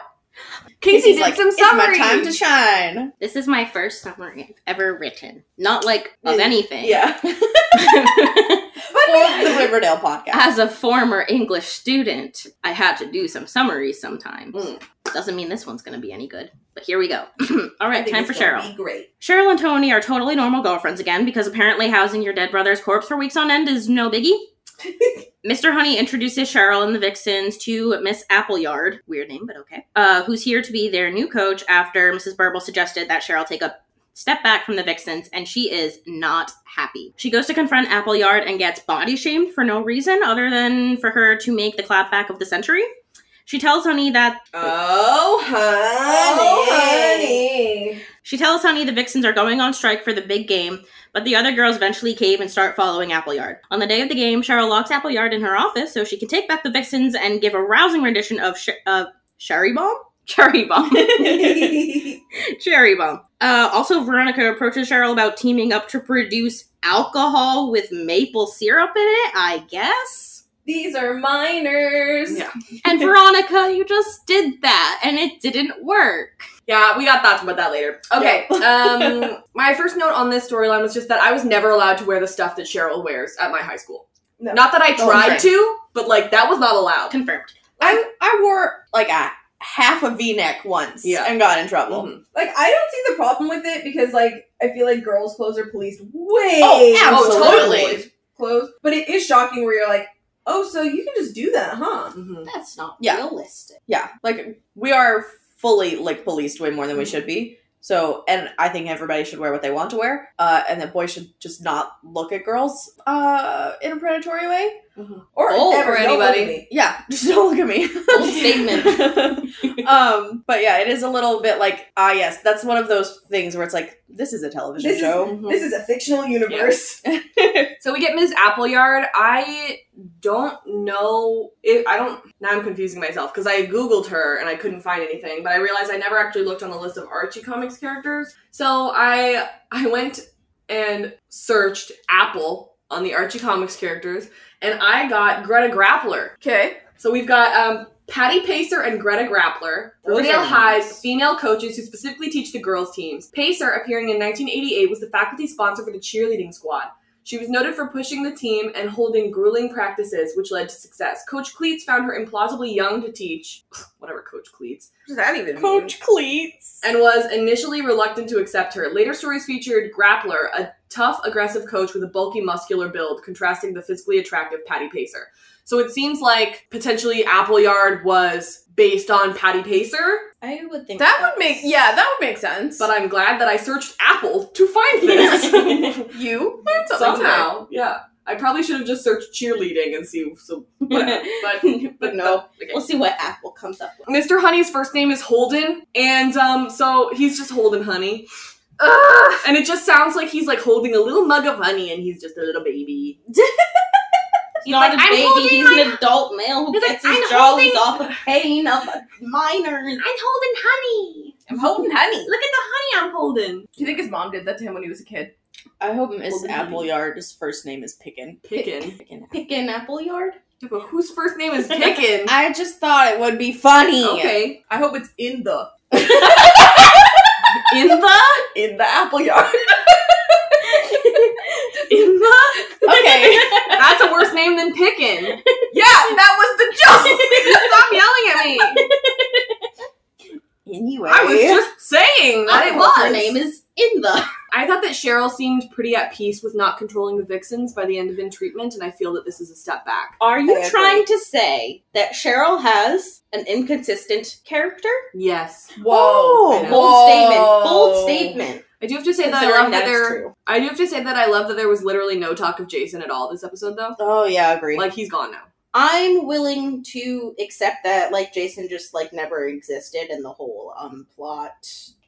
Speaker 4: Casey's
Speaker 2: Casey did
Speaker 4: like,
Speaker 2: some
Speaker 4: it's my
Speaker 2: summary.
Speaker 4: time to shine.
Speaker 5: This is my first summary I've ever written. Not like of
Speaker 3: Yeah.
Speaker 5: anything.
Speaker 3: Yeah.
Speaker 4: For
Speaker 3: *laughs*
Speaker 4: the Riverdale podcast.
Speaker 5: *laughs* As a former English student, I had to do some summaries sometimes.
Speaker 2: Mm.
Speaker 5: Doesn't mean this one's going to be any good, but here we go. *clears throat* All
Speaker 3: I
Speaker 5: right,
Speaker 3: think
Speaker 5: time for
Speaker 3: it's
Speaker 5: Cheryl.
Speaker 3: gonna Be great.
Speaker 5: Cheryl and Tony are totally normal girlfriends again because apparently housing your dead brother's corpse for weeks on end is no biggie. Mr. Honey introduces Cheryl and the Vixens to Miss Appleyard, weird name, but okay, uh, who's here to be their new coach after Mrs. Burble suggested that Cheryl take a step back from the Vixens, and she is not happy. She goes to confront Appleyard and gets body shamed for no reason other than for her to make the clapback of the century. She tells Honey that
Speaker 3: Oh, honey.
Speaker 5: She tells Honey the Vixens are going on strike for the big game, but the other girls eventually cave and start following Appleyard. On the day of the game, Cheryl locks Appleyard in her office so she can take back the Vixens and give a rousing rendition of Sh- uh, Sherry Bomb? Cherry Bomb. Cherry Bomb. Uh, also, Veronica approaches Cheryl about teaming up to produce alcohol with maple syrup in it, I guess?
Speaker 3: These are minors.
Speaker 2: Yeah.
Speaker 5: And Veronica, you just did that, and it didn't work.
Speaker 2: Yeah, we got thoughts about that later. Okay. um, my first note on this storyline was just that I was never allowed to wear the stuff that Cheryl wears at my high school.
Speaker 3: No.
Speaker 2: Not that I
Speaker 4: Oh,
Speaker 2: tried
Speaker 4: right.
Speaker 2: to, but like that was not allowed.
Speaker 5: Confirmed.
Speaker 4: I, I wore like a half a v neck once
Speaker 2: Yeah.
Speaker 4: and got in trouble.
Speaker 2: Mhm.
Speaker 3: Like, I don't see the problem with it because, like, I feel like girls' clothes are policed way.
Speaker 4: Oh,
Speaker 3: more than
Speaker 4: absolutely.
Speaker 3: boys' Clothes. But it is shocking where you're like, oh, so you can just do that, huh?
Speaker 2: Mhm.
Speaker 5: That's not
Speaker 4: Yeah.
Speaker 5: realistic.
Speaker 4: Yeah, like we are fully like policed way more than we
Speaker 5: Mm.
Speaker 4: should be. So, and I think everybody should wear what they want to wear, uh, and that boys should just not look at girls uh, in a predatory way.
Speaker 3: Or,
Speaker 2: Oh,
Speaker 3: ever,
Speaker 2: or
Speaker 3: don't look at
Speaker 2: anybody.
Speaker 3: me.
Speaker 4: Yeah, just don't look at me.
Speaker 5: Bold statement.
Speaker 4: um, but yeah, it is a little bit like ah, yes, that's one of those things where it's like this is a television
Speaker 3: This is-
Speaker 4: show.
Speaker 2: Mm-hmm.
Speaker 3: This is a fictional universe.
Speaker 2: So we get Ms. Appleyard. I don't know if I don't now I'm confusing myself because I Googled her and I couldn't find anything, but I realized I never actually looked on the list of Archie comics characters. So I I went and searched Apple on the Archie comics characters and I got Greta Grappler.
Speaker 3: Okay.
Speaker 2: So we've got um Patty Pacer and Greta Grappler,
Speaker 4: Those are
Speaker 2: Riverdale
Speaker 4: nice.
Speaker 2: High's female coaches who specifically teach the girls' teams. Pacer, appearing in 1988, was the faculty sponsor for the cheerleading squad. She was noted for pushing the team and holding grueling practices, which led to success. Coach Cleats found her implausibly young to teach, *laughs* whatever Coach Cleats,
Speaker 3: What does that even mean?
Speaker 4: Coach Cleats.
Speaker 2: and was initially reluctant to accept her. Later stories featured Grappler, a tough, aggressive coach with a bulky, muscular build, contrasting the physically attractive Patty Pacer. So it seems like potentially Appleyard was based on Patty Pacer,
Speaker 5: I would think
Speaker 10: That would make yeah, that would make sense.
Speaker 2: but I'm glad that I searched Apple to
Speaker 4: *laughs*
Speaker 2: find this *laughs*
Speaker 10: you learned something today.
Speaker 2: somehow. Yeah. I probably should have just searched cheerleading and see so whatever. *laughs* But
Speaker 5: but no.
Speaker 2: okay.
Speaker 5: *laughs* We'll see what Apple comes up with.
Speaker 2: Mr. Honey's first name is Holden, and um, so he's just Holden Honey. Ugh. And it just sounds like he's like holding a little mug of honey, and *laughs* he's just a little baby.
Speaker 5: He's not
Speaker 2: like,
Speaker 5: a
Speaker 2: "I'm
Speaker 5: baby.
Speaker 2: holding
Speaker 5: He's
Speaker 2: my-
Speaker 5: an adult male who
Speaker 2: He's like,
Speaker 5: gets
Speaker 2: "I'm
Speaker 5: his
Speaker 2: holding-
Speaker 5: jollies off of *laughs* pain of minors.
Speaker 2: I'm holding honey.
Speaker 10: I'm holding honey.
Speaker 2: Look at the honey I'm holding.
Speaker 10: Do you think his mom did that to him when he was a kid?
Speaker 4: I hope Miss
Speaker 2: Cleats.
Speaker 4: Appleyard's first name is Pickin.
Speaker 2: Pickin.
Speaker 4: Pickin.
Speaker 5: Picking apple yard.
Speaker 2: Yeah, but whose first name is Pickin?
Speaker 4: I just thought it would be funny.
Speaker 2: *laughs* okay.
Speaker 3: I hope it's in the
Speaker 2: In the
Speaker 3: in the apple yard.
Speaker 2: in the.
Speaker 4: *laughs* Okay.
Speaker 2: *laughs* That's a worse name than Pickin.
Speaker 3: *laughs* yeah, that was the joke.
Speaker 2: Stop yelling at me.
Speaker 4: Anyway.
Speaker 2: I was just saying that it
Speaker 5: Apple,
Speaker 2: was.
Speaker 5: Her name is Inva.
Speaker 2: I thought that Cheryl seemed pretty at peace with not controlling the vixens by the end of in treatment, and I feel that this is a step back.
Speaker 5: Are you
Speaker 3: I agree.
Speaker 5: trying to say that Cheryl has an inconsistent character?
Speaker 2: Yes.
Speaker 3: *laughs*
Speaker 2: I
Speaker 3: Whoa. Oh.
Speaker 2: know.
Speaker 5: Bold statement. Bold statement.
Speaker 2: I do have to say that I
Speaker 5: Considering
Speaker 2: love that
Speaker 5: that's
Speaker 2: there
Speaker 5: true.
Speaker 2: I do have to say that I love that there was literally no talk of Jason at all this episode though.
Speaker 4: Oh yeah, agree.
Speaker 2: *laughs* Like he's gone now.
Speaker 5: I'm willing to accept that like Jason just like never existed and the whole um plot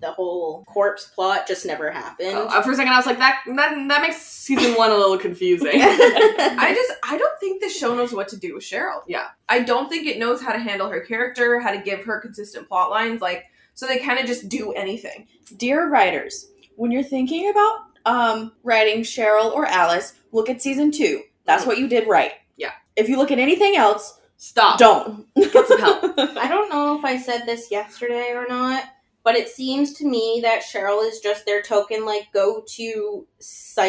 Speaker 5: the whole corpse plot just never happened.
Speaker 2: Uh, for a second I was like that that, that makes season 1 a
Speaker 3: *laughs*
Speaker 2: little confusing.
Speaker 3: I just I don't think the show knows what to do with Cheryl.
Speaker 2: Yeah.
Speaker 3: I don't think it knows how to handle her character, how to give her consistent plot lines, like so they kind of just do anything.
Speaker 4: Dear writers, when you're thinking about um, writing Cheryl or Alice, look at season two. That's what you did right.
Speaker 2: Mm. Yeah.
Speaker 4: If you look at anything else,
Speaker 2: Stop.
Speaker 4: don't.
Speaker 2: Get some help.
Speaker 5: I don't know if I said this yesterday or not, but it seems to me that Cheryl is just their token, like, go to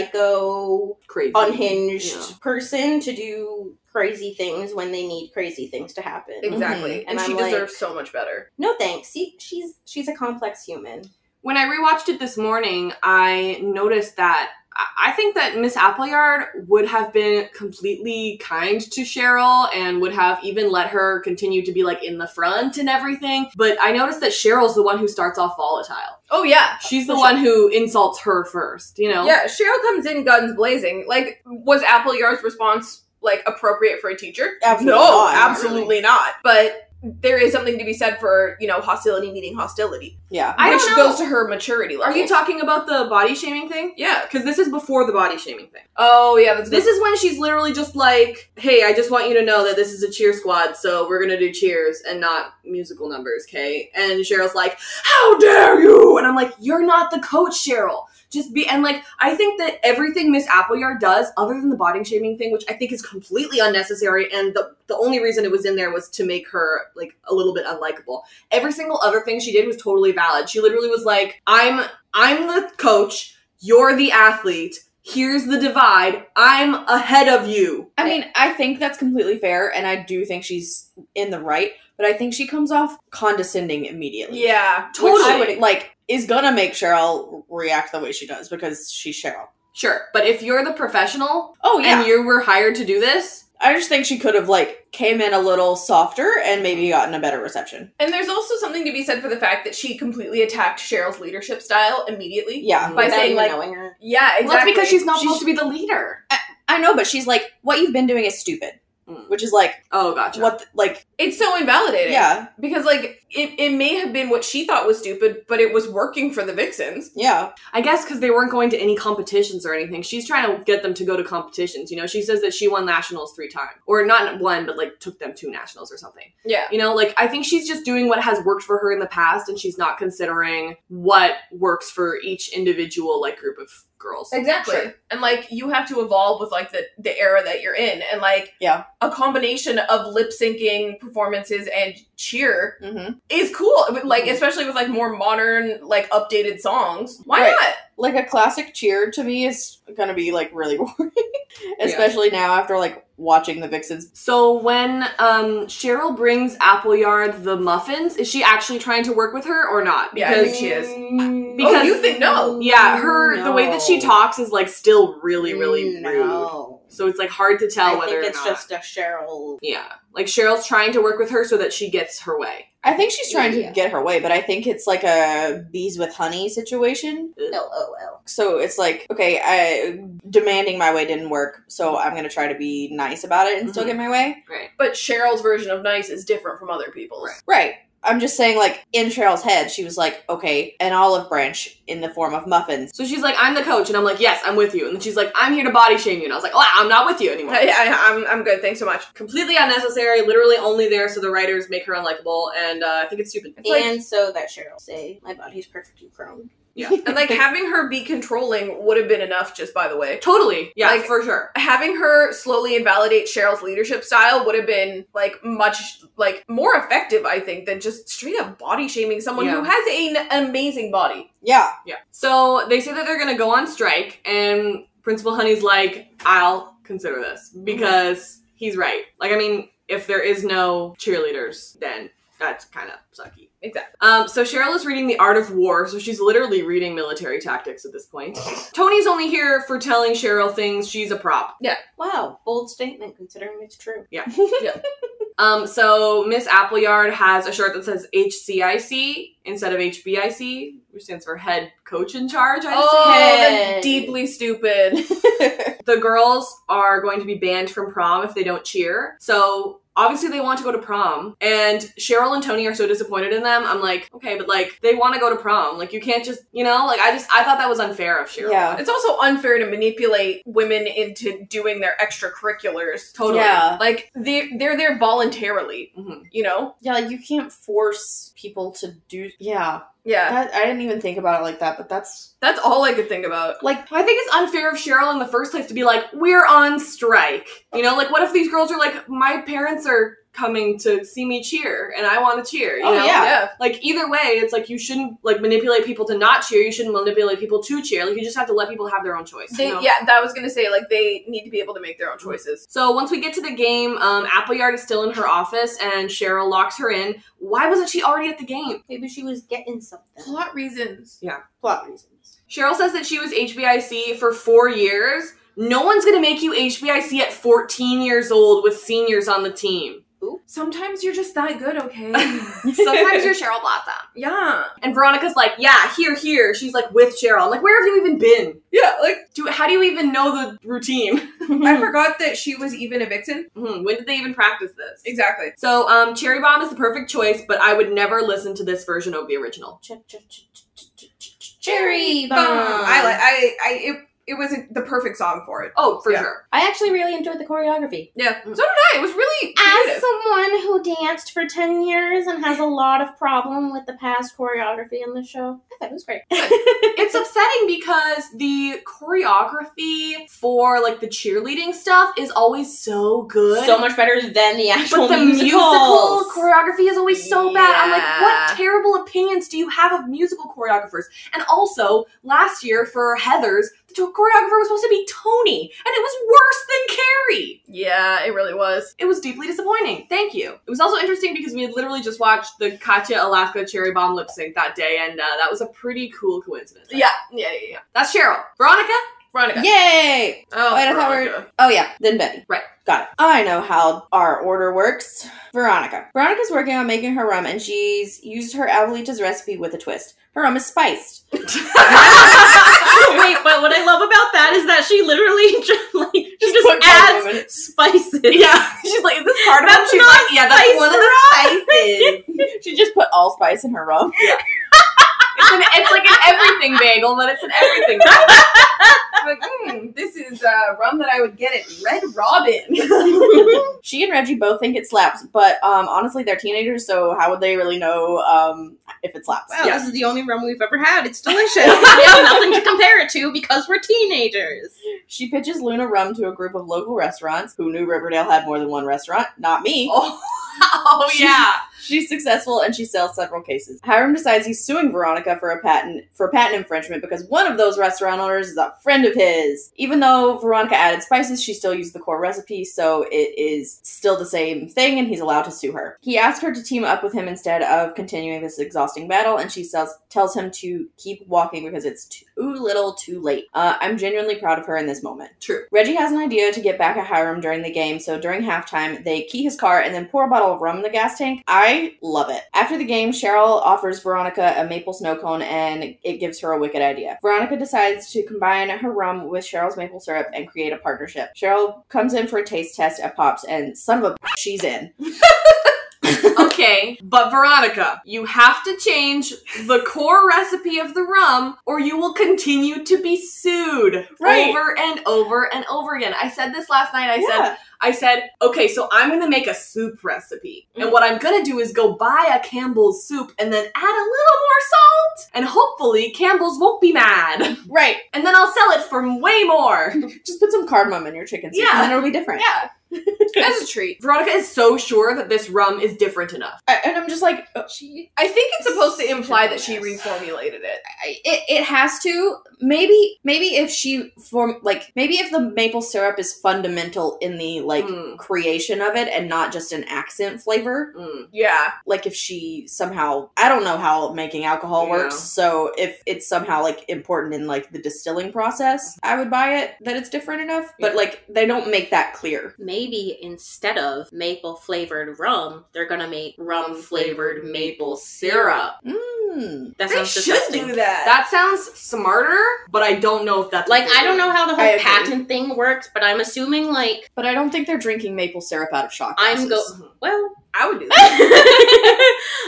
Speaker 5: psycho,
Speaker 2: Crazy.
Speaker 5: unhinged
Speaker 2: Yeah.
Speaker 5: person to do crazy things when they need crazy things to happen.
Speaker 1: Mm-hmm.
Speaker 3: Exactly. And,
Speaker 5: And
Speaker 3: she
Speaker 5: I'm like-
Speaker 3: deserves so much better.
Speaker 5: No thanks. See, she's she's a complex human.
Speaker 2: When I rewatched it this morning, I noticed that I- I think that Miss Appleyard would have been completely kind to Cheryl and would have even let her continue to be like in the front and everything. But I noticed that Cheryl's the one who starts off volatile.
Speaker 3: Oh yeah.
Speaker 2: She's the one who insults her first, you know?
Speaker 3: Yeah, Cheryl comes in guns blazing. Like was Appleyard's response like appropriate for a teacher?
Speaker 4: Absolutely
Speaker 3: no,
Speaker 4: not, not
Speaker 3: absolutely not. But there is something to be said for, you know, hostility meeting hostility.
Speaker 4: Yeah.
Speaker 2: I
Speaker 3: which
Speaker 2: don't know.
Speaker 3: goes to her maturity level.
Speaker 2: Are you talking about the body shaming thing?
Speaker 3: Yeah.
Speaker 2: Because this is before the body shaming thing.
Speaker 3: Oh yeah, that's
Speaker 2: This is when she's literally just like, "Hey, I just want you to know that this is a cheer squad, so we're gonna do cheers and not musical numbers, okay?" And Cheryl's like, "How dare you!" And I'm like, "You're not the coach, Cheryl. Just be." And like, I think that everything Miss Appleyard does, other than the body shaming thing, which I think is completely unnecessary, and the the only reason it was in there was to make her like a little bit unlikable. Every single other thing she did was totally valid. She literally was like, "I'm I'm the coach. You're the athlete." Here's the divide. I'm ahead of you.
Speaker 4: I mean, I think that's completely fair, and I do think she's in the right, but I think she comes off condescending immediately.
Speaker 3: Yeah.
Speaker 4: Which
Speaker 2: Totally.
Speaker 4: I would, like, is gonna make Cheryl react the way she does because she's Cheryl.
Speaker 2: Sure, but if you're the professional
Speaker 4: Oh, yeah.
Speaker 2: and you were hired to do this,
Speaker 4: I just think she could have, like, came in a little softer and maybe gotten a better reception.
Speaker 3: And there's also something to be said for the fact that she completely attacked Cheryl's leadership style immediately.
Speaker 2: Mm-hmm.
Speaker 4: Yeah.
Speaker 3: By
Speaker 5: without
Speaker 3: saying
Speaker 5: even
Speaker 3: like,
Speaker 5: knowing her.
Speaker 3: yeah, exactly.
Speaker 2: well, that's because she's not supposed to be the leader.
Speaker 4: I know, but she's like, what you've been doing is stupid.
Speaker 2: Mm.
Speaker 4: Which is like,
Speaker 2: Oh, gotcha.
Speaker 4: what, the, like,
Speaker 3: It's so invalidating.
Speaker 4: yeah,
Speaker 3: Because like it, it may have been what she thought was stupid, but it was working for the Vixens.
Speaker 4: yeah.
Speaker 2: I guess because they weren't going to any competitions or anything. She's trying to get them to go to competitions. You know, she says that she won nationals three times, or not one, but like took them to nationals or something.
Speaker 3: Yeah.
Speaker 2: You know, like I think she's just doing what has worked for her in the past, and she's not considering what works for each individual like group of girls.
Speaker 3: Exactly. And like you have to evolve with like the, the era that you're in. And like
Speaker 4: Yeah.
Speaker 3: a combination of lip syncing performances and cheer
Speaker 4: Mm-hmm.
Speaker 3: is cool. But, Like especially with like more modern, like updated songs. Why
Speaker 4: Right.
Speaker 3: not?
Speaker 4: like a classic cheer to me is gonna be like really *laughs* boring, especially now after like watching the Vixens.
Speaker 2: So when um, Cheryl brings Appleyard the muffins, is she actually trying to work with her or not?
Speaker 3: Yeah, I think she is.
Speaker 2: Because-
Speaker 3: oh, you think no.
Speaker 2: yeah, her the way that she
Speaker 5: No.
Speaker 2: talks is like still really really
Speaker 3: Mm,
Speaker 2: rude.
Speaker 5: no.
Speaker 2: So it's like hard to tell
Speaker 5: I
Speaker 2: whether
Speaker 5: think
Speaker 2: or
Speaker 5: it's
Speaker 2: not.
Speaker 5: just a Cheryl.
Speaker 2: yeah, like Cheryl's trying to work with her so that she gets her way.
Speaker 4: I think she's trying
Speaker 5: Yeah.
Speaker 4: to get her way, but I think it's like a bees with honey situation.
Speaker 5: L O L.
Speaker 4: So it's like, okay, I, demanding my way didn't work, so I'm gonna try to be nice about it and still
Speaker 2: Mhm.
Speaker 5: Mm-hmm.
Speaker 4: get my way.
Speaker 2: Right.
Speaker 3: But Cheryl's version of nice is different from other people's.
Speaker 4: Right. I'm just saying, like in Cheryl's head, she was like, okay, an olive branch in the form of muffins.
Speaker 2: So she's like, "I'm the coach," and I'm like, "Yes, I'm with you." And then she's like, "I'm here to body shame you," and I was like, "Oh, I'm not with you anymore."
Speaker 3: I, I, I'm, I'm good. Thanks so much.
Speaker 2: Completely unnecessary. Literally only there so the writers make her unlikable, and uh, I think it's stupid.
Speaker 3: It's like-
Speaker 5: and so that Cheryl say, "My body's perfectly prone."
Speaker 3: *laughs* And like having her be controlling would have been enough, just by the way.
Speaker 2: Totally. Yeah,
Speaker 3: Like-
Speaker 2: for sure.
Speaker 3: Having her slowly invalidate Cheryl's leadership style would have been like much like more effective, I think, than just straight up body shaming someone who
Speaker 2: Yeah.
Speaker 3: has an- an amazing body.
Speaker 4: Yeah.
Speaker 2: Yeah. So they say that they're gonna go on strike, and Principal Honey's like, I'll consider this because he's right. Like, I mean, if there is no cheerleaders, then that's kind of sucky.
Speaker 11: Exactly.
Speaker 2: Um, so Cheryl is reading The Art of War, so she's literally reading military tactics at this point. Tony's only here for telling Cheryl things. She's a prop.
Speaker 5: Wow, bold statement considering it's true.
Speaker 2: Um, so Miss Appleyard has a shirt that says HCIC instead of HBIC, which stands for Head Coach in Charge. I
Speaker 11: Oh,
Speaker 5: Hey.
Speaker 11: that's deeply stupid.
Speaker 2: the girls are going to be banned from prom if they don't cheer. So obviously they want to go to prom. And Cheryl and Tony are so disappointed in them. I'm like, okay, but like they want to go to prom. Like you can't just, you know, like I just I thought that was unfair of Cheryl.
Speaker 4: Yeah.
Speaker 3: It's also unfair to manipulate women into doing their extracurriculars.
Speaker 2: Totally.
Speaker 4: Yeah.
Speaker 3: Like they they're there voluntarily,
Speaker 2: Mhm.
Speaker 3: you know?
Speaker 4: Yeah, like you can't force people to do. Yeah,
Speaker 3: Yeah.
Speaker 4: that, I didn't even think about it like that, but that's
Speaker 3: That's all I could think about.
Speaker 4: like
Speaker 2: I think it's unfair of Cheryl in the first place to be like, we're on strike. You know, like what if these girls are like, my parents are coming to see me cheer and I want to cheer, you
Speaker 4: Oh,
Speaker 2: know?
Speaker 4: yeah.
Speaker 2: Like either way, it's like you shouldn't like manipulate people to not cheer, you shouldn't manipulate people to cheer. Like you just have to let people have their own choice. you
Speaker 3: They,
Speaker 2: know?
Speaker 3: Yeah, that was gonna say like they need to be able to make their own choices.
Speaker 2: So once we get to the game, um, Appleyard is still in her office, and Cheryl locks her in. Why wasn't she already at the game?
Speaker 5: Maybe she was getting something.
Speaker 3: Plot reasons.
Speaker 4: plot reasons.
Speaker 2: Cheryl says that she was HBIC for four years. No one's gonna make you HBIC at 14 years old with seniors on the team.
Speaker 3: Sometimes you're just that good, okay? *laughs*
Speaker 2: Sometimes you're Cheryl Blossom.
Speaker 3: yeah.
Speaker 2: And Veronica's like, yeah, here, here. She's like with Cheryl. I'm like, where have you even been?
Speaker 3: Yeah, like
Speaker 2: Do how do you even know the routine? *laughs*
Speaker 3: I *laughs* forgot that she was even a vixen.
Speaker 2: Mhm, when did they even practice this?
Speaker 3: Exactly.
Speaker 2: So um, Cherry Bomb is the perfect choice, but I would never listen to this version over the original.
Speaker 5: Ch- ch- ch- ch- ch- ch- ch- ch- Cherry bomb.
Speaker 3: Um, I like I I it, it was a, the perfect song for it.
Speaker 2: Oh, for
Speaker 3: Yeah.
Speaker 2: sure. Mm-hmm.
Speaker 5: I actually really enjoyed the choreography.
Speaker 3: Yeah. So did I. It was really
Speaker 5: As
Speaker 3: creative.
Speaker 5: someone who danced for 10 years and has a lot of problem with the past choreography in the show, I thought it was great.
Speaker 2: it's upsetting because the choreography for like the cheerleading stuff is always so good.
Speaker 5: So much better than the actual
Speaker 2: but the musical
Speaker 5: musicals.
Speaker 2: choreography is always so bad. I'm like,
Speaker 3: Yeah.
Speaker 2: what terrible opinions do you have of musical choreographers? And also, last year for Heather's, the choreographer was supposed to be Tony, and it was worse than Carrie.
Speaker 3: yeah, it really was.
Speaker 2: It was deeply disappointing. Thank you. It was also interesting because we had literally just watched the Katya Alaska Cherry Bomb lip sync that day, and uh, that was a pretty cool coincidence.
Speaker 3: Yeah. Yeah. Yeah. yeah.
Speaker 2: That's Cheryl. Veronica?
Speaker 3: Veronica.
Speaker 4: Yay!
Speaker 3: Oh,
Speaker 4: Wait, I thought we were-
Speaker 2: *laughs*
Speaker 3: Veronica.
Speaker 4: Oh yeah, then Betty.
Speaker 2: Right.
Speaker 4: Got it. I know how our order works. Veronica. Veronica's working on making her rum, and she's used her Abuelita's recipe with a twist. Her rum is spiced.
Speaker 5: Wait, but what I love about that is that she literally just like she just
Speaker 4: put
Speaker 5: adds
Speaker 4: rum in it.
Speaker 5: spices.
Speaker 2: Yeah. She's like, is this part
Speaker 5: That's
Speaker 2: She's
Speaker 5: not
Speaker 2: like, yeah,
Speaker 5: spice
Speaker 2: that's one of the spices.
Speaker 4: *laughs* She just put all spice in her rum.
Speaker 2: it's, an, it's like an everything bagel, but it's an everything bagel.
Speaker 3: I'm like, mm, this is uh, rum that I would get at Red *laughs* Robin.
Speaker 4: She and Reggie both think it slaps, but um, honestly, they're teenagers, so how would they really know um, if it slaps?
Speaker 5: Wow,
Speaker 2: Yeah.
Speaker 5: this is the only rum we've ever had. *laughs* It's delicious. we have nothing to compare it to because we're teenagers.
Speaker 4: She pitches Luna rum to a group of local restaurants who knew Riverdale had more than one restaurant. Not me.
Speaker 2: Oh, *laughs*
Speaker 3: *laughs*
Speaker 2: oh, yeah.
Speaker 4: She's successful and she sells several cases. Hiram decides he's suing Veronica for a patent for patent infringement because one of those restaurant owners is a friend of his. Even though Veronica added spices, she still used the core recipe, so it is still the same thing and he's allowed to sue her. He asks her to team up with him instead of continuing this exhausting battle and she tells tells him to keep walking because it's too little, too late. Uh, I'm genuinely proud of her in this moment.
Speaker 2: True.
Speaker 4: Reggie has an idea to get back at Hiram during the game, so during halftime, they key his car and then pour a bottle of rum in the gas tank. I love it. After the game, Cheryl offers Veronica a maple snow cone and it gives her a wicked idea. Veronica decides to combine her rum with Cheryl's maple syrup and create a partnership. Cheryl comes in for a taste test at Pops and son of a she's in.
Speaker 2: Okay, but Veronica, you have to change the core recipe of the rum or you will continue to be sued
Speaker 4: Right.
Speaker 2: over and over and over again. I said this last night. I said I said, "Okay, so I'm going to make a soup recipe. And what I'm going to do is go buy a Campbell's soup and then add a little more salt and hopefully Campbell's won't be mad.
Speaker 4: right.
Speaker 2: And then I'll sell it for way more."
Speaker 4: Just put some cardamom in your chicken soup
Speaker 2: Yeah.
Speaker 4: and then it'll be different.
Speaker 2: Yeah.
Speaker 4: *laughs*
Speaker 2: As a treat. Veronica is so sure that this rum is different enough.
Speaker 4: I- and I'm just like, oh, she.
Speaker 3: I think it's supposed to imply that she reformulated it.
Speaker 4: I, it, it has to. Maybe maybe if she form like maybe if the maple syrup is fundamental in the like
Speaker 3: Hmm.
Speaker 2: Mm.
Speaker 4: creation of it and not just an accent flavor.
Speaker 2: Mm.
Speaker 3: Yeah.
Speaker 4: Like if she somehow I don't know how making alcohol
Speaker 2: Yeah.
Speaker 4: works. So if it's somehow like important in like the distilling process, I would buy it that it's different enough. But like they don't make that clear.
Speaker 5: Maybe instead of maple flavored rum, they're gonna make rum flavored maple syrup.
Speaker 4: Mm.
Speaker 5: That
Speaker 3: They
Speaker 5: sounds
Speaker 3: should
Speaker 5: disgusting.
Speaker 3: do that.
Speaker 2: That sounds smarter, but I don't know if that's
Speaker 5: Like I don't know how the
Speaker 4: I
Speaker 5: whole
Speaker 4: agree.
Speaker 5: patent thing works, but I'm assuming like
Speaker 4: But I don't think they're drinking maple syrup out of shot.
Speaker 5: I'm go
Speaker 4: glasses.
Speaker 5: well, *laughs*
Speaker 3: I would do that.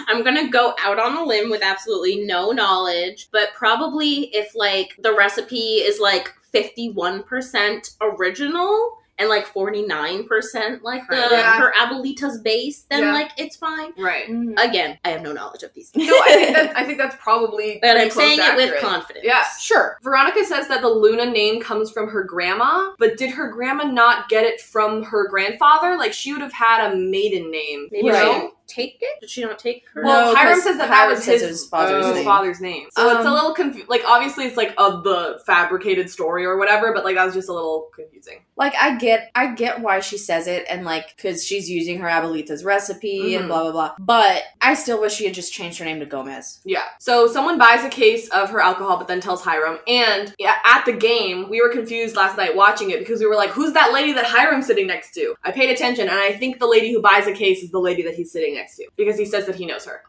Speaker 5: I'm gonna go out on a limb with absolutely no knowledge, but probably if like the recipe is like 51% original and like 49% like the
Speaker 3: Yeah.
Speaker 5: her abuelita's base, then
Speaker 2: Yeah.
Speaker 5: like it's fine.
Speaker 2: Right.
Speaker 5: Again, I have no knowledge of these. things.
Speaker 2: No, I think, that, I think that's probably.
Speaker 5: But
Speaker 2: pretty
Speaker 5: I'm
Speaker 2: close
Speaker 5: saying
Speaker 2: to
Speaker 5: it with
Speaker 2: accurate.
Speaker 5: confidence.
Speaker 2: Yeah.
Speaker 4: Sure.
Speaker 2: Veronica says that the Luna name comes from her grandma, but did her grandma not get it from her grandfather? Like she would have had a maiden name.
Speaker 5: Maybe
Speaker 2: you
Speaker 5: she
Speaker 2: know?
Speaker 5: didn't take it? Did she not take her?
Speaker 2: Well,
Speaker 4: No,
Speaker 2: Hiram
Speaker 4: 'cause
Speaker 2: says that that
Speaker 4: Hiram
Speaker 2: was
Speaker 4: says
Speaker 2: his,
Speaker 4: it was father's
Speaker 2: his
Speaker 4: name.
Speaker 2: father's name. So it's a
Speaker 4: Um,
Speaker 2: little confusing. Like obviously it's like of the fabricated story or whatever, but like that was just a little confusing.
Speaker 4: like I get I get why she says it and like cuz she's using her abuelita's recipe
Speaker 2: Mhm.
Speaker 3: Mm-hmm.
Speaker 4: and blah blah blah. But I still wish she had just changed her name to Gomez.
Speaker 2: Yeah. So someone buys a case of her alcohol, but then tells Hiram. And yeah, at the game, we were confused last night watching it because we were like, "Who's that lady that Hiram's sitting next to?" I paid attention, and I think the lady who buys a case is the lady that he's sitting next to because he says that he knows her.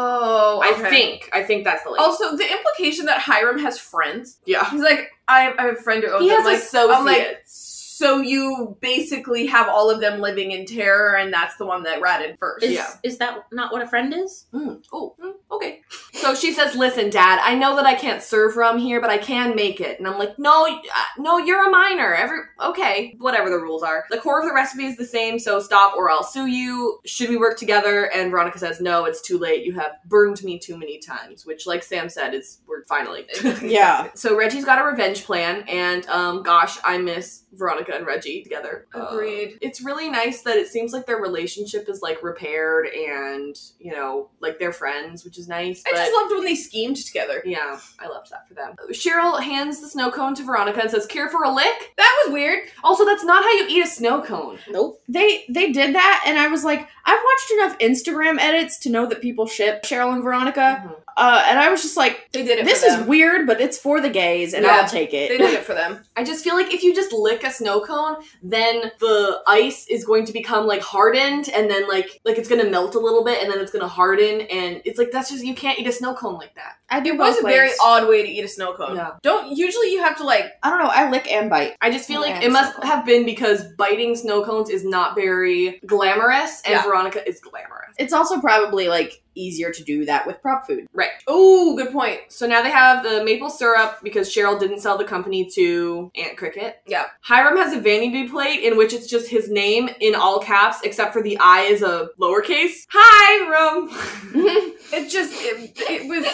Speaker 3: Oh,
Speaker 2: I think. I think that's the lady.
Speaker 3: Also, the implication that Hiram has friends.
Speaker 2: yeah.
Speaker 3: He's like, I, I have a friend who owns
Speaker 2: He
Speaker 3: them.
Speaker 2: has
Speaker 3: like, I'm like,
Speaker 2: associates.
Speaker 3: so you basically have all of them living in terror, and that's the one that ratted first.
Speaker 5: Is,
Speaker 2: yeah.
Speaker 5: is that not what a friend is?
Speaker 2: Oh, mm, okay. So she says, "Listen, Dad, I know that I can't serve rum here, but I can make it." And I'm like, "No, y- uh, no, you're a minor. Every okay, whatever the rules are. The core of the recipe is the same, so stop or I'll sue you. Should we work together?" And Veronica says, "No, it's too late. You have burdened me too many times." Which, like Sam said, is we're finally.
Speaker 4: Yeah.
Speaker 2: so Reggie's got a revenge plan, and um, gosh, I miss Veronica and Reggie together.
Speaker 3: Agreed.
Speaker 2: Um, it's really nice that it seems like their relationship is like repaired, and you know, like they're friends, which is nice.
Speaker 3: I
Speaker 2: but-
Speaker 3: just loved when they schemed together.
Speaker 2: yeah, I loved that for them. Cheryl hands the snow cone to Veronica and says, "Care for a lick?"
Speaker 3: That was weird.
Speaker 2: Also, that's not how you eat a snow cone.
Speaker 5: Nope.
Speaker 4: They they did that and I was like I've watched enough Instagram edits to know that people ship Cheryl and Veronica. Uh and I was just like
Speaker 3: They did it.
Speaker 4: this
Speaker 3: for
Speaker 4: is
Speaker 3: them.
Speaker 4: weird but it's for the gays and
Speaker 2: Yeah.
Speaker 4: I'll take
Speaker 3: They
Speaker 4: it.
Speaker 3: did it for them.
Speaker 2: I just feel like if you just lick a snow cone, then the ice is going to become like hardened, and then like like it's gonna melt a little bit, and then it's gonna harden, and it's like that's just you can't eat a snow cone like that.
Speaker 4: I do
Speaker 3: It was
Speaker 4: both
Speaker 3: a very
Speaker 4: ways.
Speaker 3: odd way to eat a snow cone.
Speaker 2: Yeah.
Speaker 3: Don't usually you have to like
Speaker 4: I don't know, I lick and bite.
Speaker 2: I just feel
Speaker 4: Yeah,
Speaker 2: like
Speaker 4: it's
Speaker 2: it must
Speaker 4: so cool.
Speaker 2: have been because biting snow cones is not very glamorous, and
Speaker 3: Yeah.
Speaker 2: Veronica is glamorous.
Speaker 4: It's also probably like easier to do that with prop food.
Speaker 2: Right.
Speaker 3: Oh, good point.
Speaker 2: So now they have the maple syrup because Cheryl didn't sell the company to Aunt Cricket.
Speaker 3: Yeah.
Speaker 2: Hiram has a vanity plate in which it's just his name in all caps, except for the I is a lowercase.
Speaker 3: *laughs*
Speaker 2: Hiram.
Speaker 3: It just it, it was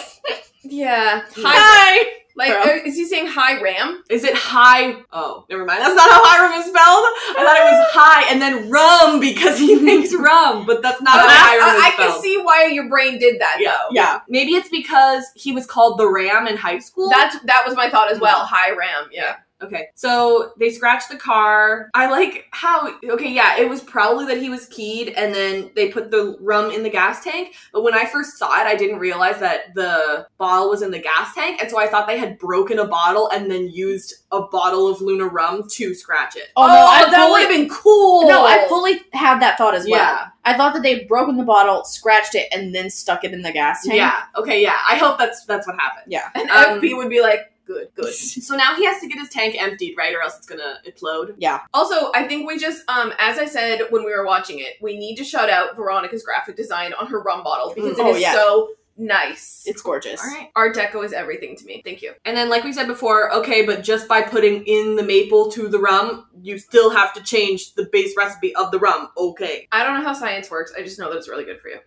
Speaker 3: yeah.
Speaker 2: Hi.
Speaker 3: Like
Speaker 4: Bro.
Speaker 3: uh, is he saying hi ram?
Speaker 2: Is it high? Oh, never mind. That's not how Hiram is spelled. I thought it
Speaker 3: *laughs*
Speaker 2: was high and then rum because he makes rum, but that's not how
Speaker 3: Uh,
Speaker 2: Hiram is
Speaker 3: I, I
Speaker 2: spelled.
Speaker 3: can see why your brain did that
Speaker 2: Yeah.
Speaker 3: though.
Speaker 4: Yeah.
Speaker 2: Maybe it's because he was called the Ram in high school.
Speaker 3: That's that was my thought as well. Hi ram. Yeah.
Speaker 2: Okay, so they scratch the car. I like how, okay, yeah, it was probably that he was peed and then they put the rum in the gas tank. But when I first saw it, I didn't realize that the bottle was in the gas tank. And so I thought they had broken a bottle and then used a bottle of Luna rum to scratch it.
Speaker 4: Oh, no, I
Speaker 3: that
Speaker 4: fully-
Speaker 3: would have been cool.
Speaker 4: No, I fully had that thought as well.
Speaker 2: Yeah.
Speaker 4: I thought that they had broken the bottle, scratched it, and then stuck it in the gas tank.
Speaker 2: Yeah. Okay, yeah. I hope that's that's what happened.
Speaker 3: and
Speaker 2: um,
Speaker 3: FP would be like good,
Speaker 4: *laughs*
Speaker 3: good.
Speaker 2: So now he has to get his tank emptied, right? Or else it's gonna implode.
Speaker 3: Also, I think we just um as I said when we were watching it, we need to shout out Veronica's graphic design on her rum bottle because
Speaker 4: Mm.
Speaker 3: it
Speaker 4: Oh,
Speaker 3: is
Speaker 4: yeah.
Speaker 3: so nice.
Speaker 4: It's gorgeous.
Speaker 12: All right.
Speaker 3: Art Deco is everything to me. Thank you.
Speaker 2: And then, like we said before, okay, but just by putting in the maple to the rum, you still have to change the base recipe of the rum. Okay.
Speaker 3: I don't know how science works. I just know that it's really good for you.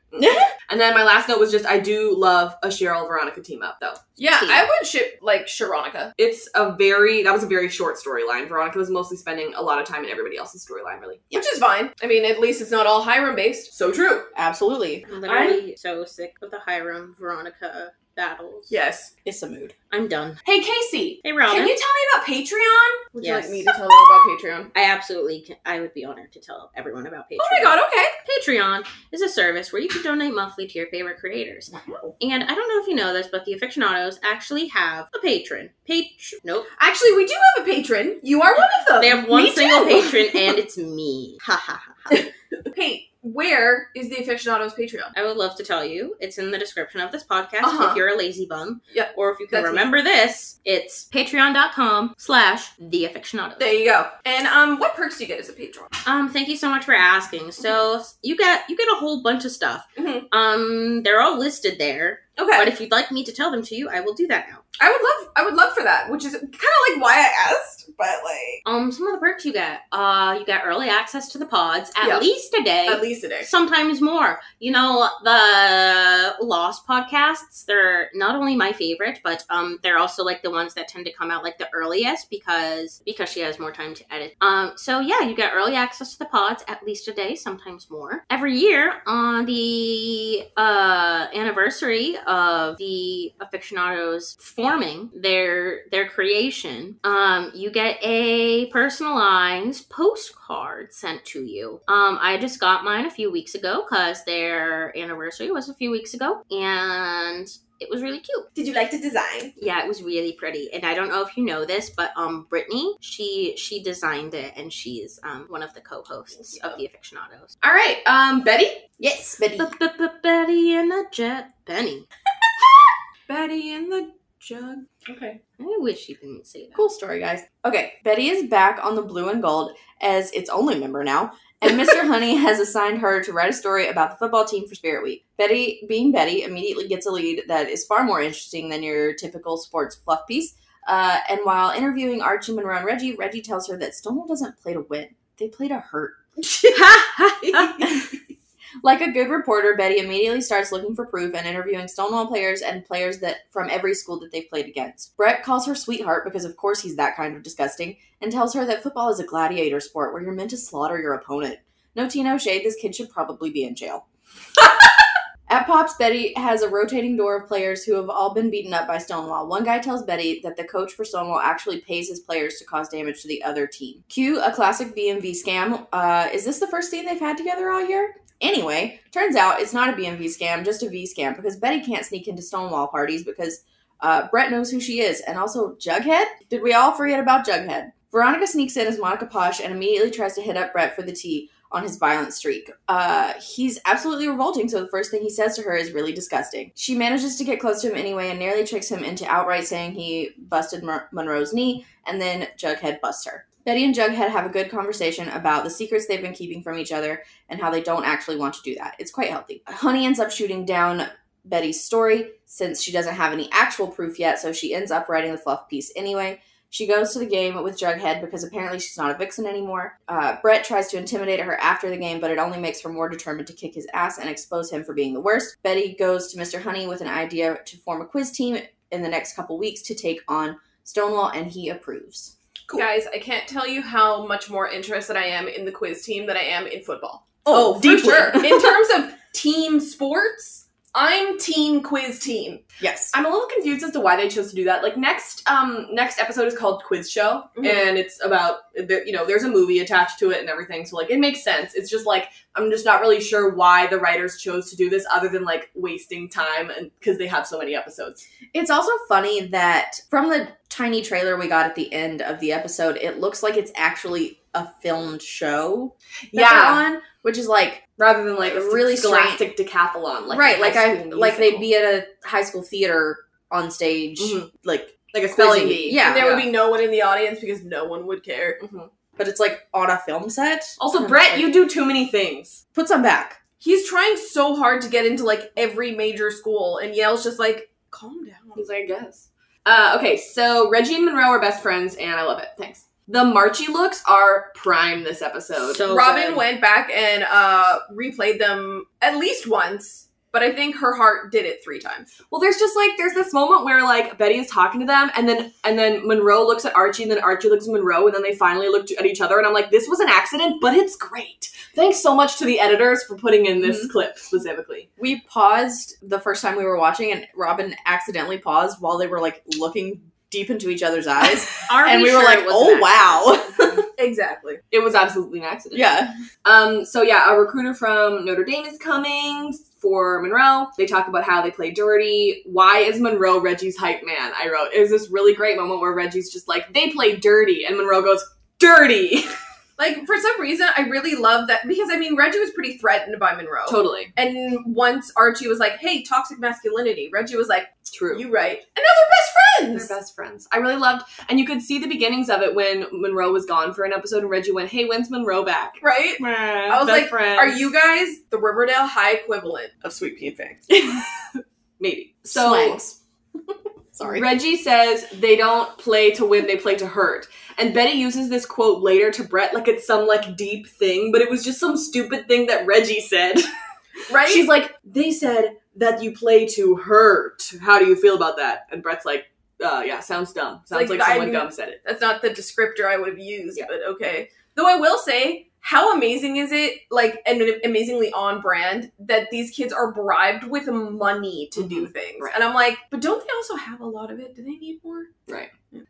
Speaker 2: And then my last note was just I do love a Cheryl Veronica team up though.
Speaker 3: Yeah,
Speaker 5: Tea.
Speaker 3: I would ship like Sharonica.
Speaker 2: It's a very that was a very short storyline. Veronica was mostly spending a lot of time in everybody else's storyline, really.
Speaker 3: Which is fine. I mean, at least it's not all Hiram based.
Speaker 2: So true.
Speaker 4: Absolutely.
Speaker 5: I'm literally so sick of the Hiram Veronica battles.
Speaker 3: Yes.
Speaker 4: It's a mood.
Speaker 5: I'm done.
Speaker 3: Hey Casey,
Speaker 5: Hey, Robin.
Speaker 3: can you tell me about Patreon? Would
Speaker 5: Yes.
Speaker 3: you like me to tell you about Patreon?
Speaker 5: I absolutely can. I would be honored to tell everyone about Patreon.
Speaker 3: Oh my god, okay.
Speaker 5: Patreon is a service where you can donate monthly to your favorite creators. And I don't know if you know this, but the aficionados actually have a patron. Patron. Nope.
Speaker 3: Actually, we do have a patron. You are one of them.
Speaker 5: They have one
Speaker 3: Uh, Me
Speaker 5: single
Speaker 3: too.
Speaker 5: patron, and it's me. Ha ha ha.
Speaker 3: *laughs* Hey, where is the aficionados Patreon?
Speaker 5: I would love to tell you. It's in the description of this podcast
Speaker 3: Uh-huh.
Speaker 5: if you're a lazy bum.
Speaker 3: Yeah,
Speaker 5: Or if you can
Speaker 3: that's me.
Speaker 5: remember this, it's patreon.com slash the aficionados.
Speaker 3: There you go. And um, what perks do you get as a patron?
Speaker 5: Um, thank you so much for asking. So you get you get a whole bunch of stuff.
Speaker 3: Mhm.
Speaker 5: Um, they're all listed there.
Speaker 3: Okay,
Speaker 5: But if you'd like me to tell them to you, I will do that now.
Speaker 3: I would love, I would love for that, which is kind of like why I asked, but like
Speaker 5: Um, some of the perks you get. Uh, you get early access to the pods at
Speaker 3: Yeah.
Speaker 5: least a day.
Speaker 3: at least a day.
Speaker 5: sometimes more. You know, the Lost podcasts, they're not only my favorite, but um they're also like the ones that tend to come out like the earliest because because she has more time to edit. Um so yeah, you get early access to the pods at least a day, sometimes more. Every year on the uh anniversary of the aficionados forming their their creation, um you get a personalized postcard sent to you. Um I just got mine a few weeks ago cuz their anniversary was a few weeks ago and it was really cute.
Speaker 3: Did you like the design?
Speaker 5: Yeah, it was really pretty. And I don't know if you know this, but um Brittany, she she designed it and she's um one of the co-hosts of the aficionados.
Speaker 3: All right, um, Betty.
Speaker 4: Yes, Betty.
Speaker 5: Betty and a jet penny.
Speaker 3: Betty in the jug. Okay.
Speaker 5: I wish you didn't say that.
Speaker 4: Cool story, guys. Okay, Betty is back on the Blue and Gold as its only member now, *laughs* and Mr. Honey has assigned her to write a story about the football team for Spirit Week. Betty, being Betty, immediately gets a lead that is far more interesting than your typical sports fluff piece. Uh, and while interviewing Archie Monroe and Reggie, Reggie tells her that Stonewall doesn't play to win; they play to *laughs* hurt. Like a good reporter, Betty immediately starts looking for proof and interviewing Stonewall players and players that from every school that they've played against. Brett calls her sweetheart because of course he's that kind of disgusting and tells her that football is a gladiator sport where you're meant to slaughter your opponent. No teen O'Shea, this kid should probably be in jail. At Pops, Betty has a rotating door of players who have all been beaten up by Stonewall. One guy tells Betty that the coach for Stonewall actually pays his players to cause damage to the other team. Q, a classic BMV scam. Uh, is this the first scene they've had together all year? Anyway, turns out it's not a BMV scam, just a V scam, because Betty can't sneak into Stonewall parties because uh, Brett knows who she is, and also Jughead? Did we all forget about Jughead? Veronica sneaks in as Monica Posh and immediately tries to hit up Brett for the tea on his violent streak. Uh, he's absolutely revolting, so the first thing he says to her is really disgusting. She manages to get close to him anyway and nearly tricks him into outright saying he busted Mer- Monroe's knee, and then Jughead busts her. Betty and Jughead have a good conversation about the secrets they've been keeping from each other and how they don't actually want to do that. It's quite healthy. Honey ends up shooting down Betty's story since she doesn't have any actual proof yet, so she ends up writing the fluff piece anyway. She goes to the game with Jughead because apparently she's not a vixen anymore. Uh, Brett tries to intimidate her after the game, but it only makes her more determined to kick his ass and expose him for being the worst. Betty goes to Mr. Honey with an idea to form a quiz team in the next couple weeks to take on Stonewall, and he approves.
Speaker 3: Guys, I can't tell you how much more interested I am in the quiz team than I am in football.
Speaker 4: Oh, deeply.
Speaker 3: *laughs* in terms of team sports, I'm team quiz team.
Speaker 4: Yes.
Speaker 2: I'm a little confused as to why they chose to do that. Like next, um, next episode is called Quiz Show,
Speaker 4: Mm-hmm.
Speaker 3: Mhm.
Speaker 2: and it's about the- you know there's a movie attached to it and everything, so like it makes sense. It's just like I'm just not really sure why the writers chose to do this, other than like wasting time and because they have so many episodes.
Speaker 4: It's also funny that from the tiny trailer we got at the end of the episode, it looks like it's actually a filmed show. that they're on, which is like
Speaker 2: rather than like a
Speaker 4: Really
Speaker 2: really scholastic decathlon, like
Speaker 4: right,
Speaker 2: a
Speaker 4: like
Speaker 2: high
Speaker 4: I
Speaker 2: school
Speaker 4: like they'd
Speaker 2: musical.
Speaker 4: be at a high school theater on stage,
Speaker 2: Mhm.
Speaker 4: like
Speaker 2: like a spelling
Speaker 4: quizzing.
Speaker 2: bee.
Speaker 4: Yeah,
Speaker 3: And there would be no one in the audience because no one would care.
Speaker 4: but it's like on a film set.
Speaker 2: Also, Brett, you do too many things.
Speaker 4: Put some back.
Speaker 3: He's trying so hard to get into like every major school, and Yale's just like, calm down.
Speaker 2: He's like, I guess. Uh, okay, so Reggie and Monroe are best friends, and I love it. Thanks. The Marchie looks are prime this episode.
Speaker 5: So
Speaker 3: Robin
Speaker 5: good.
Speaker 3: went back and uh, replayed them at least once, but I think her heart did it three times.
Speaker 2: Well, there's just like there's this moment where like Betty is talking to them, and then and then Monroe looks at Archie, and then Archie looks at Monroe, and then they finally look at each other, and I'm like, this was an accident, but it's great. Thanks so much to the editors for putting in this clip specifically.
Speaker 1: We paused the first time we were watching, and Robin accidentally paused while they were like looking deep into each other's eyes,
Speaker 5: Are
Speaker 1: and we were
Speaker 5: sure
Speaker 1: like,
Speaker 5: it was
Speaker 1: "Oh
Speaker 5: an
Speaker 1: wow,
Speaker 3: Exactly.
Speaker 2: It was absolutely an accident.
Speaker 1: yeah."
Speaker 2: Um. So yeah, a recruiter from Notre Dame is coming for Monroe. They talk about how they play dirty. Why is Monroe Reggie's hype man? I wrote. It was this really great moment where Reggie's just like they play dirty, and Monroe goes dirty. *laughs*
Speaker 3: Like for some reason, I really love that because I mean Reggie was pretty threatened by Monroe,
Speaker 2: totally
Speaker 3: and once Archie was like, "Hey, toxic masculinity," Reggie was like,
Speaker 2: true.
Speaker 3: "You right," and now they're best friends.
Speaker 2: They're best friends. I really loved, and you could see the beginnings of it when Monroe was gone for an episode, and Reggie went, "Hey, when's Monroe back?"
Speaker 3: right?
Speaker 2: I
Speaker 3: was like, Are you guys the Riverdale High equivalent?
Speaker 13: Of Sweet Pea and Fang.
Speaker 2: maybe? So *laughs*
Speaker 1: Slangs. Sorry.
Speaker 2: Reggie says they don't play to win; they play to hurt. And Betty uses this quote later to Brett like it's some like deep thing, but it was just some stupid thing that Reggie said.
Speaker 3: *laughs* Right?
Speaker 2: She's like, "They said that you play to hurt. How do you feel about that?" And Brett's like, uh, "Yeah, sounds dumb. Sounds
Speaker 3: Like,
Speaker 2: like,
Speaker 3: I
Speaker 2: someone
Speaker 3: knew-
Speaker 2: dumb said it."
Speaker 3: That's not the descriptor I would have used,
Speaker 2: Yeah.
Speaker 3: but okay. Though I will say, how amazing is it, like, and amazingly on brand, that these kids are bribed with money to do things.
Speaker 2: Right.
Speaker 3: And I'm like, but don't they also have a lot of it? Do they need more?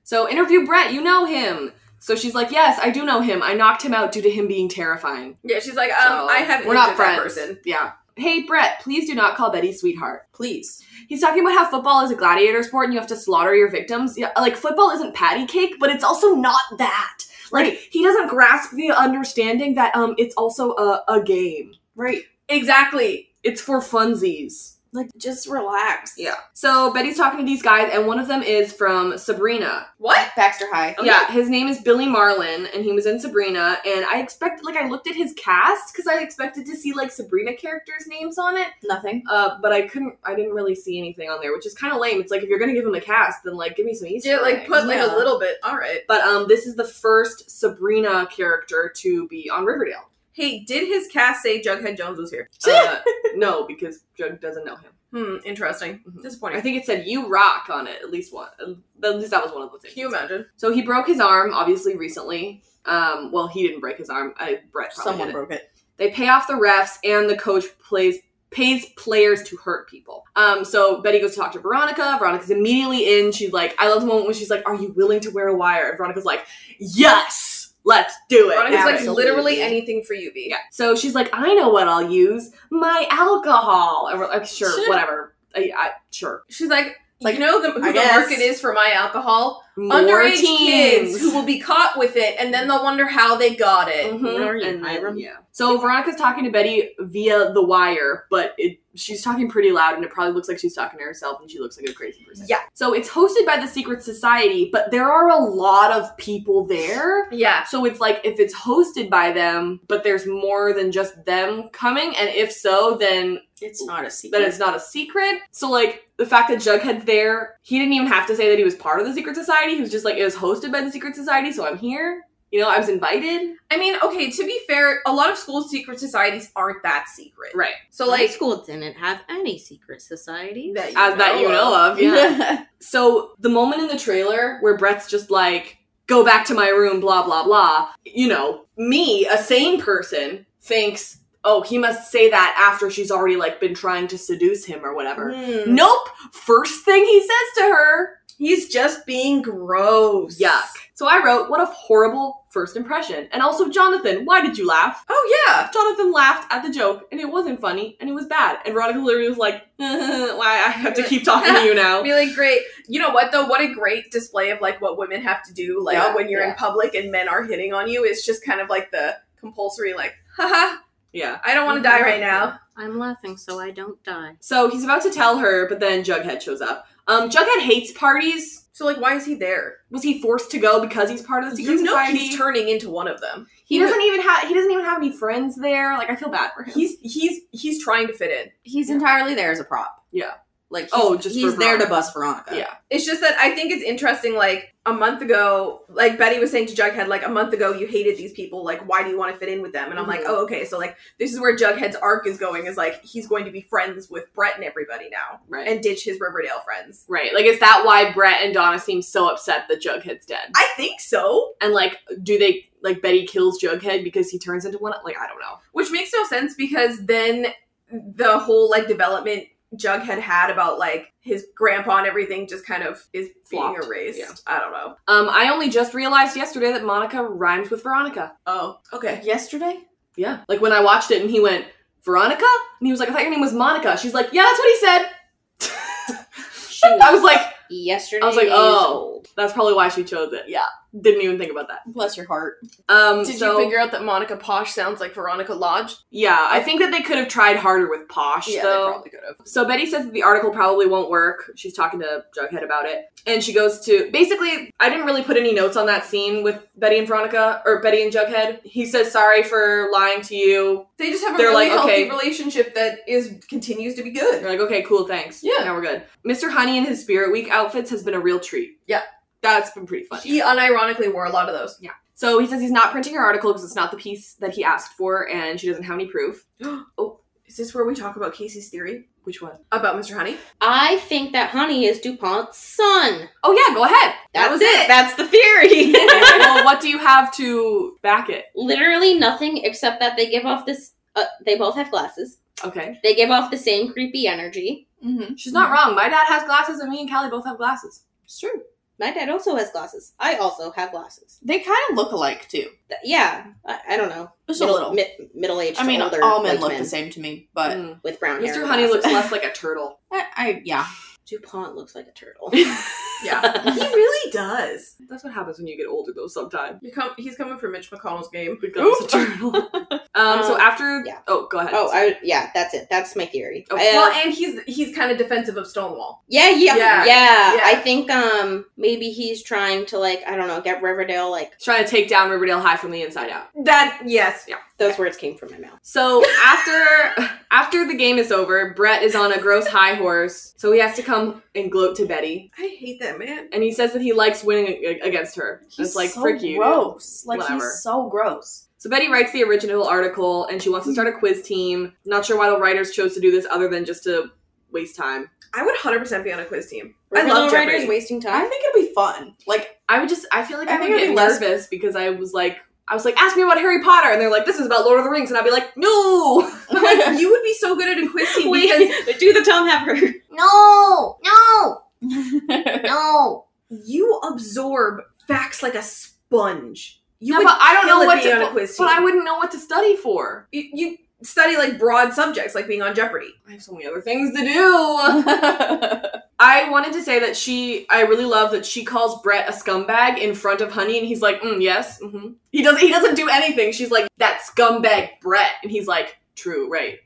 Speaker 2: So interview Brett, you know him. So she's like, Yes, I do know him. I knocked him out due to him being terrifying.
Speaker 3: Yeah, she's like,
Speaker 2: So,
Speaker 3: um, I have
Speaker 2: we're not
Speaker 3: injured that
Speaker 2: friends.
Speaker 3: person.
Speaker 2: Yeah. Hey Brett, please do not call Betty sweetheart.
Speaker 1: Please.
Speaker 2: He's talking about how football is a gladiator sport and you have to slaughter your victims. Yeah, like football isn't patty cake, but it's also not that. Like he doesn't grasp the understanding that um it's also a, a game.
Speaker 1: Right.
Speaker 3: Exactly.
Speaker 2: It's for funsies.
Speaker 1: Like, just relax.
Speaker 2: Yeah. So Betty's talking to these guys, and one of them is from Sabrina.
Speaker 3: What?
Speaker 1: Baxter High.
Speaker 3: Oh,
Speaker 2: Yeah, his name is Billy Marlin, and he was in Sabrina. And I expected, like, I looked at his cast because I expected to see like Sabrina characters' names on it,
Speaker 1: Nothing.
Speaker 2: uh, but I couldn't. I didn't really see anything on there, which is kind of lame. It's like if you're gonna give him a cast, then like give me some Easter.
Speaker 3: Yeah, like,
Speaker 2: eggs.
Speaker 3: put like
Speaker 1: Yeah.
Speaker 3: a little bit. All right.
Speaker 2: But um, this is the first Sabrina character to be on Riverdale.
Speaker 3: Hey, did his cast say Jughead Jones was here?
Speaker 2: *laughs* Uh,
Speaker 3: *laughs*
Speaker 2: no, because Jug doesn't know him.
Speaker 3: Hmm, interesting.
Speaker 2: Mhm. I
Speaker 3: Disappointing.
Speaker 2: think it said "You Rock" on it at least one. At least that was one of the things.
Speaker 3: *laughs* Can you imagine?
Speaker 2: So he broke his arm, obviously recently. Um, well, he didn't break his arm. I, Brett probably
Speaker 1: Someone
Speaker 2: did it.
Speaker 1: broke it.
Speaker 2: They pay off the refs, and the coach plays pays players to hurt people. Um, so Betty goes to talk to Veronica. Veronica's immediately in. She's like, I love the moment when she's like, "Are you willing to wear a wire?" And Veronica's like, "Yes, let's do it."
Speaker 3: Veronica's like
Speaker 1: Absolutely.
Speaker 3: literally anything for you, B.
Speaker 2: yeah. So she's like, "I know what I'll use. My alcohol." And we're like, "Sure,
Speaker 3: Sure.
Speaker 2: whatever. I, I sure."
Speaker 3: She's like,
Speaker 1: Like,
Speaker 3: you know the, who
Speaker 1: I
Speaker 3: the
Speaker 1: guess.
Speaker 3: market is for my alcohol?
Speaker 2: More
Speaker 3: Underage
Speaker 2: teens.
Speaker 3: kids who will be caught with it, and then they'll wonder how they got it.
Speaker 2: Mhm.
Speaker 5: Where are you,
Speaker 2: And then-
Speaker 5: Hiram?
Speaker 2: yeah. So Veronica's talking to Betty via the wire, but it, she's talking pretty loud, and it probably looks like she's talking to herself, and she looks like a crazy person.
Speaker 3: Yeah.
Speaker 2: So it's hosted by the Secret Society, but there are a lot of people there.
Speaker 3: Yeah.
Speaker 2: So it's like if it's hosted by them, but there's more than just them coming, and if so, then
Speaker 1: It's not a secret.
Speaker 2: that it's not a secret. So like the fact that Jughead's there, he didn't even have to say that he was part of the Secret Society. He was just like it was hosted by the Secret Society, so I'm here. You know, I was invited.
Speaker 3: I mean, okay, to be fair, a lot of school secret societies aren't that secret.
Speaker 2: Right.
Speaker 3: So,
Speaker 5: High
Speaker 3: like,
Speaker 5: school didn't have any
Speaker 1: *laughs*
Speaker 5: secret society.
Speaker 3: that
Speaker 2: as that you know of. Yeah.
Speaker 1: yeah.
Speaker 2: *laughs* so the moment in the trailer where Brett's just like, "Go back to my room," blah blah blah. You know, me, a sane person, thinks, "Oh, he must say that after she's already like been trying to seduce him or
Speaker 1: Mm.
Speaker 2: whatever." *laughs*
Speaker 3: Hmm.
Speaker 2: Nope. First thing he says to her,
Speaker 3: He's just being gross.
Speaker 2: "Yuck." So I wrote, "What a horrible first impression." And also, Jonathan, why did you laugh?
Speaker 3: Oh, yeah.
Speaker 2: Jonathan laughed at the joke, and it wasn't funny, and it was bad. And Veronica literally was like, *laughs* "Why I have to keep talking to you now?"
Speaker 3: *laughs* I mean, like, great. You know what, though? What a great display of, like, what women have to do, like,
Speaker 2: Yeah,
Speaker 3: when you're
Speaker 1: yeah.
Speaker 3: in public and men are hitting on you. It's just kind of like the compulsory, like, haha,
Speaker 2: Yeah.
Speaker 3: I don't want to die right now.
Speaker 5: I'm laughing so I don't die.
Speaker 2: So he's about to tell her, but then Jughead shows up. Um, Jughead hates parties.
Speaker 3: So like, why is he there?
Speaker 2: Was he forced to go because he's part of the secret
Speaker 3: You know
Speaker 2: society?
Speaker 3: he's turning into one of them.
Speaker 2: he doesn't even have he doesn't even have any friends there. Like I feel bad for him.
Speaker 3: He's he's he's trying to fit in.
Speaker 4: He's entirely there as a prop.
Speaker 2: Yeah.
Speaker 4: Like he's,
Speaker 2: Oh, just
Speaker 4: he's
Speaker 2: for
Speaker 4: there to
Speaker 2: Veronica.
Speaker 4: bust Veronica.
Speaker 2: Yeah.
Speaker 3: It's just that I think it's interesting. Like a month ago, like Betty was saying to Jughead, like a month ago you hated these people. Like why do you want to fit in with them? And I'm like, oh okay. So like this is where Jughead's arc is going. Is like he's going to be friends with Brett and everybody now,
Speaker 2: Right.
Speaker 3: and ditch his Riverdale friends.
Speaker 2: right. Like is that why Brett and Donna seem so upset that Jughead's dead?
Speaker 3: I think so.
Speaker 2: And like, do they like Betty kills Jughead because he turns into one? Like I don't know.
Speaker 3: Which makes no sense because then the whole like development Jughead had about like his grandpa and everything just kind of is
Speaker 2: Flopped.
Speaker 3: being erased.
Speaker 2: Yeah.
Speaker 3: I don't know.
Speaker 2: Um, I only just realized yesterday that Monica rhymes with Veronica.
Speaker 3: Oh, okay.
Speaker 4: Yesterday?
Speaker 2: Yeah. Like when I watched it and he went, Veronica? And he was like, I thought your name was Monica. She's like, Yeah, that's what he said. *laughs* *laughs* I was like,
Speaker 5: Yesterday.
Speaker 2: I was like,
Speaker 5: is-
Speaker 2: oh, that's probably why she chose it. Yeah, didn't even think about that.
Speaker 4: Bless your heart.
Speaker 2: Um,
Speaker 10: Did
Speaker 2: so-
Speaker 10: you figure out that Monica Posh sounds like Veronica Lodge?
Speaker 2: Yeah, I think that they could have tried harder with Posh though.
Speaker 10: could have.
Speaker 2: So Betty says that the article probably won't work. She's talking to Jughead about it. And she goes to basically I didn't really put any notes on that scene with Betty and Veronica or Betty and Jughead. He says sorry for lying to you.
Speaker 3: They just have a
Speaker 2: They're
Speaker 3: really
Speaker 2: like,
Speaker 3: healthy
Speaker 2: okay.
Speaker 3: relationship that is continues to be good.
Speaker 2: They're like, okay, cool, thanks.
Speaker 10: Yeah.
Speaker 2: Now we're good. Mr. Honey in his Spirit Week outfits has been a real treat.
Speaker 10: Yeah.
Speaker 2: That's been pretty fun.
Speaker 3: He unironically wore a lot of those.
Speaker 2: so he says he's not printing her article because it's not the piece that he asked for and she doesn't have any
Speaker 3: *gasps*
Speaker 2: proof.
Speaker 3: Oh, Is this where we talk about Casey's theory
Speaker 2: Which one?
Speaker 3: about Mr. Honey?
Speaker 5: I think that Honey is DuPont's son.
Speaker 2: Oh yeah, go ahead.
Speaker 5: That was it. That's
Speaker 2: *laughs*
Speaker 5: the theory.
Speaker 2: well, what do you have to back it?
Speaker 5: Literally nothing except that they give off this. Uh, they both have glasses.
Speaker 2: Okay.
Speaker 5: They give off the same creepy energy.
Speaker 2: She's not wrong. My dad has glasses and me and Callie both have glasses.
Speaker 4: It's true.
Speaker 5: My dad also has glasses. I also have glasses.
Speaker 4: They kind of look alike too.
Speaker 5: Th- yeah, I, I don't know.
Speaker 4: Just
Speaker 5: middle,
Speaker 4: a little.
Speaker 5: Mi- middle aged.
Speaker 4: I mean,
Speaker 5: older,
Speaker 4: all men
Speaker 5: white
Speaker 4: look the same to me, but
Speaker 2: Mm.
Speaker 5: with brown hair.
Speaker 2: Mr.
Speaker 5: and
Speaker 2: Honey
Speaker 5: glasses. *laughs*
Speaker 2: looks less like a turtle.
Speaker 4: I, I yeah.
Speaker 5: DuPont looks like
Speaker 4: *laughs*
Speaker 5: a turtle.
Speaker 3: Yeah, he really does.
Speaker 2: That's what happens when you get older, though. Sometimes
Speaker 3: You come, he's coming for Mitch McConnell's
Speaker 2: *laughs*
Speaker 3: game.
Speaker 2: becomes a turtle. um, So
Speaker 5: Um,
Speaker 2: after,
Speaker 5: yeah.
Speaker 2: oh, go ahead.
Speaker 5: oh, I yeah. That's it. That's my theory.
Speaker 2: Oh,
Speaker 5: Uh,
Speaker 3: well, and he's he's kind of defensive of Stonewall.
Speaker 5: Yeah, yeah,
Speaker 3: Yeah,
Speaker 5: yeah,
Speaker 3: yeah.
Speaker 5: I think um maybe he's trying to like I don't know get Riverdale like
Speaker 2: trying to take down Riverdale High from the inside out.
Speaker 3: That yes,
Speaker 5: those words came from my mouth.
Speaker 2: So after after the game is over, Brett is on a gross high horse, so he has to come and gloat to Betty,
Speaker 3: I hate that man.
Speaker 2: and he says that he likes winning a- against her. it's like
Speaker 4: so
Speaker 2: frick you. dude.
Speaker 4: gross. Like
Speaker 2: Whatever.
Speaker 4: he's so gross. *laughs*
Speaker 2: So Betty writes the original article, and she wants to start a quiz team. Not sure why the writers chose to do this, other than just to waste time.
Speaker 3: I would 100 percent be on a quiz team.
Speaker 5: Riverdale
Speaker 3: I love Jeopardy.
Speaker 5: writers wasting
Speaker 4: I
Speaker 5: time.
Speaker 4: think it'd be fun. Like
Speaker 2: I would just, I feel like
Speaker 4: I
Speaker 2: I,
Speaker 4: think
Speaker 2: would
Speaker 4: I'd
Speaker 2: get
Speaker 4: be less-
Speaker 2: nervous because I was like, I was like, ask me about Harry Potter, and they're like, this is about Lord of the Rings, and I'd be like, no. *laughs*
Speaker 3: I'm like, *laughs* you would be so good at a quiz team because
Speaker 5: do the Tom Haverford. No, no, no.
Speaker 3: you absorb facts like a sponge. You
Speaker 2: No,
Speaker 3: would
Speaker 2: but I don't
Speaker 3: kill
Speaker 2: know
Speaker 3: at
Speaker 2: what
Speaker 3: being
Speaker 2: to,
Speaker 3: on a quiz
Speaker 2: but
Speaker 3: team.
Speaker 2: I wouldn't know what to study for.
Speaker 3: you, you study like broad subjects like being on Jeopardy.
Speaker 2: I have so many other things to *laughs* do. I wanted to say that she, I really love that she calls Brett a scumbag in front of Honey, and he's like, mm, "Yes." hmm He doesn't. He doesn't do anything. She's like, "That scumbag Brett," and he's like, "True, *laughs* right."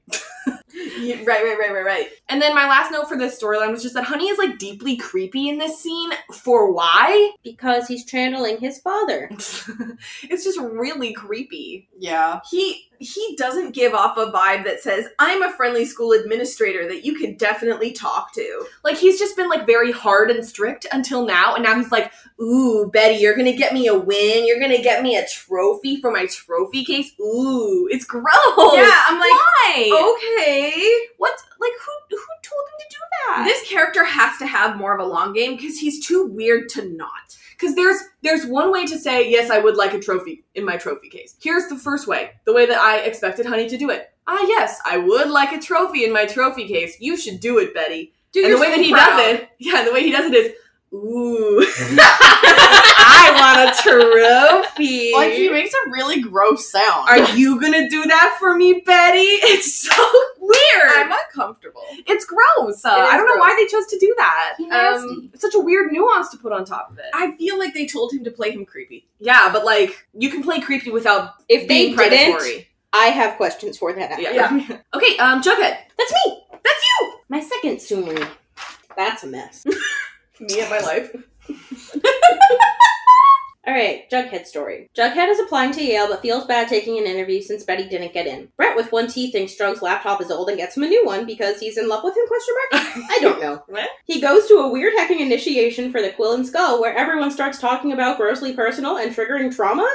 Speaker 3: right, right, right, right, right.
Speaker 2: And then my last note for this storyline was just that Honey is like deeply creepy in this scene. For why?
Speaker 5: Because he's channeling his father.
Speaker 2: *laughs* it's just really creepy.
Speaker 4: yeah.
Speaker 3: He he doesn't give off a vibe that says I'm a friendly school administrator that you can definitely talk to.
Speaker 2: Like he's just been like very hard and strict until now, and now he's like, "Ooh, Betty, you're gonna get me a win. You're gonna get me a trophy for my trophy case. Ooh, it's gross."
Speaker 3: yeah, I'm like
Speaker 2: why?
Speaker 3: okay.
Speaker 2: What? Like who? Who told him to do that?
Speaker 3: This character has to have more of a long game because he's too weird to not.
Speaker 2: Because there's there's one way to say yes, I would like a trophy in my trophy case. Here's the first way, the way that I expected Honey to do it. Ah, yes, I would like a trophy in my trophy case. You should do it, Betty.
Speaker 3: Dude,
Speaker 2: and the
Speaker 3: you're
Speaker 2: way
Speaker 3: so
Speaker 2: that he
Speaker 3: proud.
Speaker 2: does it, yeah, the way he does it is, ooh, *laughs* I want a trophy.
Speaker 4: Like he makes a really gross sound.
Speaker 2: Are
Speaker 3: *laughs*
Speaker 2: you gonna do that for me, Betty? *laughs* It's so weird.
Speaker 3: I'm uncomfortable.
Speaker 2: it's gross.
Speaker 3: It is
Speaker 2: I don't know
Speaker 3: gross.
Speaker 2: why they chose to do that.
Speaker 4: nasty.
Speaker 2: it's such a weird nuance to put on top of it.
Speaker 3: I feel like they told him to play him creepy.
Speaker 2: Yeah, but like you can play creepy without
Speaker 5: If they
Speaker 2: being predatory.
Speaker 5: didn't, I have questions *laughs* for that.
Speaker 2: Yeah. okay, um, Jughead.
Speaker 5: That's me. That's you. My second Sumi. That's a mess.
Speaker 3: Me and my life.
Speaker 5: All right, Jughead story. Jughead is applying to Yale but feels bad taking an interview since Betty didn't get in. Brett with one T thinks Strug's laptop is old and gets him a new one because he's in love with him? Question mark. I don't know. He goes to a weird hacking initiation for the Quill and Skull where everyone starts talking about grossly personal and triggering traumas.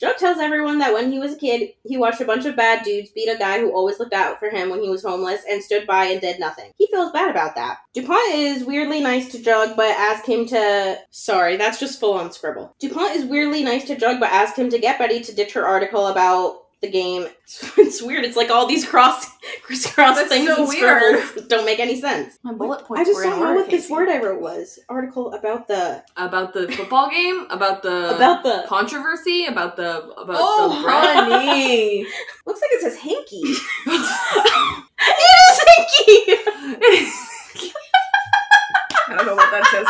Speaker 5: Jug tells everyone that when he was a kid, he watched a bunch of bad dudes beat a guy who always looked out for him when he was homeless and stood by and did nothing. He feels bad about that. DuPont is weirdly nice to Jug but asks him to. Sorry, that's just full on scribble. DuPont is weirdly nice to Jug but asks him to get Betty to ditch her article about the game. *laughs* It's weird. It's like all these cross *laughs* crisscross
Speaker 3: That's
Speaker 5: things
Speaker 3: so
Speaker 5: and
Speaker 3: weird.
Speaker 5: scribbles *laughs* don't make any sense.
Speaker 4: My bullet points.
Speaker 5: I just
Speaker 4: were in
Speaker 5: don't know
Speaker 4: order,
Speaker 5: what this
Speaker 4: Casey.
Speaker 5: word I wrote was. Article about the
Speaker 2: About the football game, about the
Speaker 5: about the
Speaker 2: controversy, about the about
Speaker 3: Oh,
Speaker 2: the bread.
Speaker 3: honey.
Speaker 5: looks like it says hanky. it is
Speaker 3: I don't know what that says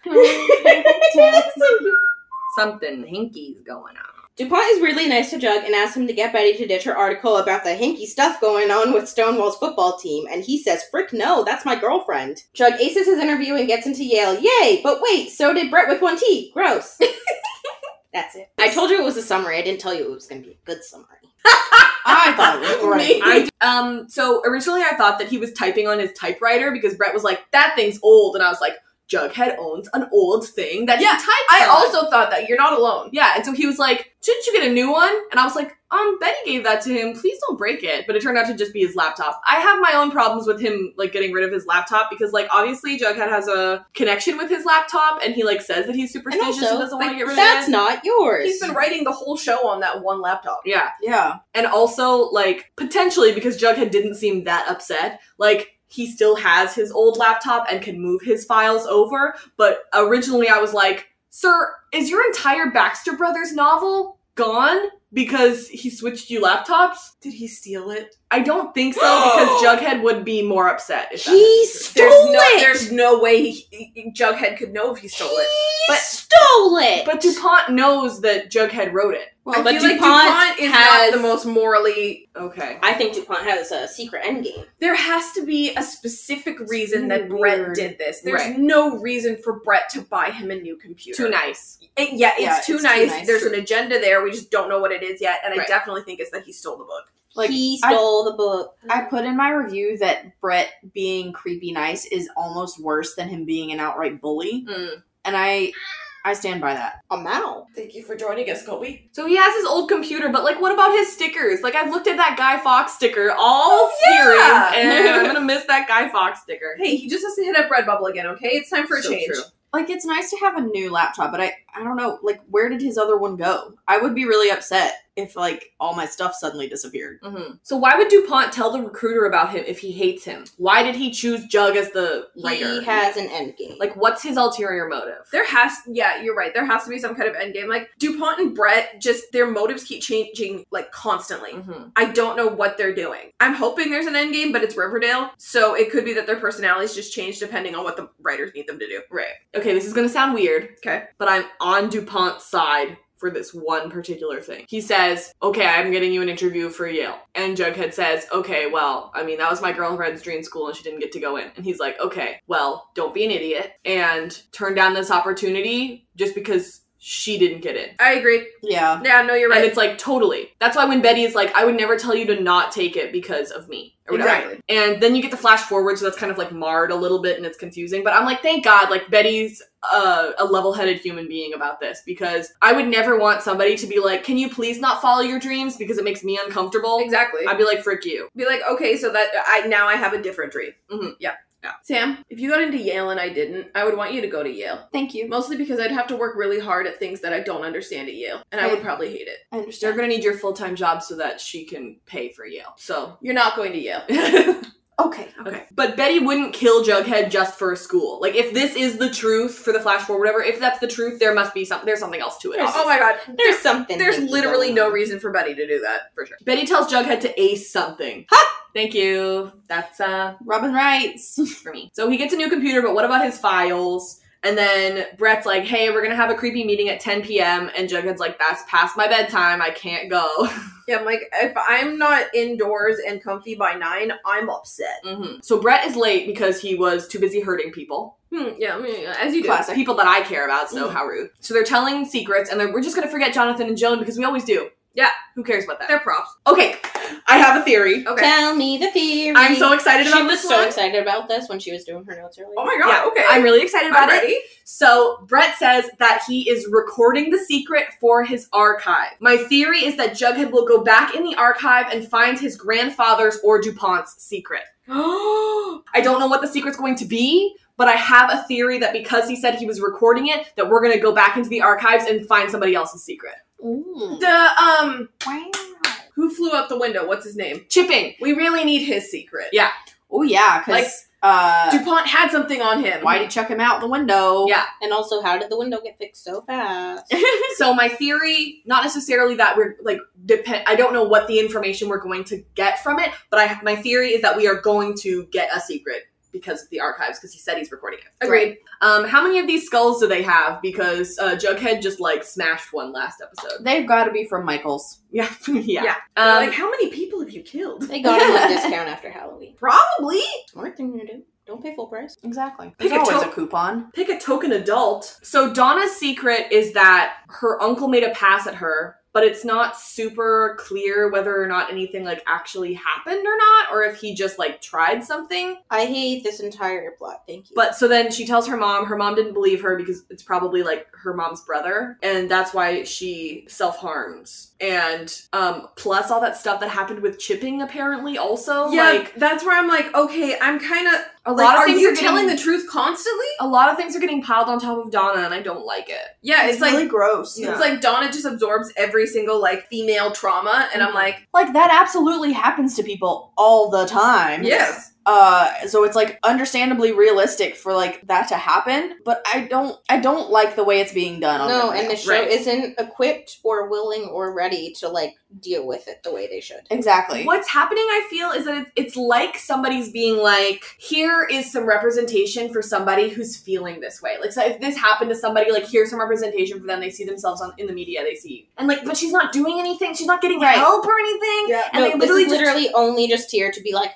Speaker 3: *laughs* about either of us.
Speaker 5: hanky.
Speaker 2: Something hinky's going on.
Speaker 5: Dupont is really nice to Jug and asks him to get Betty to ditch her article about the hinky stuff going on with Stonewall's football team, and he says, Frick no, that's my girlfriend. Jug aces his interview and gets into Yale. Yay! But wait, so did Brett with one T.
Speaker 2: *laughs*
Speaker 5: Gross. that's it. I told you it was a summary. I didn't tell you it was going to be a good summary.
Speaker 4: I thought it was *laughs* great.
Speaker 2: I, um, so originally I thought that he was typing on his typewriter because Brett was like, "That thing's old," and I was like, "Jughead owns an old thing that
Speaker 3: Yeah,
Speaker 2: he typed."
Speaker 3: I
Speaker 2: on."
Speaker 3: also thought that. You're not alone.
Speaker 2: yeah, and so he was like, "Shouldn't you get a new one?" And I was like, "Um, Betty gave that to him. Please don't break it." But it turned out to just be his laptop. I have my own problems with him like getting rid of his laptop because like obviously Jughead has a connection with his laptop, and he like says that he's superstitious and,
Speaker 5: also,
Speaker 2: doesn't want to get rid of
Speaker 5: That's
Speaker 2: it.
Speaker 5: not yours.
Speaker 3: He's been writing the whole show on that one laptop.
Speaker 2: yeah,
Speaker 4: Yeah.
Speaker 2: and also like potentially because Jughead didn't seem that upset, like he still has his old laptop and can move his files over. But originally, I was like, "Sir, is your entire Baxter Brothers novel gone because he switched you laptops? Did he steal it? I don't think
Speaker 5: *gasps*
Speaker 2: so because Jughead would be more upset. If that
Speaker 5: he
Speaker 2: is true.
Speaker 5: stole
Speaker 3: There's no,
Speaker 5: it!
Speaker 3: there's no way he, he- Jughead could know if he stole it.
Speaker 5: he
Speaker 2: but-
Speaker 5: stole it!
Speaker 2: But Dupont knows that Jughead wrote it.
Speaker 4: Well,
Speaker 5: but
Speaker 3: I feel like
Speaker 5: DuPont
Speaker 3: DuPont is
Speaker 5: has-
Speaker 3: not the most morally.
Speaker 2: Okay.
Speaker 5: I think DuPont has a secret endgame.
Speaker 3: There has to be a specific reason that
Speaker 4: weird.
Speaker 3: Brett did this. There's
Speaker 2: Right.
Speaker 3: no reason for Brett to buy him a new computer.
Speaker 2: Too nice.
Speaker 3: It- yeah, it's,
Speaker 4: Yeah,
Speaker 3: too,
Speaker 4: it's too
Speaker 3: nice.
Speaker 4: nice.
Speaker 3: There's an agenda there. We just don't know what it is yet. And
Speaker 2: Right.
Speaker 3: I definitely think it's that he stole the book.
Speaker 4: Like,
Speaker 5: he
Speaker 4: I-
Speaker 5: stole the book.
Speaker 4: I put in my review that Brett being creepy nice is almost worse than him being an outright bully. And I I stand by that.
Speaker 5: a mouth.
Speaker 3: Thank you for joining us, Colby.
Speaker 2: So he has his old computer, but like, what about his stickers? Like, I've looked at that Guy Fox sticker all
Speaker 3: yeah!
Speaker 2: series, and I'm gonna miss that Guy Fox sticker.
Speaker 3: Hey, he just has to hit up Redbubble again, okay? It's time for a
Speaker 2: So
Speaker 3: change.
Speaker 2: true.
Speaker 4: Like it's nice to have a new laptop, but I I don't know, like where did his other one go? I would be really upset if like all my stuff suddenly disappeared.
Speaker 2: So why would Dupont tell the recruiter about him if he hates him? Why did he choose Jug as the writer?
Speaker 5: He has an end game.
Speaker 2: like, what's his ulterior motive?
Speaker 3: There has, yeah, you're right. There has to be some kind of end game. Like Dupont and Brett, just their motives keep changing like constantly.
Speaker 2: Mhm.
Speaker 3: I don't know what they're doing. I'm hoping there's an end game, but it's Riverdale, so it could be that their personalities just change depending on what the writers need them to do.
Speaker 2: Right. Okay, this is gonna sound weird,
Speaker 3: Okay.
Speaker 2: but I'm on DuPont's side for this one particular thing. He says, Okay, I'm getting you an interview for Yale. And Jughead says, Okay, well, I mean, that was my girlfriend's dream school and she didn't get to go in. And he's like, Okay, well, don't be an idiot and turn down this opportunity just because she didn't get in.
Speaker 3: I agree.
Speaker 4: Yeah.
Speaker 3: Yeah, no, you're
Speaker 2: And
Speaker 3: right.
Speaker 2: it's like, totally. That's why when Betty is like, I would never tell you to not take it because of me. Or whatever.
Speaker 3: Exactly.
Speaker 2: And then you get the flash forward, so that's kind of like marred a little bit and it's confusing. But I'm like, thank God, like Betty's uh, a level headed human being about this because I would never want somebody to be like, can you please not follow your dreams because it makes me uncomfortable.
Speaker 3: Exactly.
Speaker 2: I'd be like, frick you.
Speaker 3: be like, okay, so that I now I have a different dream.
Speaker 2: Mhm.
Speaker 3: Yeah. Yeah. Sam, if you got into Yale and I didn't, I would want you to go to Yale.
Speaker 4: Thank you.
Speaker 3: Mostly because I'd have to work really hard at things that I don't understand at Yale, and I would probably hate it.
Speaker 4: I
Speaker 2: They're
Speaker 4: understand.
Speaker 2: gonna need your full time job so that she can pay for Yale. So.
Speaker 3: You're not going to Yale.
Speaker 2: *laughs*
Speaker 4: Okay.
Speaker 2: Okay. But Betty wouldn't kill Jughead just for a school. Like, if this is the truth for the flash forward, whatever, if that's the truth, there must be something. There's something else to it.
Speaker 3: Oh my god.
Speaker 5: There's something.
Speaker 3: There's
Speaker 5: hinky
Speaker 3: literally
Speaker 5: going
Speaker 3: no
Speaker 5: on.
Speaker 3: reason for Betty to do that, for sure.
Speaker 2: Betty tells Jughead to ace something. Ha! Thank you. That's uh
Speaker 4: Robin writes.
Speaker 2: for me. So he gets a new computer, but what about his files? And then Brett's like, hey, we're going to have a creepy meeting at 10 p.m. And Jughead's like, that's past my bedtime. I can't go.
Speaker 3: Yeah, I'm like, if I'm not indoors and comfy by nine, I'm upset.
Speaker 2: hmm So Brett is late because he was too busy hurting people.
Speaker 10: Hmm, yeah, I mean, as you do.
Speaker 2: class uh, people that I care about, so how rude. So they're telling secrets, and they're, we're just gonna forget Jonathan and Joan because we always do.
Speaker 3: Yeah.
Speaker 2: who cares about that?
Speaker 3: They're props.
Speaker 2: Okay, I have a theory.
Speaker 3: Okay.
Speaker 5: Tell me the theory.
Speaker 2: I'm so excited
Speaker 5: she
Speaker 2: about
Speaker 5: was
Speaker 2: this
Speaker 5: so
Speaker 2: one.
Speaker 5: excited about this when she was doing her notes earlier.
Speaker 3: Oh my god,
Speaker 2: Yeah,
Speaker 3: okay.
Speaker 2: I'm really excited about
Speaker 3: I'm
Speaker 2: it.
Speaker 3: ready.
Speaker 2: So Brett says that he is recording the secret for his archive. My theory is that Jughead will go back in the archive and find his grandfather's or DuPont's
Speaker 3: *gasps*
Speaker 2: secret. I don't know what the secret's going to be, but I have a theory that because he said he was recording it, that we're gonna go back into the archives and find somebody else's secret.
Speaker 5: Ooh.
Speaker 3: The um
Speaker 5: Wow.
Speaker 3: who flew out the window? What's his name?
Speaker 2: Chipping.
Speaker 3: We really need his secret.
Speaker 2: Yeah.
Speaker 4: Oh yeah, because
Speaker 3: Like-
Speaker 4: uh,
Speaker 3: DuPont had something on him.
Speaker 4: why did chuck him out the window?
Speaker 2: Yeah.
Speaker 5: And also, how did the window get fixed so
Speaker 2: *laughs*
Speaker 5: fast?
Speaker 2: so my theory, not necessarily that we're like depend. I don't know what the information we're going to get from it, but I my theory is that we are going to get a secret because of the archives because he said he's recording it.
Speaker 3: Agreed.
Speaker 2: Um, how many of these skulls do they have? Because uh, Jughead just like smashed one last episode.
Speaker 4: They've got to be from Michaels.
Speaker 2: Yeah, *laughs* yeah.
Speaker 3: Yeah.
Speaker 2: Um,
Speaker 3: like, how many people have you killed?
Speaker 5: They got him a discount after Halloween.
Speaker 3: Probably.
Speaker 5: Smart thing to do. Don't pay full price.
Speaker 4: Exactly.
Speaker 2: Pick
Speaker 4: There's
Speaker 2: a
Speaker 4: always
Speaker 2: to-
Speaker 4: a coupon.
Speaker 2: pick a token adult. So Donna's secret is that her uncle made a pass at her, but it's not super clear whether or not anything like actually happened or not, or if he just like tried something.
Speaker 5: I hate this entire plot. Thank you.
Speaker 2: But so then she tells her mom. Her mom didn't believe her because it's probably like her mom's brother, and that's why she self harms. And um, plus all that stuff that happened with chipping apparently also
Speaker 3: yeah,
Speaker 2: like
Speaker 3: that's where I'm like, okay, I'm kind of.
Speaker 2: a
Speaker 3: Like,
Speaker 2: lot of
Speaker 3: are
Speaker 2: things
Speaker 3: you
Speaker 2: are
Speaker 3: telling
Speaker 2: getting-
Speaker 3: the truth constantly?
Speaker 2: a lot of things are getting piled on top of Donna, and I don't like it.
Speaker 3: Yeah, it's, like
Speaker 4: gross.
Speaker 2: Yeah.
Speaker 3: it's like Donna just absorbs every single like female trauma, and I'm like,
Speaker 4: Like that absolutely happens to people all the time.
Speaker 3: yes,
Speaker 4: Uh, so it's like understandably realistic for like that to happen, but I don't, I don't like the way it's being done. On
Speaker 5: no,
Speaker 4: the
Speaker 5: and
Speaker 4: ground.
Speaker 5: the show
Speaker 2: Oh, Right.
Speaker 5: isn't equipped or willing or ready to like deal with it the way they should.
Speaker 4: exactly.
Speaker 2: What's happening, I feel, is that it- it's like somebody's being like, here is some representation for somebody who's feeling this way. Like, so if this happened to somebody, like, here's some representation for them. They see themselves on in the media, they see. And, like, but she's not doing anything. She's not getting
Speaker 4: Right.
Speaker 2: help or anything.
Speaker 3: Yeah.
Speaker 2: And
Speaker 5: no,
Speaker 2: they
Speaker 5: this
Speaker 2: literally
Speaker 5: is
Speaker 2: just-
Speaker 5: literally only just here to be like,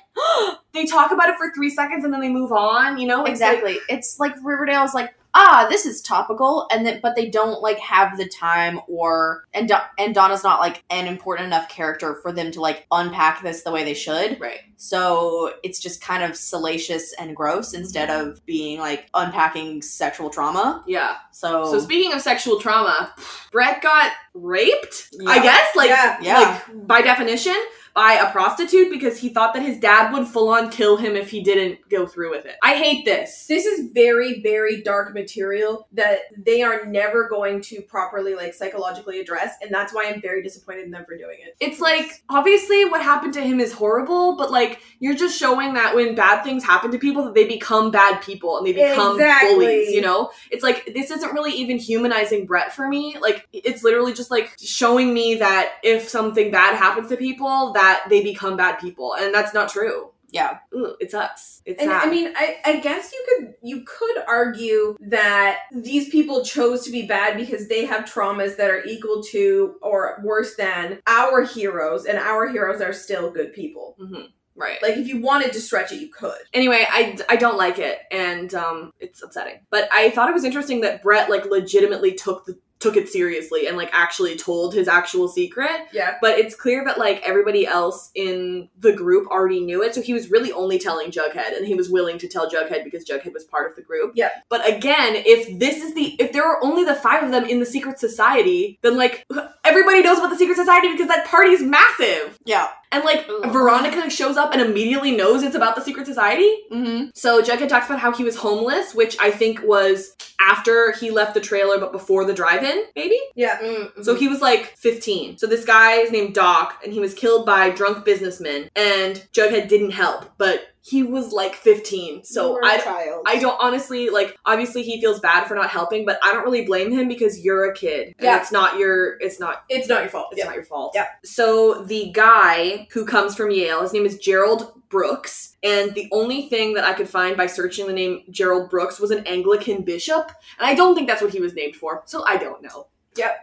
Speaker 2: They talk about it for three seconds and then they move on, you know? It's like-
Speaker 4: exactly. Oh, it's like Riverdale's like, ah, this is topical, and then but they don't like have the time or and Do- and Donna's not like an important enough character for them to like unpack this the way they should.
Speaker 2: Right.
Speaker 4: So it's just kind of salacious and gross instead of being like unpacking sexual trauma.
Speaker 2: yeah.
Speaker 4: So,
Speaker 2: So speaking of sexual trauma, Brett got raped, I
Speaker 4: Yeah.
Speaker 2: guess, like,
Speaker 3: yeah,
Speaker 4: yeah,
Speaker 2: like by definition, by a prostitute because he thought that his dad would full on kill him if he didn't go through with it. I hate this.
Speaker 3: this is very very dark material that they are never going to properly like psychologically address and that's why i'm very disappointed in them for doing it
Speaker 2: It's like obviously what happened to him is horrible, but like you're just showing that when bad things happen to people that they become bad people and they become
Speaker 3: Exactly.
Speaker 2: bullies, you know? It's like this isn't really even humanizing Brett for me. Like it's literally just like showing me that if something bad happens to people that they become bad people and that's not true.
Speaker 4: Yeah.
Speaker 2: Ooh, it's us. It's
Speaker 3: and
Speaker 2: sad.
Speaker 3: i mean I, I guess you could you could argue that these people chose to be bad because they have traumas that are equal to or worse than our heroes and our heroes are still good people
Speaker 2: Mhm. Right.
Speaker 3: like if you wanted to stretch it you could
Speaker 2: anyway I, I don't like it and um, it's upsetting but i thought it was interesting that brett like legitimately took the took it seriously and like actually told his actual secret
Speaker 3: yeah
Speaker 2: but it's clear that like everybody else in the group already knew it so he was really only telling jughead and he was willing to tell jughead because jughead was part of the group
Speaker 3: Yeah.
Speaker 2: but again if this is the if there are only the five of them in the secret society then like everybody knows about the secret society because that party's massive
Speaker 4: yeah.
Speaker 2: and like
Speaker 5: Ugh.
Speaker 2: veronica shows up and immediately knows it's about the secret society
Speaker 4: hmm
Speaker 2: so Jughead talks about how he was homeless, which I think was after he left the trailer but before the drive-in, maybe?
Speaker 5: mm,
Speaker 2: So he was like 15. So this guy is named Doc and he was killed by drunk businessmen and Jughead didn't help, but he was like 15. So I
Speaker 5: child.
Speaker 2: I don't honestly like. Obviously, he feels bad for not helping, but I don't really blame him because you're a kid. And
Speaker 1: Yeah.
Speaker 2: it's not your. It's not.
Speaker 1: It's not your fault.
Speaker 2: It's not your fault.
Speaker 1: Yep.
Speaker 2: So the guy who comes from Yale, his name is Gerald Brooks, and the only thing that I could find by searching the name Gerald Brooks was an Anglican bishop, and I don't think that's what he was named for. So I don't know.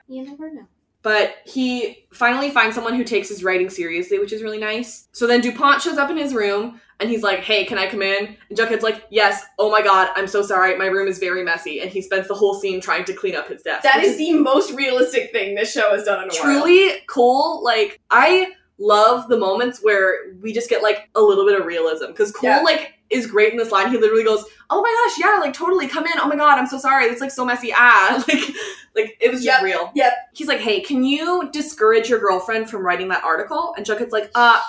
Speaker 5: You never know.
Speaker 2: But he finally finds someone who takes his writing seriously, which is really nice. So then DuPont shows up in his room and he's like, Hey, can I come in? And Jughead's like, Yes, oh my god, I'm so sorry, my room is very messy. And he spends the whole scene trying to clean up his desk.
Speaker 1: That
Speaker 2: which
Speaker 1: is the most realistic thing this show has done in a while.
Speaker 2: truly cool. Like, I love the moments where we just get like a little bit of realism because cool,
Speaker 1: Yeah.
Speaker 2: like, is great in this line. He literally goes, "Oh my gosh, yeah, like totally come in. Oh my god, I'm so sorry. It's like so messy. Ah, *laughs* like, like it was just
Speaker 1: Yep.
Speaker 2: real."
Speaker 1: Yep.
Speaker 2: He's like, "Hey, can you discourage your girlfriend from writing that article?" And Jughead's like, "Uh,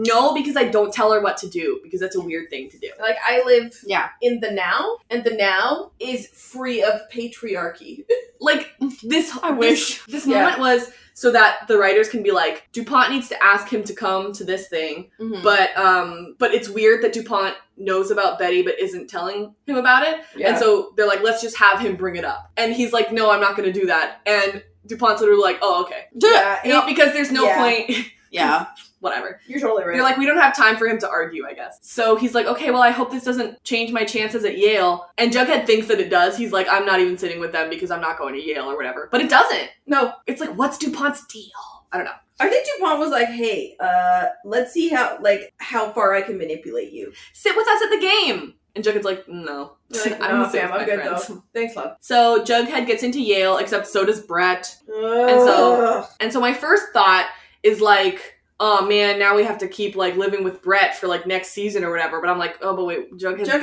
Speaker 2: no, because I don't tell her what to do because that's a weird thing to do."
Speaker 1: Like I live
Speaker 4: Yeah.
Speaker 1: in the now, and the now is free of patriarchy.
Speaker 2: *laughs* like this i
Speaker 1: wish.
Speaker 2: this,
Speaker 1: Yeah.
Speaker 2: moment was so that the writers can be like dupont needs to ask him to come to this thing
Speaker 1: Mm.
Speaker 4: Mhm.
Speaker 2: but um but it's weird that dupont knows about betty but isn't telling him about it and so they're like let's just have him bring it up and he's like no i'm not gonna do that and dupont's literally like oh okay
Speaker 1: yeah,
Speaker 2: *laughs* You know, because there's no
Speaker 1: Yeah.
Speaker 2: point *laughs*
Speaker 4: Yeah.
Speaker 2: whatever
Speaker 1: you're totally right.
Speaker 2: they're like, we don't have time for him to argue, I guess. So he's like, okay, well, I hope this doesn't change my chances at Yale. And Jughead thinks that it does. He's like, I'm not even sitting with them because I'm not going to Yale or whatever. But it doesn't. No, it's like, what's DuPont's deal? I don't know.
Speaker 1: I think Dupont was like, "Hey, uh, let's see how like how far I can manipulate you."
Speaker 2: Sit with us at the game. And Jughead's like, no.
Speaker 1: You're
Speaker 2: *laughs*
Speaker 1: like,
Speaker 2: gonna
Speaker 1: "Nah,
Speaker 2: sit
Speaker 1: fam,
Speaker 2: with
Speaker 1: I'm
Speaker 2: my
Speaker 1: good, Thanks, love.
Speaker 2: So Jughead gets into Yale, except so does Brett.
Speaker 1: And
Speaker 2: so- And so my first thought is like, oh man, now we have to keep like living with Brett for like next season or whatever. But I'm like, oh, but wait, Jughead's, dead.
Speaker 1: Jughead's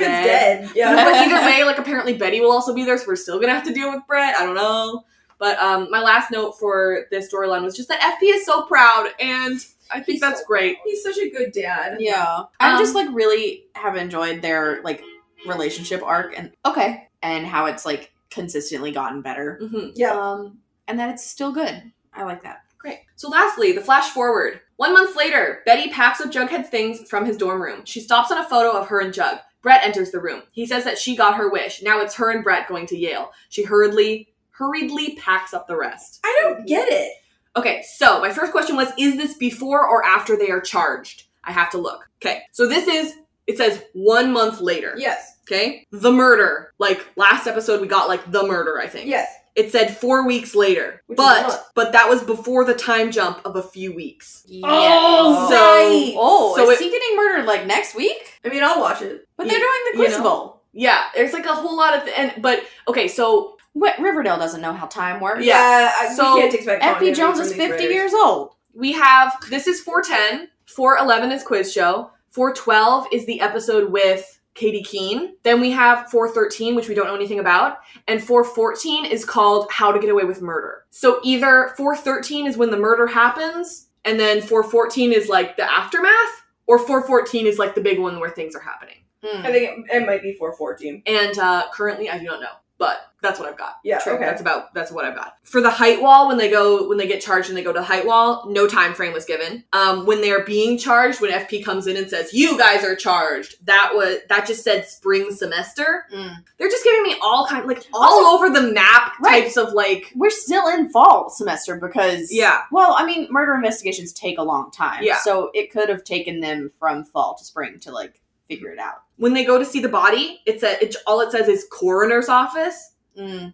Speaker 4: *laughs*
Speaker 1: dead. Yeah.
Speaker 2: but either way, like apparently Betty will also be there, so we're still gonna have to deal with Brett. I don't know. But um, my last note for this storyline was just that FP is so proud, and I think
Speaker 1: He's
Speaker 2: that's great.
Speaker 1: He's such a good dad.
Speaker 4: Yeah. I
Speaker 2: Um,
Speaker 4: just like really have enjoyed their like relationship arc and okay. And how it's like consistently gotten better.
Speaker 2: hmm
Speaker 1: Yeah.
Speaker 4: Um and that it's still good. I like that.
Speaker 2: Great. So lastly, the flash forward. One month later, Betty packs up Jughead's things from his dorm room. She stops on a photo of her and Jug. Brett enters the room. He says that she got her wish. Now it's her and Brett going to Yale. She hurriedly, hurriedly packs up the rest.
Speaker 1: I don't get it.
Speaker 2: Okay, so my first question was Is this before or after they are charged? I have to look. Okay, so this is, it says one month later.
Speaker 1: Yes.
Speaker 2: Okay, the murder. Like last episode, we got like the murder, I think.
Speaker 1: Yes.
Speaker 2: It said four weeks later,
Speaker 1: Which is a
Speaker 2: but
Speaker 1: month.
Speaker 2: but that was before the time jump of a few weeks.
Speaker 4: Oh,
Speaker 2: so-
Speaker 1: right.
Speaker 4: oh
Speaker 2: so
Speaker 4: is
Speaker 2: it-
Speaker 4: he getting murdered like next week?
Speaker 1: I mean, I'll watch it.
Speaker 4: But
Speaker 2: Yeah,
Speaker 4: they're doing the
Speaker 2: you
Speaker 4: quiz
Speaker 2: know.
Speaker 4: bowl.
Speaker 2: Yeah, there's like a whole lot of and but okay, so
Speaker 4: What Riverdale doesn't know how time works.
Speaker 2: Yeah.
Speaker 1: I,
Speaker 2: So,
Speaker 1: we can't expect
Speaker 4: FB
Speaker 1: longevity
Speaker 4: Jones
Speaker 1: from
Speaker 4: is
Speaker 1: these
Speaker 4: 50
Speaker 1: writers.
Speaker 4: years old.
Speaker 2: we have this is 410, 411 is quiz show, 412 is the episode with Katie Keene. Then we have 413, which we don't know anything about, and 414 is called How to Get Away with Murder. So either 413 is when the murder happens, and then 414 is like the aftermath, or 414 is like the big one where things are happening.
Speaker 1: I think it, it might be 414.
Speaker 2: And uh, currently, I do not know, but that's what I've got.
Speaker 1: Yeah.
Speaker 2: Sure,
Speaker 1: Okay.
Speaker 2: That's about that's what I've got. For the height wall, when they go when they get charged and they go to the height wall, no time frame was given. Um, when they're being charged, when FP comes in and says, You guys are charged, that was that just said spring semester.
Speaker 4: Mm.
Speaker 2: They're just giving me all kind like all over the map
Speaker 4: Right.
Speaker 2: types of like
Speaker 4: We're still in fall semester because
Speaker 2: Yeah.
Speaker 4: Well, I mean, murder investigations take a long time.
Speaker 2: Yeah.
Speaker 4: So it could have taken them from fall to spring to like figure it out.
Speaker 2: When they go to see the body, it's a it, all it says is coroner's office.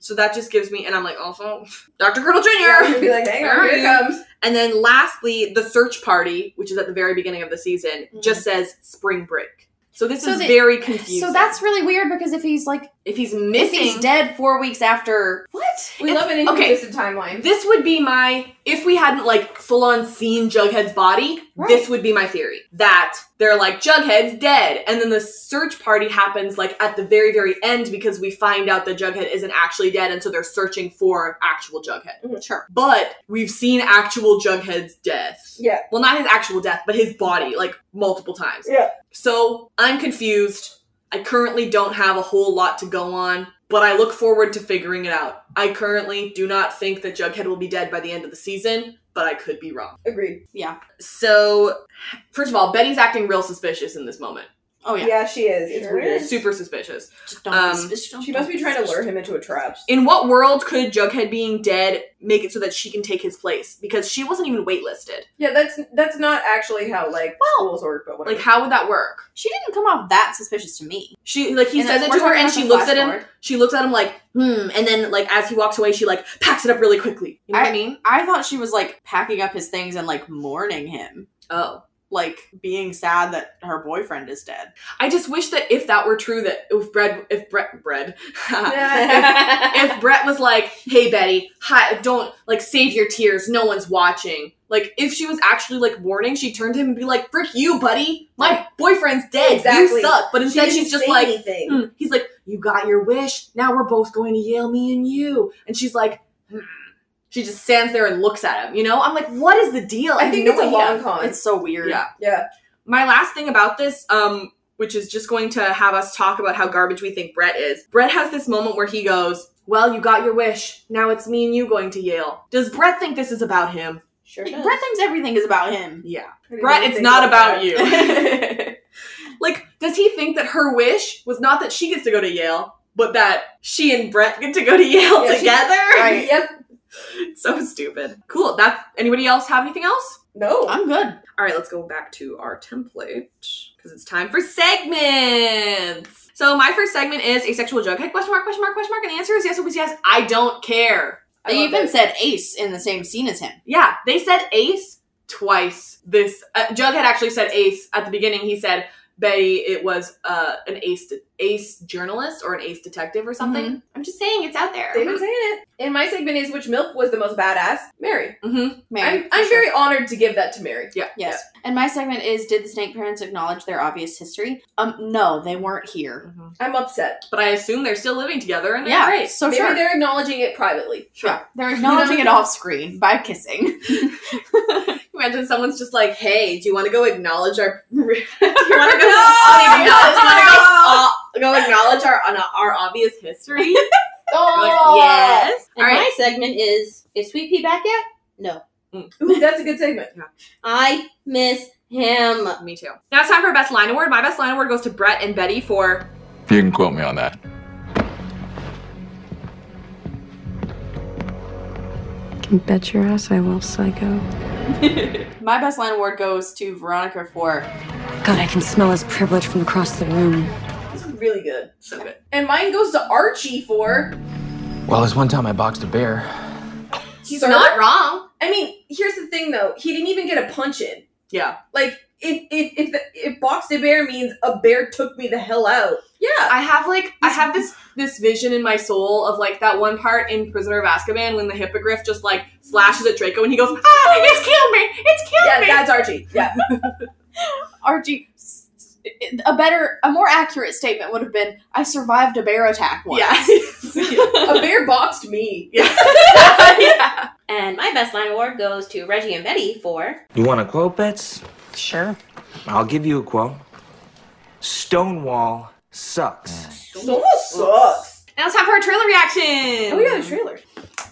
Speaker 2: So that just gives me and I'm like, also Dr. Colonel Jr.
Speaker 1: Yeah, I'm gonna be like, hang on, here it
Speaker 2: Alright.
Speaker 1: comes.
Speaker 2: And then lastly, the search party, which is at the very beginning of the season, just says spring break. So this
Speaker 4: Mm-hmm. So
Speaker 2: is
Speaker 4: the-
Speaker 2: very confusing.
Speaker 4: So that's really weird because if he's like
Speaker 2: if he's
Speaker 4: if
Speaker 2: missing
Speaker 4: he's dead four weeks after
Speaker 2: What?
Speaker 1: We love an
Speaker 2: okay.
Speaker 1: inconsistent timeline.
Speaker 2: This would be my if we hadn't like full on seen Jughead's body, this would be my theory. That they're like Jughead's dead and then the search party happens like at the very very end because we find out that Jughead isn't actually dead and so they're searching for actual Jughead.
Speaker 4: Mm-hmm. Sure.
Speaker 2: But we've seen actual Jughead's death.
Speaker 1: Yeah.
Speaker 2: Well, not his actual death, but his body, like multiple times.
Speaker 1: Yeah.
Speaker 2: So I'm confused. I currently don't have a whole lot to go on, but I look forward to figuring it out. I currently do not think that Jughead will be dead by the end of the season, but I could be wrong.
Speaker 1: Agreed.
Speaker 2: So, first of all, Betty's acting real suspicious in this moment.
Speaker 4: Oh, yeah.
Speaker 3: Yeah, she is. It's
Speaker 4: Sure
Speaker 3: weird.
Speaker 2: Super suspicious.
Speaker 4: Just don't
Speaker 2: Um,
Speaker 4: Oh, just don't-
Speaker 3: She must be trying to lure him into a trap.
Speaker 2: In what world could Jughead being dead make it so that she can take his place? Because she wasn't even waitlisted.
Speaker 3: Yeah, that's that's not actually how like schools work, but whatever.
Speaker 2: Like, how would that work?
Speaker 4: She didn't come off that suspicious to me.
Speaker 2: She like he
Speaker 4: And uh,
Speaker 2: says it
Speaker 4: we're
Speaker 2: to her,
Speaker 4: talking
Speaker 2: and
Speaker 4: about
Speaker 2: she
Speaker 4: the
Speaker 2: looks
Speaker 4: flash
Speaker 2: at him.
Speaker 4: forward.
Speaker 2: She looks at him like hmm, and then like as he walks away, she like packs it up really quickly. You know what I mean?
Speaker 4: I thought she was like packing up his things and like mourning him,
Speaker 2: Oh,
Speaker 4: like being sad that her boyfriend is
Speaker 2: *laughs*
Speaker 4: dead.
Speaker 2: I just wish that if that were true, that if Brett, if Brett, bread, *laughs* if Brett was like, "Hey Betty, hi, don't like save your tears, no one's watching." Like if she was actually like warning, she turned to him and be like, "Frick you, buddy, my boyfriend's dead, you
Speaker 3: Exactly.
Speaker 2: suck." But instead,
Speaker 3: didn't
Speaker 2: she's just
Speaker 3: say
Speaker 2: like,
Speaker 3: anything.
Speaker 2: "Hmm." "He's like, you got your wish. Now we're both going to Yale, me and you." And she's like, "Hmm." she just stands there and looks at him. You know, I'm like, "What is the deal?"
Speaker 3: I
Speaker 2: have
Speaker 3: think
Speaker 2: no
Speaker 3: it's a
Speaker 2: idea.
Speaker 3: long con.
Speaker 4: It's so weird.
Speaker 2: Yeah.
Speaker 3: yeah.
Speaker 2: My last thing about this, um, which is just going to have us talk about how garbage we think Brett is. Brett has this moment where he goes, Well, you got your wish. Now it's me and you going to Yale. Does Brett think this is about him?
Speaker 5: Sure
Speaker 4: Like, Brett thinks everything is about him.
Speaker 2: Yeah.
Speaker 3: I didn't
Speaker 2: Brett,
Speaker 3: even
Speaker 2: it's
Speaker 3: think
Speaker 2: not about
Speaker 3: that.
Speaker 2: you.
Speaker 3: *laughs*
Speaker 2: like, does he think that her wish was not that she gets to go to Yale, but that she and Brett get to go to Yale
Speaker 3: Yeah, she-
Speaker 2: together?
Speaker 3: Right. Yep.
Speaker 2: *laughs* so stupid. Cool. That anybody else have anything else?
Speaker 3: No.
Speaker 4: I'm good.
Speaker 2: All right, let's go back to our template because it's time for segments. So my first segment is a sexual joke. Hey, question mark, question mark, question mark, and the answer is yes, always yes. I don't care.
Speaker 3: I
Speaker 4: They
Speaker 3: love
Speaker 4: even
Speaker 3: it.
Speaker 4: said Ace in the same scene as him.
Speaker 2: Yeah, they said ace twice. This uh, Jughead actually said ace at the beginning. He said Betty, it was uh, an ace de- ace journalist or an ace detective or something.
Speaker 4: Mm-hmm.
Speaker 2: I'm just saying it's out there.
Speaker 3: They've been saying it. And my segment is which milk was the most badass? Mary.
Speaker 2: Mm-hmm.
Speaker 4: Mary,
Speaker 3: I'm, I'm
Speaker 4: for sure.
Speaker 3: very honored to give that to Mary.
Speaker 4: Yes. And my segment is Did the snake parents acknowledge their obvious history? Um, no, they weren't here.
Speaker 3: I'm upset.
Speaker 2: But I assume they're still living together and they're
Speaker 4: Yeah,
Speaker 2: great.
Speaker 4: so
Speaker 3: Oh, Maybe
Speaker 4: Oh, sure.
Speaker 3: they're acknowledging it privately.
Speaker 4: Yeah, they're
Speaker 3: *laughs*
Speaker 4: acknowledging it off screen by kissing.
Speaker 2: Imagine someone's just like, "Hey, do you want to go acknowledge our? *laughs* do you want to go? I don't even know. Do you want to go, uh, go acknowledge our uh, our obvious history? You're like, yes.
Speaker 5: And
Speaker 2: All right.
Speaker 5: my segment is Is Sweet Pea back yet? No.
Speaker 3: Ooh, that's a good segment.
Speaker 5: I miss him.
Speaker 2: Me too. Now it's time for best line award. My best line award goes to Brett and Betty for
Speaker 14: You can quote me on that.
Speaker 15: Can bet your ass I will, psycho.
Speaker 4: My best line award goes to Veronica for
Speaker 15: God, I can smell his privilege from across the room.
Speaker 3: This is really good.
Speaker 2: so good.
Speaker 3: And mine goes to Archie for.
Speaker 16: Well, there's one time I boxed a bear.
Speaker 2: He's
Speaker 3: Sir?
Speaker 2: not wrong.
Speaker 3: I mean, here's the thing though. He didn't even get a punch in.
Speaker 2: Yeah.
Speaker 3: Like, if if if, the, if boxed a bear means a bear took me the hell out. Yeah.
Speaker 2: I have like I have this this vision in my soul of like that one part in Prisoner of Azkaban when the hippogriff just like slashes at Draco and he goes, "Ah, it's killed me! It's killed
Speaker 3: Yeah,
Speaker 2: me!" *laughs*
Speaker 3: that's Archie. Yeah.
Speaker 4: Archie. s- s- A better, a more accurate statement would have been I survived a bear attack once.
Speaker 2: yeah.
Speaker 3: a bear boxed me.
Speaker 2: yeah.
Speaker 5: And my best line award goes to Reggie and Betty for
Speaker 16: You want a quote, Bets?
Speaker 15: Sure.
Speaker 16: I'll give you a quote. Stonewall sucks.
Speaker 3: Stonewall sucks.
Speaker 2: Now it's time for our trailer reaction.
Speaker 3: Oh yeah, the trailer.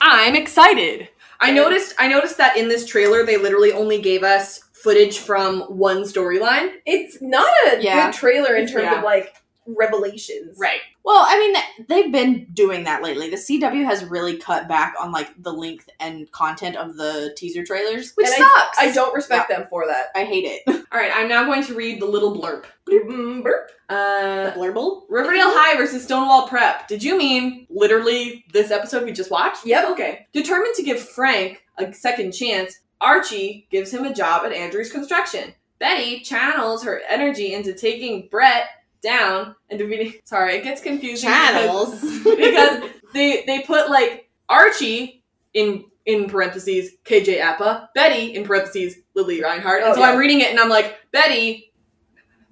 Speaker 2: I'm excited. I noticed I noticed that in this trailer they literally only gave us footage from one storyline.
Speaker 3: It's not a
Speaker 4: Yeah.
Speaker 3: good trailer in terms
Speaker 2: Yeah.
Speaker 3: of like revelations.
Speaker 2: Right.
Speaker 4: Well, I mean, they've been doing that lately. The CW has really cut back on like the length and content of the teaser trailers.
Speaker 2: Which
Speaker 3: And
Speaker 2: sucks.
Speaker 3: I don't respect them for that.
Speaker 4: I hate it.
Speaker 2: All right, I'm now going to read the little blurb.
Speaker 3: Mm, burp.
Speaker 2: Uh
Speaker 5: Blurble.
Speaker 2: Riverdale High versus Stonewall Prep. Did you mean literally this episode we just watched?
Speaker 3: Yep.
Speaker 2: Okay. Determined to give Frank a second chance, Archie gives him a job at Andrew's construction. Betty channels her energy into taking Brett down and defeating. Sorry, it gets confusing.
Speaker 5: Channels.
Speaker 2: because, because they they put like Archie in in parentheses KJ Appa, Betty in parentheses Lily Reinhardt, and
Speaker 3: Oh,
Speaker 2: so
Speaker 3: yeah.
Speaker 2: I'm reading it and I'm like Betty.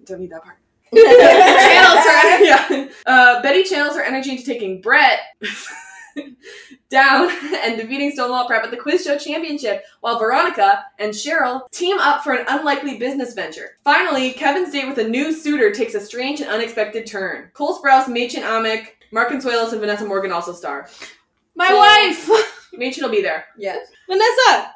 Speaker 2: Don't read that part channels
Speaker 3: Channels
Speaker 2: her *laughs* yeah. Uh, Betty channels her energy into taking Brett *laughs* down and defeating Stonewall Prep at the Quiz Show Championship, while Veronica and Cheryl team up for an unlikely business venture. Finally, Kevin's date with a new suitor takes a strange and unexpected turn. Cole Sprouse, Machen Amick, Mark Consuelos, and Vanessa Morgan also star.
Speaker 4: My
Speaker 2: So-
Speaker 4: wife.
Speaker 2: Machen will be there.
Speaker 3: Yes.
Speaker 5: Vanessa.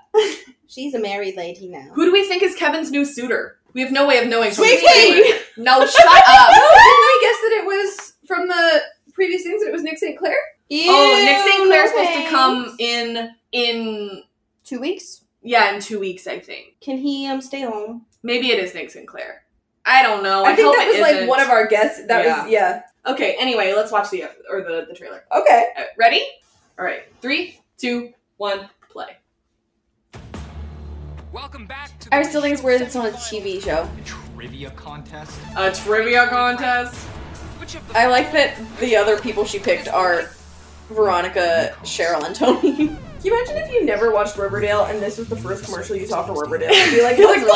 Speaker 5: She's a married lady now.
Speaker 2: Who do we think is Kevin's new suitor? We have no way of knowing. from
Speaker 1: Swiggy!
Speaker 2: this trailer.
Speaker 1: *laughs*
Speaker 2: No, shut up.
Speaker 1: didn't we guess that it was from the previous things that it was Nick St. Clair?
Speaker 2: oh, Nick St. Clair's supposed to come in in
Speaker 4: Two weeks?
Speaker 2: yeah in two weeks, I think.
Speaker 5: Can he um stay home?
Speaker 2: Maybe it is Nick Sinclair. I don't know. I,
Speaker 1: I think
Speaker 2: hope
Speaker 1: that
Speaker 2: it
Speaker 1: was like
Speaker 2: isn't.
Speaker 1: one of our guests. That was yeah.
Speaker 2: Okay. Anyway, let's watch the ep- or the the trailer.
Speaker 1: Okay.
Speaker 2: Uh, ready? All right. Three, two, one, play.
Speaker 17: Welcome back to
Speaker 4: I still think it's weird it's on a TV show.
Speaker 17: trivia contest.
Speaker 2: A trivia
Speaker 1: *laughs*
Speaker 2: contest.
Speaker 17: Which of the
Speaker 4: I like that the other people she picked are Veronica, Cheryl, and Tony.
Speaker 1: *laughs* Can you imagine if you never watched Riverdale and this was the first commercial you saw for Riverdale?
Speaker 4: *laughs*
Speaker 1: You'd be like, what's going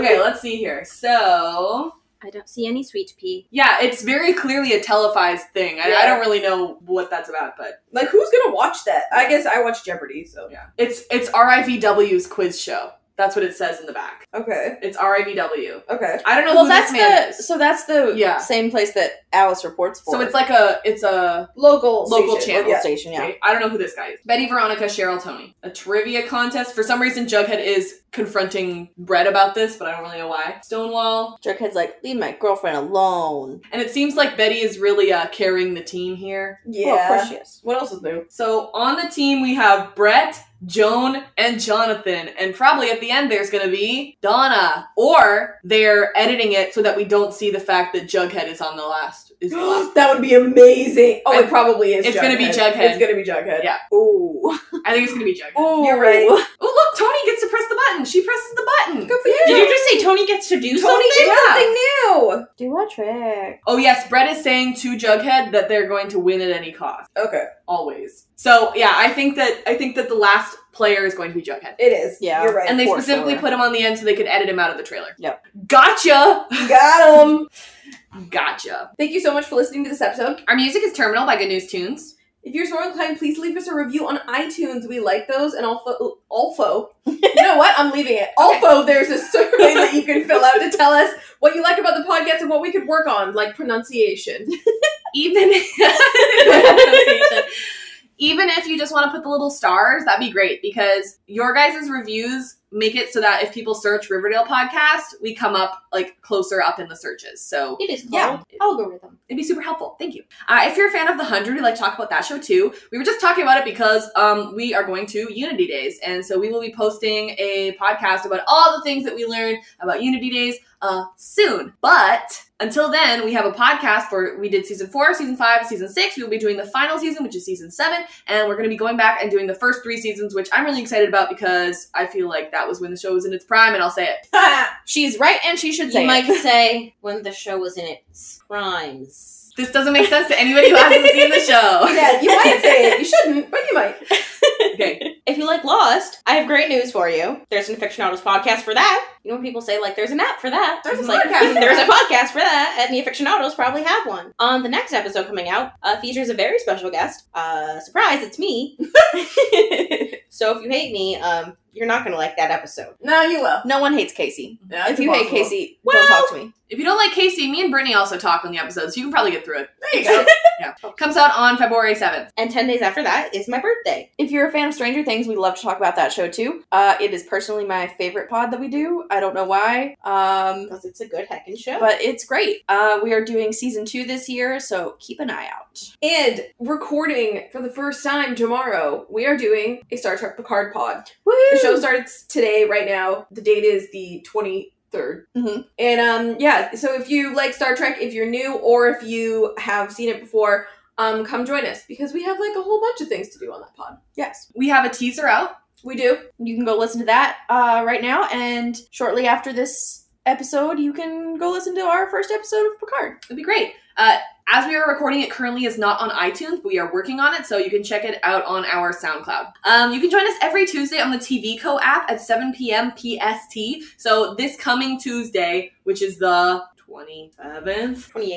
Speaker 1: on?
Speaker 2: Okay, let's see here. So
Speaker 5: I don't see any sweet pea.
Speaker 2: yeah, it's very clearly a televised thing. I, I
Speaker 1: Yeah.
Speaker 2: don't really know what that's about, but
Speaker 1: *laughs* Like, who's gonna watch that? I guess I watch Jeopardy, so
Speaker 2: yeah, it's it's RIVW's quiz show. That's what it says in the back.
Speaker 1: okay,
Speaker 2: It's RIVW.
Speaker 1: okay.
Speaker 2: I don't know.
Speaker 4: well,
Speaker 2: who
Speaker 4: that's
Speaker 2: this man
Speaker 4: the
Speaker 2: is.
Speaker 4: so that's the
Speaker 2: Yeah.
Speaker 4: same place that Alice reports for.
Speaker 2: So it's like a it's a
Speaker 1: Local,
Speaker 2: Local
Speaker 1: station.
Speaker 2: channel.
Speaker 4: local
Speaker 1: Yeah.
Speaker 4: station, yeah.
Speaker 2: I don't know who this guy is. Betty, Veronica, Cheryl, Tony. A trivia contest. For some reason, Jughead is confronting Brett about this, but I don't really know why. Stonewall,
Speaker 4: Jughead's like, leave my girlfriend alone.
Speaker 2: and it seems like Betty is really uh, carrying the team here.
Speaker 1: Yeah.
Speaker 4: Well, of course she is.
Speaker 1: What else is new?
Speaker 2: So on the team we have Brett, Joan, and Jonathan, and probably at the end there's going to be Donna. Or they're editing it so that we don't see the fact that Jughead is on the last. Is the last.
Speaker 1: *laughs* that would be amazing. *gasps* Oh,
Speaker 2: I-
Speaker 1: it probably is.
Speaker 2: it's gonna be Jughead.
Speaker 1: It's gonna be Jughead.
Speaker 2: Yeah.
Speaker 1: Ooh.
Speaker 2: I think it's going to be Jughead.
Speaker 4: Oh,
Speaker 1: You're right.
Speaker 4: *laughs*
Speaker 2: Oh look, Tony gets to press the button. She presses the button.
Speaker 1: Good for you.
Speaker 5: Did you just say Tony gets to do
Speaker 1: Tony
Speaker 5: something?
Speaker 1: did
Speaker 2: Yeah.
Speaker 1: something new.
Speaker 4: Do a trick.
Speaker 2: Oh yes, Brett is saying to Jughead that they're going to win at any cost,
Speaker 1: Okay.
Speaker 2: always. So yeah, I think that I think that the last player is going to be Jughead,
Speaker 1: It is.
Speaker 4: Yeah.
Speaker 1: You're right.
Speaker 2: and they
Speaker 4: for
Speaker 2: specifically
Speaker 4: sure.
Speaker 2: put him on the end so they could edit him out of the trailer.
Speaker 4: Yep.
Speaker 2: Gotcha.
Speaker 1: Got him.
Speaker 2: Gotcha.
Speaker 1: Thank you so much for listening to this episode.
Speaker 2: Our music is Terminal by Good News Tunes.
Speaker 1: If you're so inclined, please leave us a review on iTunes. We like those. And also,
Speaker 2: *laughs*
Speaker 1: also you know what? I'm leaving it. Also, there's a survey that you can fill out to tell us what you like about the podcast and what we could work on, like pronunciation.
Speaker 2: *laughs* Even *laughs* if, even if you just want to put the little stars, that'd be great because your guys' reviews make it so that if people search Riverdale podcast, we come up like closer up in the searches. So
Speaker 5: It is called
Speaker 2: Yeah.
Speaker 5: algorithm.
Speaker 2: It'd be super helpful. Thank you. Uh, if you're a fan of The Hundred, we'd like to talk about that show too. We were just talking about it because um, we are going to Unity Days. And so we will be posting a podcast about all the things that we learned about Unity Days uh, soon. But until then, we have a podcast for we did season four, season five, season six. We will be doing the final season, which is season seven. And we're going to be going back and doing the first three seasons, which I'm really excited about because I feel like that was when the show was in its prime. And I'll say it.
Speaker 4: *laughs* She's right and she should
Speaker 5: You
Speaker 4: say
Speaker 5: might
Speaker 4: it.
Speaker 5: say when the show was in its crimes.
Speaker 2: This doesn't make sense to anybody who hasn't seen the show.
Speaker 1: yeah, you might say it. You shouldn't, but you might.
Speaker 2: Okay.
Speaker 5: If you like Lost, I have great news for you. There's an Aficionados podcast for that. You know when people say like there's an app for that?
Speaker 1: There's a
Speaker 5: like,
Speaker 1: podcast for
Speaker 5: *laughs* There's
Speaker 1: that.
Speaker 5: a podcast for that, and the Aficionados probably have one. Um, the next episode coming out uh, features a very special guest. Uh, surprise, it's me. *laughs* so if you hate me, um, you're not gonna like that episode.
Speaker 1: No, you will.
Speaker 4: No one hates Casey.
Speaker 1: Yeah,
Speaker 4: if you hate Casey, don't
Speaker 2: Well-
Speaker 4: talk to me.
Speaker 2: If you don't like Casey, me and Brittany also talk on the episode, so you can probably get through it.
Speaker 1: there you go.
Speaker 4: *laughs*
Speaker 2: Comes out on February 7th.
Speaker 5: And ten days after that is my birthday.
Speaker 4: If you're a fan of Stranger Things, we love to talk about that show too. Uh, it is personally my favorite pod that we do. I don't know why, um,
Speaker 5: Because it's a good heckin' show.
Speaker 4: but it's great. Uh, we are doing season two this year, so keep an eye out.
Speaker 1: And recording for the first time tomorrow, we are doing a Star Trek Picard pod.
Speaker 4: Woo!
Speaker 1: The show starts today, right now. The date is the 23rd.
Speaker 2: Mm-hmm.
Speaker 4: Mhm.
Speaker 1: And um, yeah, so if you like Star Trek, if you're new or if you have seen it before, um, come join us because we have like a whole bunch of things to do on that pod.
Speaker 4: Yes,
Speaker 2: We have a teaser out.
Speaker 1: We do.
Speaker 4: you can go listen to that uh, right now, and shortly after this episode, you can go listen to our first episode of Picard.
Speaker 2: It'd be great. Uh, as we are recording, it currently is not on iTunes, but we are working on it, so you can check it out on our SoundCloud. Um, you can join us every Tuesday on the TV Co app at 7 p.m. PST. So this coming Tuesday, which is the 27th,
Speaker 5: Twenty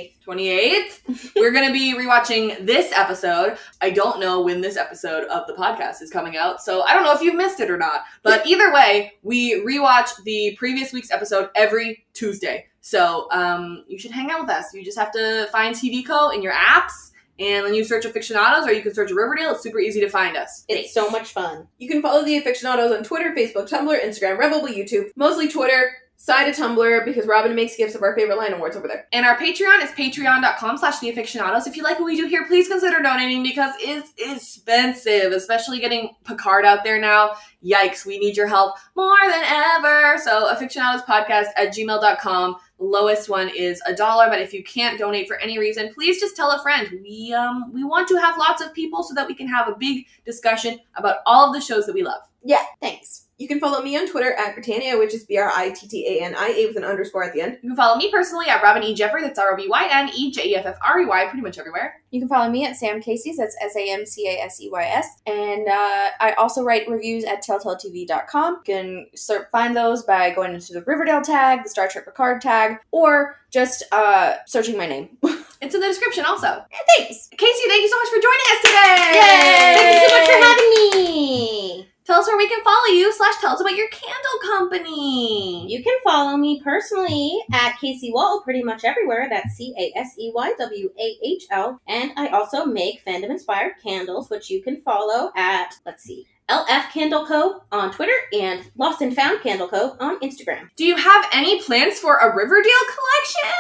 Speaker 5: eighth.
Speaker 2: 28th, we're going to be rewatching this episode. I don't know when this episode of the podcast is coming out, so I don't know if you've missed it or not.
Speaker 5: *laughs*
Speaker 2: But either way, we rewatch the previous week's episode every Tuesday. So um, you should hang out with us. You just have to find TVCo in your apps, and then you search Aficionados or you can search Riverdale. It's super easy to find us.
Speaker 5: It's so much fun.
Speaker 1: You can follow the aficionados on Twitter, Facebook, Tumblr, Instagram, Rebel, YouTube, mostly Twitter.
Speaker 3: Side of Tumblr because Robin makes gifts of our favorite line awards over there.
Speaker 2: And our Patreon is patreon.com slash theaficionados. If you like what we do here, please consider donating because it's expensive, especially getting Picard out there now. Yikes, we need your help more than ever. So aficionadospodcast at gmail.com. Lowest one is a dollar, but if you can't donate for any reason, please just tell a friend. We um we want to have lots of people so that we can have a big discussion about all of the shows that we love.
Speaker 3: Yeah.
Speaker 4: Thanks.
Speaker 3: You can follow me on Twitter at Britannia, which is B R I T T A N I A with an underscore at the end.
Speaker 2: You can follow me personally at Robin E. Jeffrey, that's R O B Y N E J E F F R E Y, pretty much everywhere.
Speaker 4: You can follow me at Sam Casey's. That's S A M C A S E Y S. And uh, I also write reviews at telltaletv.com. You can ser- find those by going into the Riverdale tag, the Star Trek Picard tag, or just uh, searching my name. *laughs*
Speaker 2: It's in the description also.
Speaker 4: Thanks.
Speaker 2: Casey, thank you so much for joining us today.
Speaker 5: Thank you so much for having me.
Speaker 2: Tell us where we can follow you, slash tell us about your candle company.
Speaker 5: You can follow me personally at Casey Wall pretty much everywhere. That's C A S E Y W A H L. And I also make fandom inspired candles, which you can follow at, let's see, LF Candle Co. on Twitter and Lost and Found Candle Co. on Instagram.
Speaker 2: Do you have any plans for a Riverdale collection?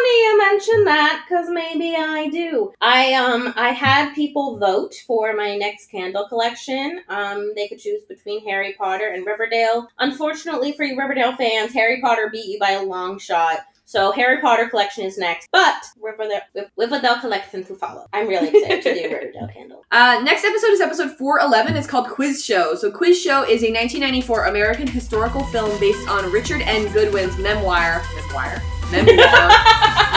Speaker 5: Funny you mention that because maybe I do. I um I had people vote for my next candle collection. Um, they could choose between Harry Potter and Riverdale. Unfortunately for you Riverdale fans, Harry Potter beat you by a long shot. So Harry Potter collection is next, but Riverdale, Riverdale collection to follow. I'm really excited to do Riverdale candle.
Speaker 2: Uh, next episode is episode 411. It's called Quiz Show. So, Quiz Show is a 1994 American historical film based on Richard N. Goodwin's memoir. Memoir. Memoir.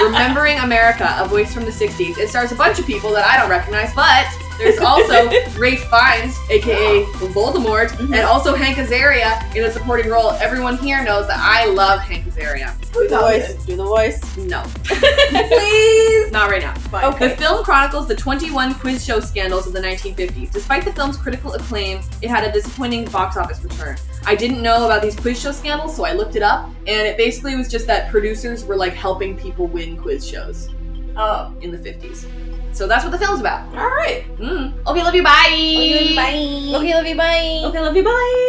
Speaker 2: Remembering America, a voice from the 60s. It stars a bunch of people that I don't recognize, but there's also Rafe Fiennes, aka Voldemort, and also Hank Azaria in a supporting role. Everyone here knows that I love Hank Azaria.
Speaker 3: Who knows?
Speaker 10: Do the voice.
Speaker 2: No. Please! Not right now. The
Speaker 3: Okay.
Speaker 2: film chronicles the 21 quiz show scandals of the 1950s. Despite the film's critical acclaim, it had a disappointing box office return. I didn't know about these quiz show scandals, so I looked it up, and it basically was just that producers were like helping people win quiz shows
Speaker 3: Oh.
Speaker 2: in the 50s. So that's what the film's about.
Speaker 3: All right.
Speaker 2: Mm. Okay, love you. Bye.
Speaker 5: Bye.
Speaker 4: Okay, love you. Bye.
Speaker 5: Okay, love you. Bye. *laughs*